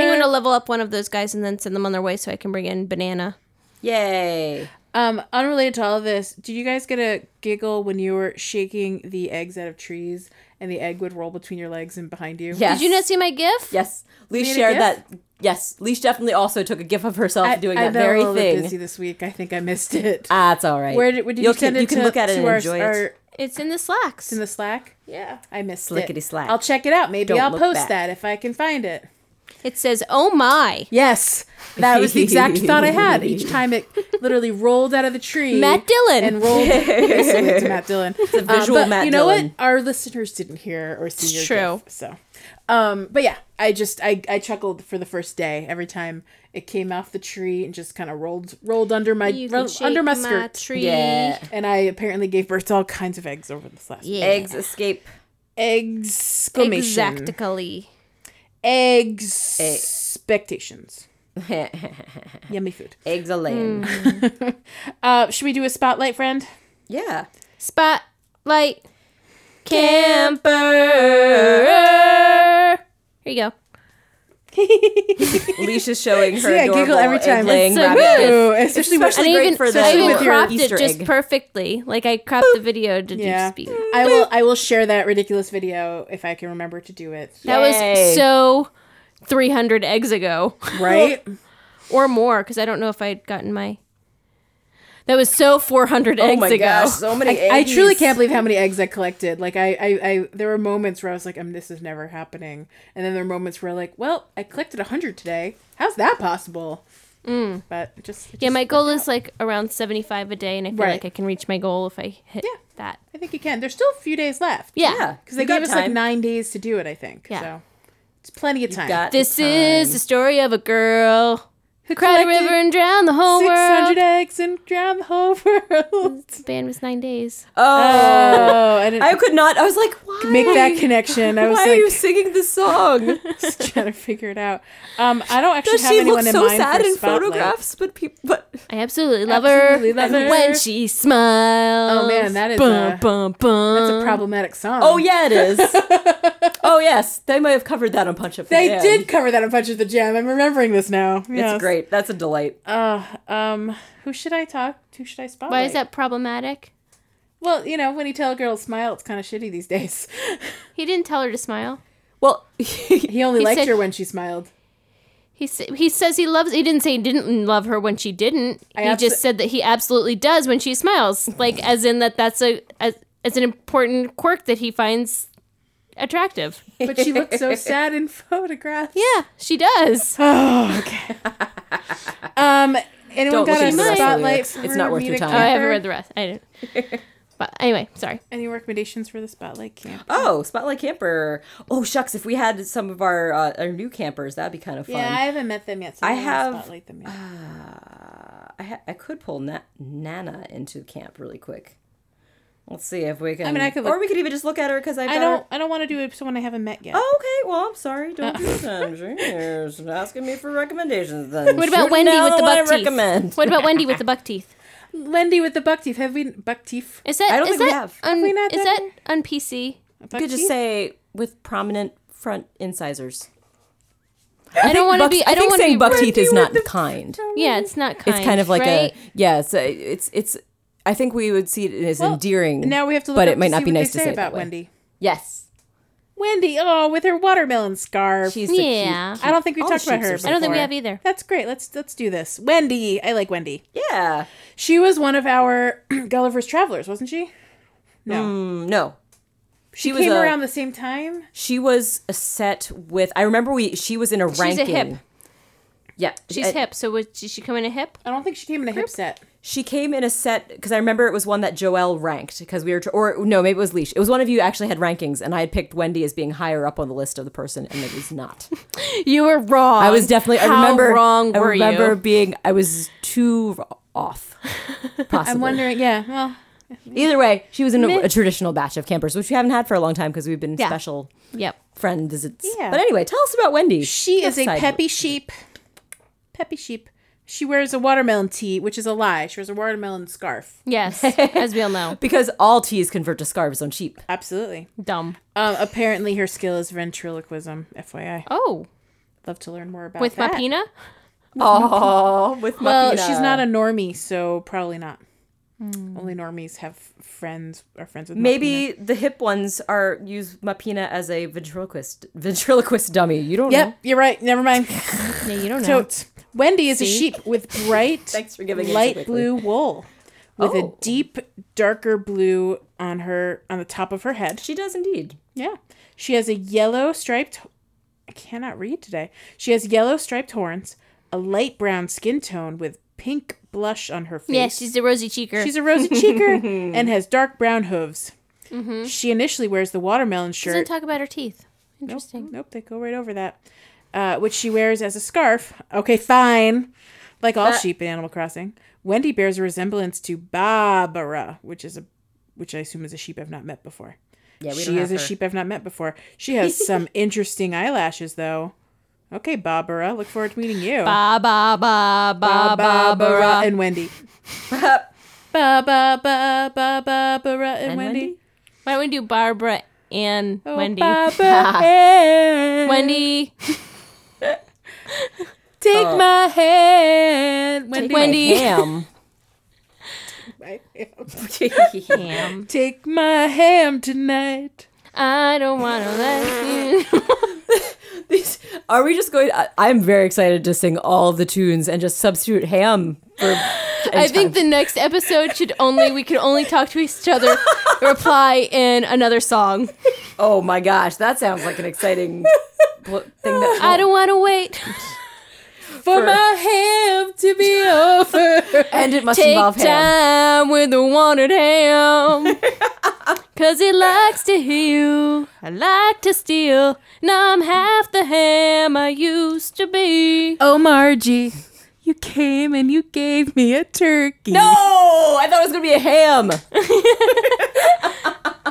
Speaker 3: going to level up one of those guys and then send them on their way so I can bring in Banana.
Speaker 2: Yay!
Speaker 1: Um, unrelated to all of this, did you guys get a giggle when you were shaking the eggs out of trees and the egg would roll between your legs and behind you?
Speaker 2: Yes.
Speaker 3: Did you not see my gif?
Speaker 2: Yes,
Speaker 1: Made
Speaker 2: Leash
Speaker 1: a
Speaker 2: shared
Speaker 1: gif?
Speaker 2: that. Yes, Leash definitely also took a gif of herself
Speaker 1: I,
Speaker 2: doing
Speaker 1: I've
Speaker 2: that
Speaker 1: been
Speaker 2: very
Speaker 1: a little bit busy
Speaker 2: thing.
Speaker 1: this week. I think I missed it.
Speaker 2: Ah, it's all right.
Speaker 1: Where did, where did
Speaker 2: You'll
Speaker 1: you send
Speaker 2: can,
Speaker 1: it
Speaker 2: You can
Speaker 1: to-
Speaker 2: look at it
Speaker 1: to
Speaker 2: and
Speaker 1: our,
Speaker 2: enjoy it.
Speaker 1: our-
Speaker 3: It's in the slacks.
Speaker 1: in the Slack?
Speaker 3: yeah.
Speaker 1: I missed
Speaker 2: Slickety
Speaker 1: it.
Speaker 2: slack.
Speaker 1: I'll check it out. Maybe
Speaker 2: Don't
Speaker 1: I'll
Speaker 2: look
Speaker 1: post
Speaker 2: back.
Speaker 1: that if I can find it.
Speaker 3: It says, "Oh my."
Speaker 1: Yes, that was the exact thought I had. Each time it literally rolled out of the tree.
Speaker 3: Matt Dillon.
Speaker 1: and rolled basically to Matt Dillon. It's a
Speaker 2: visual Matt
Speaker 1: You know
Speaker 2: Dillon.
Speaker 1: what? Our listeners didn't hear or see your
Speaker 3: true.
Speaker 1: gif, so, um, but yeah, I just I I chuckled for the first day every time it came off the tree and just kind of rolled rolled under my
Speaker 3: You
Speaker 1: roll-
Speaker 3: can shake
Speaker 1: under my
Speaker 3: my
Speaker 1: skirt.
Speaker 3: tree.
Speaker 2: Yeah.
Speaker 1: and I apparently gave birth to all kinds of eggs over this last
Speaker 3: Yeah.
Speaker 2: Eggs escape.
Speaker 1: exclamation
Speaker 3: Exactly.
Speaker 1: eggs expectations yummy food
Speaker 2: Eggs a
Speaker 1: Mm.
Speaker 2: laying.
Speaker 1: uh should we do a spotlight friend
Speaker 2: Yeah.
Speaker 3: Spotlight camper. Here you go.
Speaker 2: Leash is showing her
Speaker 1: See, I
Speaker 2: adorable
Speaker 1: giggle every time.
Speaker 2: egg laying
Speaker 3: It's so
Speaker 2: rabbit.
Speaker 3: good.
Speaker 2: gif.
Speaker 1: Ooh, especially with
Speaker 2: Especially great for the
Speaker 3: I even
Speaker 2: with your
Speaker 3: cropped
Speaker 2: Easter
Speaker 3: it just
Speaker 2: egg.
Speaker 3: perfectly. Like I cropped the video to
Speaker 1: Yeah.
Speaker 3: just be.
Speaker 1: I will I will share that ridiculous video if I can remember to do it.
Speaker 3: That
Speaker 2: Yay.
Speaker 3: was so 300 eggs ago
Speaker 1: Right?
Speaker 3: or more because I don't know if I had gotten my. That was so 400
Speaker 2: Oh
Speaker 3: eggs
Speaker 2: my
Speaker 3: ago.
Speaker 2: gosh, so many eggs.
Speaker 1: I truly can't believe how many eggs I collected. Like I, I, I there were moments where I was like, um, this is never happening. And then there were moments where like, well, I collected hundred today. How's that possible? But it just it
Speaker 3: Yeah,
Speaker 1: just-
Speaker 3: my goal is like around 75 a day, and I feel
Speaker 1: Right.
Speaker 3: like I can reach my goal if I hit
Speaker 1: Yeah.
Speaker 3: that.
Speaker 1: I think you can. There's still a few days left.
Speaker 3: Yeah.
Speaker 2: Yeah.
Speaker 1: Because they
Speaker 2: You got
Speaker 1: gave us like
Speaker 2: time.
Speaker 1: nine days to do it, I think.
Speaker 3: Yeah.
Speaker 1: So it's plenty of time.
Speaker 2: Got the
Speaker 3: This
Speaker 2: time.
Speaker 3: is the story of a girl
Speaker 1: Who
Speaker 3: Cried a
Speaker 1: collected
Speaker 3: river and drowned the whole
Speaker 1: 600
Speaker 3: world.
Speaker 1: eggs and drowned the whole world.
Speaker 3: The band was nine days.
Speaker 2: Oh,
Speaker 1: Oh, I didn't
Speaker 2: I could not. I was like, why?
Speaker 1: make that connection. I
Speaker 2: Why
Speaker 1: was
Speaker 2: are you
Speaker 1: like
Speaker 2: singing this song?
Speaker 1: just trying to figure it out. Um, I don't actually
Speaker 2: Does
Speaker 1: have
Speaker 2: she look
Speaker 1: anyone in
Speaker 2: so
Speaker 1: mind
Speaker 2: sad
Speaker 1: for
Speaker 2: in
Speaker 1: Spotlight.
Speaker 2: photographs? But people, but
Speaker 3: I absolutely love
Speaker 1: Absolutely
Speaker 3: her.
Speaker 1: love
Speaker 3: and
Speaker 1: her.
Speaker 3: when she smiles.
Speaker 1: Oh man, that is
Speaker 3: Bum,
Speaker 1: a,
Speaker 3: bum, bum.
Speaker 1: that's a problematic song.
Speaker 2: Uh-huh. oh yeah, it is. oh yes, they might have covered that on Punch Up. the
Speaker 1: They
Speaker 2: Band.
Speaker 1: did cover that on Punch at the Jam. I'm remembering this now.
Speaker 2: It's great. That's a delight.
Speaker 1: Uh, um, who should I talk to? Should I spotlight?
Speaker 3: Why is that problematic?
Speaker 1: Well, you know, when you tell a girl to smile, it's kind of shitty these days.
Speaker 3: He didn't tell her to smile.
Speaker 2: Well,
Speaker 1: He only
Speaker 3: He
Speaker 1: liked
Speaker 3: said-
Speaker 1: her when she smiled.
Speaker 3: He sa- he says he loves. He didn't say he didn't love her when she didn't.
Speaker 1: I
Speaker 3: he
Speaker 1: abso-
Speaker 3: just said that he absolutely does when she smiles. Like as in that that's a as, as an important quirk that he finds attractive.
Speaker 1: But she looked so sad in photographs.
Speaker 3: Yeah, she does.
Speaker 1: Oh, okay. um,
Speaker 2: Don't look
Speaker 1: anyone got a
Speaker 2: at the rest of the
Speaker 1: spotlight?
Speaker 2: lyrics.
Speaker 1: For
Speaker 2: It's not worth
Speaker 1: me
Speaker 2: your
Speaker 1: to
Speaker 2: time.
Speaker 3: Oh, I haven't
Speaker 1: cover?
Speaker 3: read the rest. I didn't. But anyway, sorry.
Speaker 1: Any recommendations for the spotlight camp?
Speaker 2: oh, Spotlight Camper. Oh shucks, if we had some of our uh, our new campers, that'd be kind of fun.
Speaker 1: Yeah, I haven't met them yet. So
Speaker 2: I
Speaker 1: I don't wanna
Speaker 2: have- uh,
Speaker 1: spotlight them yet.
Speaker 2: I, ha- I could pull Na- Nana into camp really quick. Let's see if we can.
Speaker 1: mean, I could
Speaker 2: or
Speaker 1: look-
Speaker 2: we could even just look at her because I,
Speaker 1: I don't. Uh. I don't want to do it with someone I haven't met yet.
Speaker 2: Oh, okay. Well, I'm sorry. Don't do that. You're asking me for recommendations then.
Speaker 3: What about
Speaker 2: Shoot
Speaker 3: Wendy
Speaker 2: down
Speaker 3: with the
Speaker 2: one I
Speaker 3: buck teeth?
Speaker 2: recommend.
Speaker 3: What about Wendy with the buck teeth?
Speaker 1: Wendy with the buck teeth. Have we buck teeth?
Speaker 3: Is that
Speaker 2: I don't
Speaker 3: is
Speaker 2: think we
Speaker 3: that
Speaker 2: have.
Speaker 3: on-
Speaker 1: we not
Speaker 3: is
Speaker 1: done
Speaker 3: that on PC?
Speaker 1: Buck
Speaker 2: You could just
Speaker 1: teeth?
Speaker 2: say with prominent front incisors.
Speaker 3: I, don't want to be. I don't want to be.
Speaker 2: saying buck
Speaker 3: rude.
Speaker 2: teeth is not kind.
Speaker 3: Yeah, it's not kind.
Speaker 2: It's kind of like
Speaker 3: right?
Speaker 2: a yeah. So it's it's. I think we would see it as endearing.
Speaker 1: Now we have to. Look
Speaker 2: but
Speaker 1: up
Speaker 2: it might
Speaker 1: to
Speaker 2: not
Speaker 1: see
Speaker 2: be
Speaker 1: what
Speaker 2: nice to
Speaker 1: they say,
Speaker 2: say it
Speaker 1: about
Speaker 2: that way.
Speaker 1: Wendy.
Speaker 2: Yes,
Speaker 1: Wendy, oh, with her watermelon scarf.
Speaker 2: she's Oh,
Speaker 3: Yeah.
Speaker 2: The
Speaker 1: I don't think we've
Speaker 2: all
Speaker 1: talked about
Speaker 2: shapes
Speaker 1: her.
Speaker 2: are so
Speaker 3: I don't think we
Speaker 1: before.
Speaker 3: have either.
Speaker 1: That's great. Let's let's do this. Wendy, I like Wendy.
Speaker 2: cute. Yeah.
Speaker 1: She was one of our Gulliver's Travelers, wasn't she? No,
Speaker 2: Mm, no.
Speaker 1: she,
Speaker 2: she was
Speaker 1: came
Speaker 2: a-
Speaker 1: around the same time.
Speaker 2: She was a set with. I remember we. She was in a
Speaker 3: a
Speaker 2: ranking.
Speaker 3: hip.
Speaker 2: Yeah, Uh,
Speaker 3: She's
Speaker 2: I-
Speaker 3: hip. So would, did she come in a hip?
Speaker 1: I don't think she came in a hip set.
Speaker 2: She came in a set because I remember it was one that Joelle ranked because we were, tr- or no, maybe it was Leash. It was one of you actually had rankings, and I had picked Wendy as being higher up on the list of the person, and it was not.
Speaker 3: You were wrong.
Speaker 2: I was definitely.
Speaker 3: How
Speaker 2: I remember.
Speaker 3: Wrong
Speaker 2: I
Speaker 3: were
Speaker 2: remember
Speaker 3: you?
Speaker 2: being. I was too r- off. Possibly.
Speaker 1: I'm wondering. Yeah, well,
Speaker 2: Either way, she was in a, a traditional batch of campers, which we haven't had for a long time because we've been
Speaker 1: Yeah.
Speaker 2: special
Speaker 3: Yep.
Speaker 2: friend visits.
Speaker 1: Yeah.
Speaker 2: But anyway, tell us about Wendy.
Speaker 1: she is
Speaker 2: Left
Speaker 1: a
Speaker 2: side.
Speaker 1: peppy sheep. Peppy sheep. She wears a watermelon tee, which is a lie. She wears a watermelon scarf.
Speaker 3: Yes, as we all know,
Speaker 2: because all teas convert to scarves on sheep.
Speaker 1: Absolutely.
Speaker 3: dumb.
Speaker 1: Um, apparently, her skill is ventriloquism. FYI,
Speaker 3: Oh,
Speaker 1: love to learn more about
Speaker 3: with
Speaker 1: that.
Speaker 3: Mapina.
Speaker 2: Oh, with
Speaker 1: Well, she's not a normie, so probably not. Only normies have friends are friends with Mapina.
Speaker 2: Maybe the hip ones are use Mapina as a ventriloquist ventriloquist dummy. You don't know.
Speaker 1: Yep, you're right. Never mind.
Speaker 3: No, you don't know.
Speaker 1: Totes. Wendy is a sheep with bright,
Speaker 2: Thanks for giving it so
Speaker 1: light
Speaker 2: quickly.
Speaker 1: blue wool, with
Speaker 2: Oh.
Speaker 1: a deep darker blue on her on the top of her head.
Speaker 2: She does indeed.
Speaker 1: Yeah, she has a yellow striped. I cannot read today. She has yellow striped horns, a light brown skin tone with pink blush on her face.
Speaker 3: yeah, she's a rosy cheeker.
Speaker 1: She's a rosy cheeker and has dark brown hooves.
Speaker 2: Mm-hmm.
Speaker 1: She initially wears the watermelon
Speaker 3: doesn't
Speaker 1: shirt.
Speaker 3: talk about her teeth.
Speaker 1: Nope,
Speaker 3: Interesting.
Speaker 1: Nope, they go right over that. Uh, which she wears as a scarf. Okay, fine. Like all sheep in Animal Crossing, Wendy bears a resemblance to Barbara, which is a, which I assume is a sheep I've not met before.
Speaker 2: Yeah, we
Speaker 1: she
Speaker 2: don't have
Speaker 1: is a
Speaker 2: her.
Speaker 1: sheep I've not met before. She has some interesting eyelashes, though. Okay, Barbara, look forward to meeting you.
Speaker 3: Ba ba ba ba ba
Speaker 1: Barbara
Speaker 3: ba
Speaker 1: and Wendy. Ba ba ba ba Barbara and,
Speaker 2: And
Speaker 1: Wendy. Oh,
Speaker 2: Wendy?
Speaker 3: Why don't we do Barbara and Wendy?
Speaker 1: Barbara and-
Speaker 3: Wendy,
Speaker 1: Take my hand, Wendy.
Speaker 3: Wendy,
Speaker 2: Ham.
Speaker 3: Ham.
Speaker 1: Take my ham tonight.
Speaker 3: I don't want to let you.
Speaker 2: These- are we just going? I, I'm very excited to sing all the tunes and just substitute ham for.
Speaker 3: I think the next episode should only we could only talk to each other, reply in another song.
Speaker 2: Oh my gosh, that sounds like an exciting bl- thing. That
Speaker 3: I don't want to wait.
Speaker 1: For my ham to be over.
Speaker 2: and it must
Speaker 3: Take
Speaker 2: involve ham.
Speaker 3: time with the wanted ham. Cause it likes to heal. I like to steal. Now I'm half the ham I used to be.
Speaker 1: Oh, Margie, You came and you gave me a turkey.
Speaker 2: No, I thought it was gonna be a ham.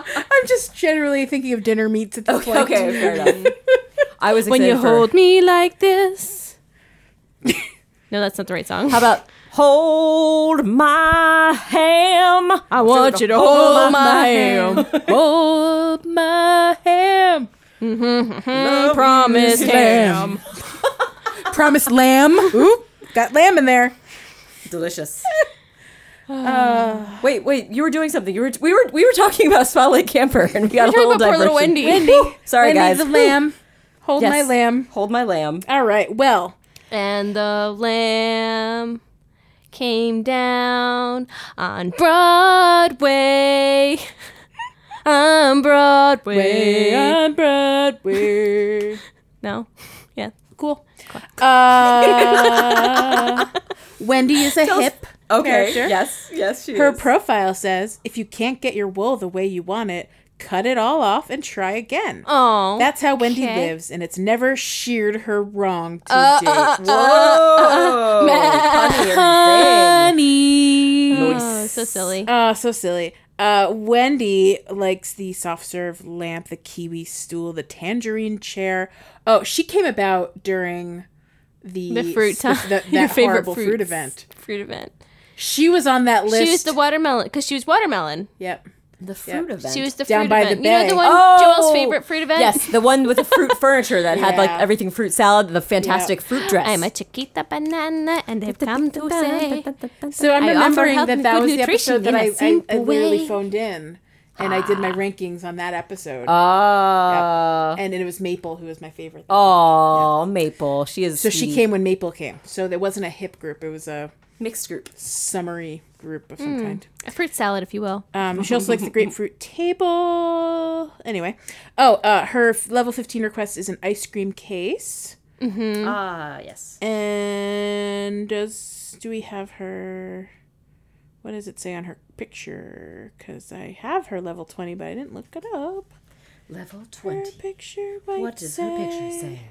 Speaker 1: I'm just generally thinking of dinner meats at this point.
Speaker 2: okay, fair enough. I was
Speaker 3: when
Speaker 2: excited
Speaker 3: you
Speaker 2: for-
Speaker 3: hold me like this. no, that's not the right song.
Speaker 2: How about hold my ham?
Speaker 3: I want you to hold my ham. Hold my ham.
Speaker 2: Love
Speaker 3: Promise
Speaker 2: you,
Speaker 3: ham.
Speaker 1: Promised lamb. Ooh, got lamb in there.
Speaker 2: Delicious. Uh, wait, wait! You were doing something. You were we were we were talking about Spotlight Camper, and we got
Speaker 3: We're
Speaker 2: a
Speaker 3: talking
Speaker 2: little
Speaker 3: about poor
Speaker 2: diversion.
Speaker 3: little Wendy.
Speaker 1: Wendy.
Speaker 2: Sorry,
Speaker 1: Wendy
Speaker 2: guys.
Speaker 1: the lamb. Hold
Speaker 2: Yes.
Speaker 1: my lamb.
Speaker 2: Hold my lamb.
Speaker 1: All right. Well,
Speaker 3: And the lamb came down on Broadway. On Broadway.
Speaker 1: on Broadway.
Speaker 3: No. Yeah.
Speaker 1: cool. Uh, Wendy is a hip.
Speaker 2: Okay.
Speaker 1: Character.
Speaker 2: Yes. Yes. She
Speaker 1: Her
Speaker 2: is.
Speaker 1: profile says, if you can't get your wool the way you want it, cut it all off and try again.
Speaker 3: Oh.
Speaker 1: That's how Wendy
Speaker 3: okay. Uh,
Speaker 1: lives, and it's never sheared her wrong to date.
Speaker 2: Whoa! Honey
Speaker 3: uh,
Speaker 2: and
Speaker 1: Honey.
Speaker 3: Oh, so silly.
Speaker 1: Oh, so silly. Uh, Wendy likes the soft serve lamp, the kiwi stool, the tangerine chair. Oh, she came about during the
Speaker 3: The fruit time.
Speaker 1: The, that
Speaker 3: Your favorite
Speaker 1: horrible fruit
Speaker 3: fruits.
Speaker 1: event.
Speaker 3: Fruit event.
Speaker 1: She was on that list.
Speaker 3: She was the watermelon because she was watermelon.
Speaker 1: Yep.
Speaker 2: Thing. The fruit event.
Speaker 3: She was the
Speaker 1: Down
Speaker 3: fruit
Speaker 1: by the
Speaker 3: event. you know
Speaker 1: bay. Oh!
Speaker 3: the one Joel's favorite fruit event.
Speaker 2: Yes, the one with the fruit furniture that had like
Speaker 1: Yeah.
Speaker 2: everything fruit salad and the fantastic fruit dress.
Speaker 3: I'm a chiquita banana, and I've come to say.
Speaker 1: So I'm
Speaker 3: I offer
Speaker 1: remembering
Speaker 3: health
Speaker 1: that
Speaker 3: and
Speaker 1: that
Speaker 3: good
Speaker 1: was the
Speaker 3: nutrition
Speaker 1: episode that
Speaker 3: in a
Speaker 1: I, I, I
Speaker 3: simple
Speaker 1: literally
Speaker 3: way. Ah.
Speaker 1: phoned in, and I did my rankings on that
Speaker 3: Uh.
Speaker 1: episode.
Speaker 2: Ah.
Speaker 1: and it was Maple who was my favorite.
Speaker 2: Oh, Maple. She is.
Speaker 1: so she
Speaker 2: the
Speaker 1: came when Maple came. So there wasn't a hip group; it was a
Speaker 2: mixed group.
Speaker 1: summery group of
Speaker 2: Hmm.
Speaker 1: some kind.
Speaker 3: A fruit salad, if you will.
Speaker 1: Um, she also likes the grapefruit table. Anyway, oh, uh, her f- level fifteen request is an ice cream case. Mm.
Speaker 2: Ah, yes.
Speaker 1: And does do we have her? What does it say on her picture? Because I have her level twenty, but I didn't look it up.
Speaker 2: Level
Speaker 1: Her
Speaker 2: twenty.
Speaker 1: picture. Might
Speaker 2: What does her picture
Speaker 1: say?
Speaker 2: say?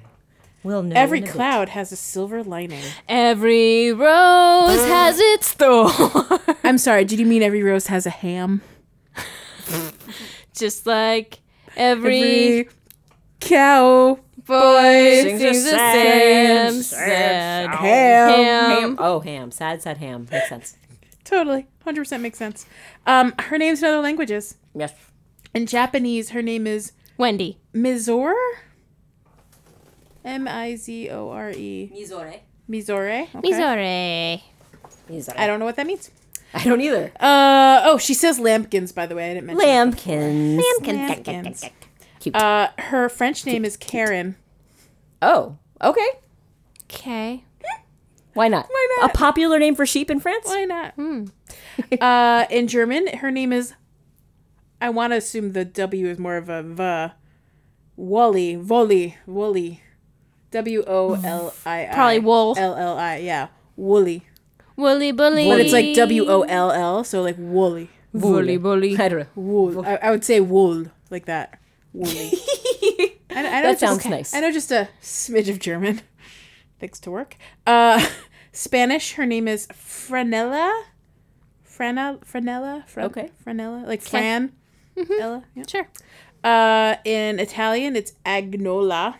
Speaker 2: We'll know.
Speaker 1: Every
Speaker 2: in a bit.
Speaker 1: cloud has a silver lining.
Speaker 3: Every rose has its thorn,
Speaker 1: I'm sorry. Did you mean every rose has a ham?
Speaker 3: just like every,
Speaker 1: Every cow
Speaker 3: boy
Speaker 2: Sings
Speaker 3: sings,
Speaker 2: a
Speaker 3: the
Speaker 2: sad,
Speaker 3: same
Speaker 2: sad
Speaker 3: sad
Speaker 2: song.
Speaker 1: ham.
Speaker 2: Ham.
Speaker 3: hymn.
Speaker 2: Oh, ham. Sad, sad ham. Makes sense.
Speaker 1: Totally, hundred percent makes sense. Um, her name's in other languages.
Speaker 2: Yes.
Speaker 1: In Japanese, her name is
Speaker 3: Wendy.
Speaker 1: Mizore. M I Z O R E.
Speaker 2: Mizore.
Speaker 1: Mizore. Okay.
Speaker 3: Mizore.
Speaker 2: Mizore.
Speaker 1: I don't know what that means.
Speaker 2: I don't either.
Speaker 1: Uh oh, she says lambkins. By the way, I didn't mention.
Speaker 2: Lambkins.
Speaker 1: Lambkins.
Speaker 2: Cute.
Speaker 1: Uh, her French name is Karen.
Speaker 2: oh, okay.
Speaker 3: Okay.
Speaker 2: Why not? Why
Speaker 1: not?
Speaker 2: A popular name for sheep in France?
Speaker 1: Why not?
Speaker 3: Hmm.
Speaker 1: uh, in German, her name is. I want to assume the W is more of a V. Wally, Wally, Wally, W O L I I.
Speaker 3: Probably wool.
Speaker 1: L L I. Yeah, Woolly.
Speaker 3: Wooly bully.
Speaker 1: But it's like W O L L, so like Woolly.
Speaker 2: Bully, bully. I don't know.
Speaker 1: Wool. I, I would say wool like that. Woolly. I, I know
Speaker 2: That
Speaker 1: just-
Speaker 2: sounds nice.
Speaker 1: I know just a smidge of German, thanks to work. Uh, Spanish. Her name is Franella. Frana, Franella. Fra-
Speaker 2: Okay. Mm-hmm.
Speaker 1: Franella, like Fran. Ella. Yeah.
Speaker 3: Sure.
Speaker 1: Uh, in Italian, it's Agnola.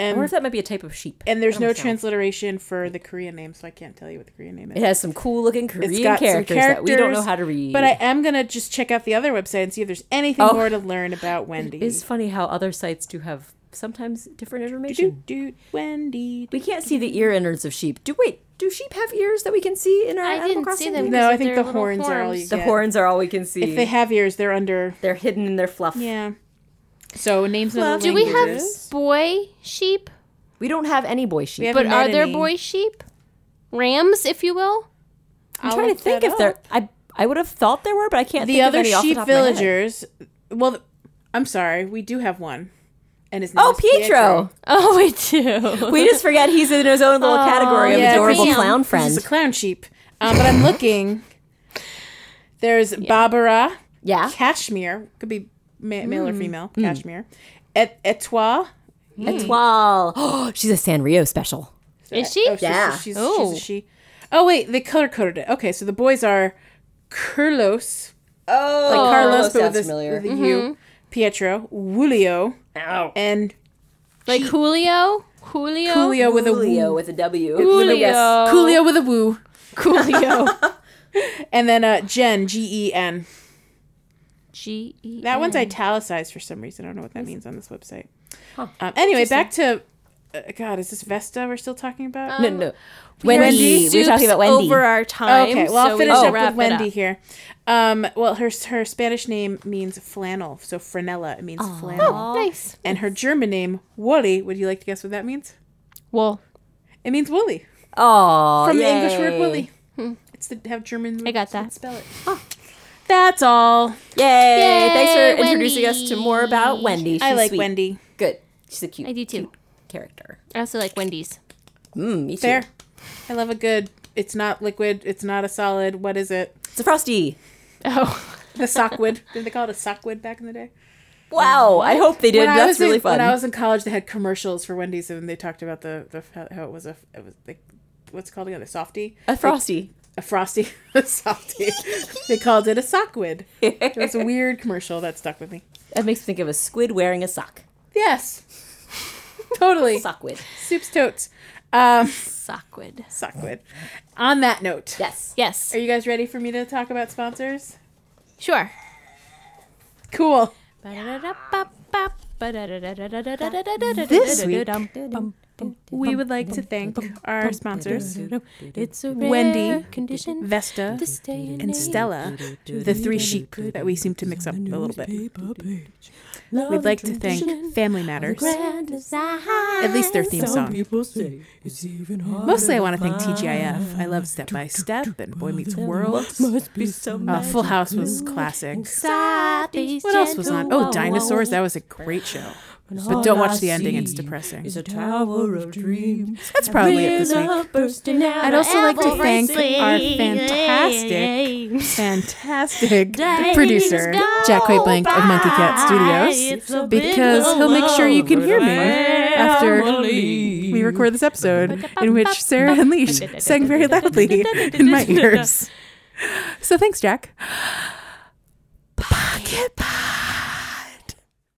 Speaker 2: I wonder if
Speaker 1: And
Speaker 2: that might be a type of sheep.
Speaker 1: and there's
Speaker 2: That
Speaker 1: no
Speaker 2: don't sound-
Speaker 1: transliteration for the Korean name, so I can't tell you what the Korean name is.
Speaker 2: It has some cool looking Korean
Speaker 1: It's got
Speaker 2: characters,
Speaker 1: some characters
Speaker 2: that we don't know how to read.
Speaker 1: But I am gonna just check out the other website and see if there's anything
Speaker 2: Oh.
Speaker 1: more to learn about Wendy.
Speaker 2: It's funny how other sites do have sometimes different
Speaker 1: do
Speaker 2: information.
Speaker 1: do Wendy.
Speaker 2: We can't see the ear innards of sheep. Do wait? Do sheep have ears that we can see in our
Speaker 3: I
Speaker 2: Animal
Speaker 3: didn't
Speaker 2: Crossing?
Speaker 3: see them.
Speaker 1: No, I
Speaker 3: because of
Speaker 1: think
Speaker 3: their
Speaker 1: the
Speaker 3: little
Speaker 1: horns are all
Speaker 3: forms.
Speaker 1: you
Speaker 2: The
Speaker 1: Yeah.
Speaker 2: horns are all we can see.
Speaker 1: If they have ears, they're under.
Speaker 2: They're hidden in their fluff.
Speaker 1: Yeah. So names of the
Speaker 3: Do we have
Speaker 1: languages.
Speaker 3: boy sheep?
Speaker 2: We don't have any boy sheep.
Speaker 1: have-
Speaker 3: But
Speaker 1: Haven't
Speaker 3: are
Speaker 1: met
Speaker 3: there
Speaker 1: any.
Speaker 3: boy sheep? Rams, if you will?
Speaker 2: I'm
Speaker 1: I'll
Speaker 2: trying
Speaker 1: look
Speaker 2: to think
Speaker 1: that
Speaker 2: if there.
Speaker 1: up.
Speaker 2: I I would have thought there were, but I can't.
Speaker 1: the
Speaker 2: think
Speaker 1: other
Speaker 2: of any off
Speaker 1: sheep
Speaker 2: the top of my head.
Speaker 1: villagers? Well, th- I'm sorry, we do have one, and his name
Speaker 2: Oh,
Speaker 1: is
Speaker 2: Pietro!
Speaker 3: Oh, we do.
Speaker 2: We just forget he's in his own little category of
Speaker 1: Oh, yeah,
Speaker 2: adorable
Speaker 3: damn.
Speaker 2: clown
Speaker 1: This
Speaker 2: friend.
Speaker 1: is a clown sheep. Um, but I'm looking. There's Barbara.
Speaker 2: Yeah. Mm.
Speaker 1: Cashmere could be ma- male or female. Cashmere. Et- Etoile.
Speaker 2: Etoile. Oh, she's a Sanrio special.
Speaker 3: Is she?
Speaker 1: Oh, she's,
Speaker 2: Yeah.
Speaker 1: She's, she's,
Speaker 3: Oh.
Speaker 1: she's a she. Oh wait, they color coded it. Okay, so the boys are Carlos,
Speaker 2: Oh,
Speaker 1: like Carlos, but
Speaker 2: sounds
Speaker 1: with, a-
Speaker 2: familiar.
Speaker 1: with a U, Pietro, Julio,
Speaker 2: Ow. Oh,
Speaker 1: and
Speaker 3: Like Julio? Julio?
Speaker 1: Julio with a
Speaker 2: Julio Oh.
Speaker 1: woo.
Speaker 2: with a W.
Speaker 3: Julio.
Speaker 1: Julio with a woo,
Speaker 3: Julio.
Speaker 1: and then uh, Jen G E N.
Speaker 3: G E.
Speaker 1: That
Speaker 2: Mm.
Speaker 1: one's italicized for some reason. I don't know what that means on this website. Um, anyway, back to uh, God. Is this Vesta we're still talking about?
Speaker 2: No, no. Wendy. Um, We were talking about Wendy.
Speaker 3: Over our time.
Speaker 1: Okay, well,
Speaker 3: so
Speaker 1: I'll
Speaker 3: we
Speaker 1: finish
Speaker 3: should
Speaker 1: up
Speaker 3: wrap
Speaker 1: with
Speaker 3: it
Speaker 1: Wendy here. Um, well, her her Spanish name means flannel, so Franella it means flannel,
Speaker 3: Nice.
Speaker 1: and her German name Woolly. Would you like to guess what that means?
Speaker 3: Well,
Speaker 1: It means woolly
Speaker 2: Oh,
Speaker 1: from the English word woolly. It's the have German.
Speaker 3: Hmm. I
Speaker 1: words
Speaker 3: got that.
Speaker 1: Spell it. That's all.
Speaker 2: Yay! Thanks for
Speaker 3: Yay,
Speaker 2: introducing us to more about Wendy. She's
Speaker 1: I like
Speaker 2: sweet.
Speaker 1: Wendy.
Speaker 2: Good. She's a cute
Speaker 3: I do too.
Speaker 2: character.
Speaker 3: I also like Wendy's.
Speaker 2: Mm, me too.
Speaker 1: Fair. I love a good. It's not liquid. It's not a solid. What is it?
Speaker 2: It's a frosty.
Speaker 3: Oh.
Speaker 1: The sockwood. Did they call it a sockwood back in the day?
Speaker 2: Wow! I hope they did.
Speaker 1: When I
Speaker 2: That's
Speaker 1: was
Speaker 2: really
Speaker 1: in,
Speaker 2: fun.
Speaker 1: When I was in college, they had commercials for Wendy's, and they talked about the, the how- how it was a it was like what's it called again a softie,
Speaker 2: a frosty.
Speaker 1: a frosty, a softie. they called it a sockwood. It was a weird commercial that stuck with me.
Speaker 2: That makes me think of a squid wearing a sock.
Speaker 1: Yes, totally.
Speaker 2: Sockwid.
Speaker 1: Soup's totes. Um,
Speaker 3: Sockwood.
Speaker 1: sockwood. On that note,
Speaker 2: Yes.
Speaker 3: Yes.
Speaker 1: are you guys ready for me to talk about sponsors?
Speaker 3: Sure.
Speaker 1: Cool.
Speaker 3: This
Speaker 1: We would like to thank our sponsors,
Speaker 3: it's a rare
Speaker 1: Wendy.
Speaker 3: condition.
Speaker 1: Vesta
Speaker 3: This day and
Speaker 1: and
Speaker 3: age.
Speaker 1: Stella, the three sheep that we seem to mix up a little bit. We'd like to thank Family Matters,
Speaker 3: Grand design.
Speaker 1: at least their theme song.
Speaker 5: People say it's even harder.
Speaker 1: Mostly, I want to thank TGIF. I love Step by Step and Boy Meets World.
Speaker 5: Must be some
Speaker 1: Uh, Full House was classic.
Speaker 3: Southeast
Speaker 1: What else was on?
Speaker 3: gentle
Speaker 1: Oh, Dinosaurs. That was a great show. But don't watch the ending, it's depressing.
Speaker 5: It's a tower of dreams.
Speaker 1: That's probably it this week.
Speaker 5: bursting out.
Speaker 1: I'd also like to thank our
Speaker 3: Everlasting.
Speaker 1: fantastic, fantastic
Speaker 3: Days
Speaker 1: producer,
Speaker 3: go
Speaker 1: Jack White Blank of Monkey Cat
Speaker 3: by.
Speaker 1: Studios,
Speaker 3: It's a
Speaker 1: because he'll make sure you can hear me after
Speaker 5: Family.
Speaker 1: we record this episode in which Sarah and Leash sang very loudly in my ears. So thanks, Jack. Pocket Pod.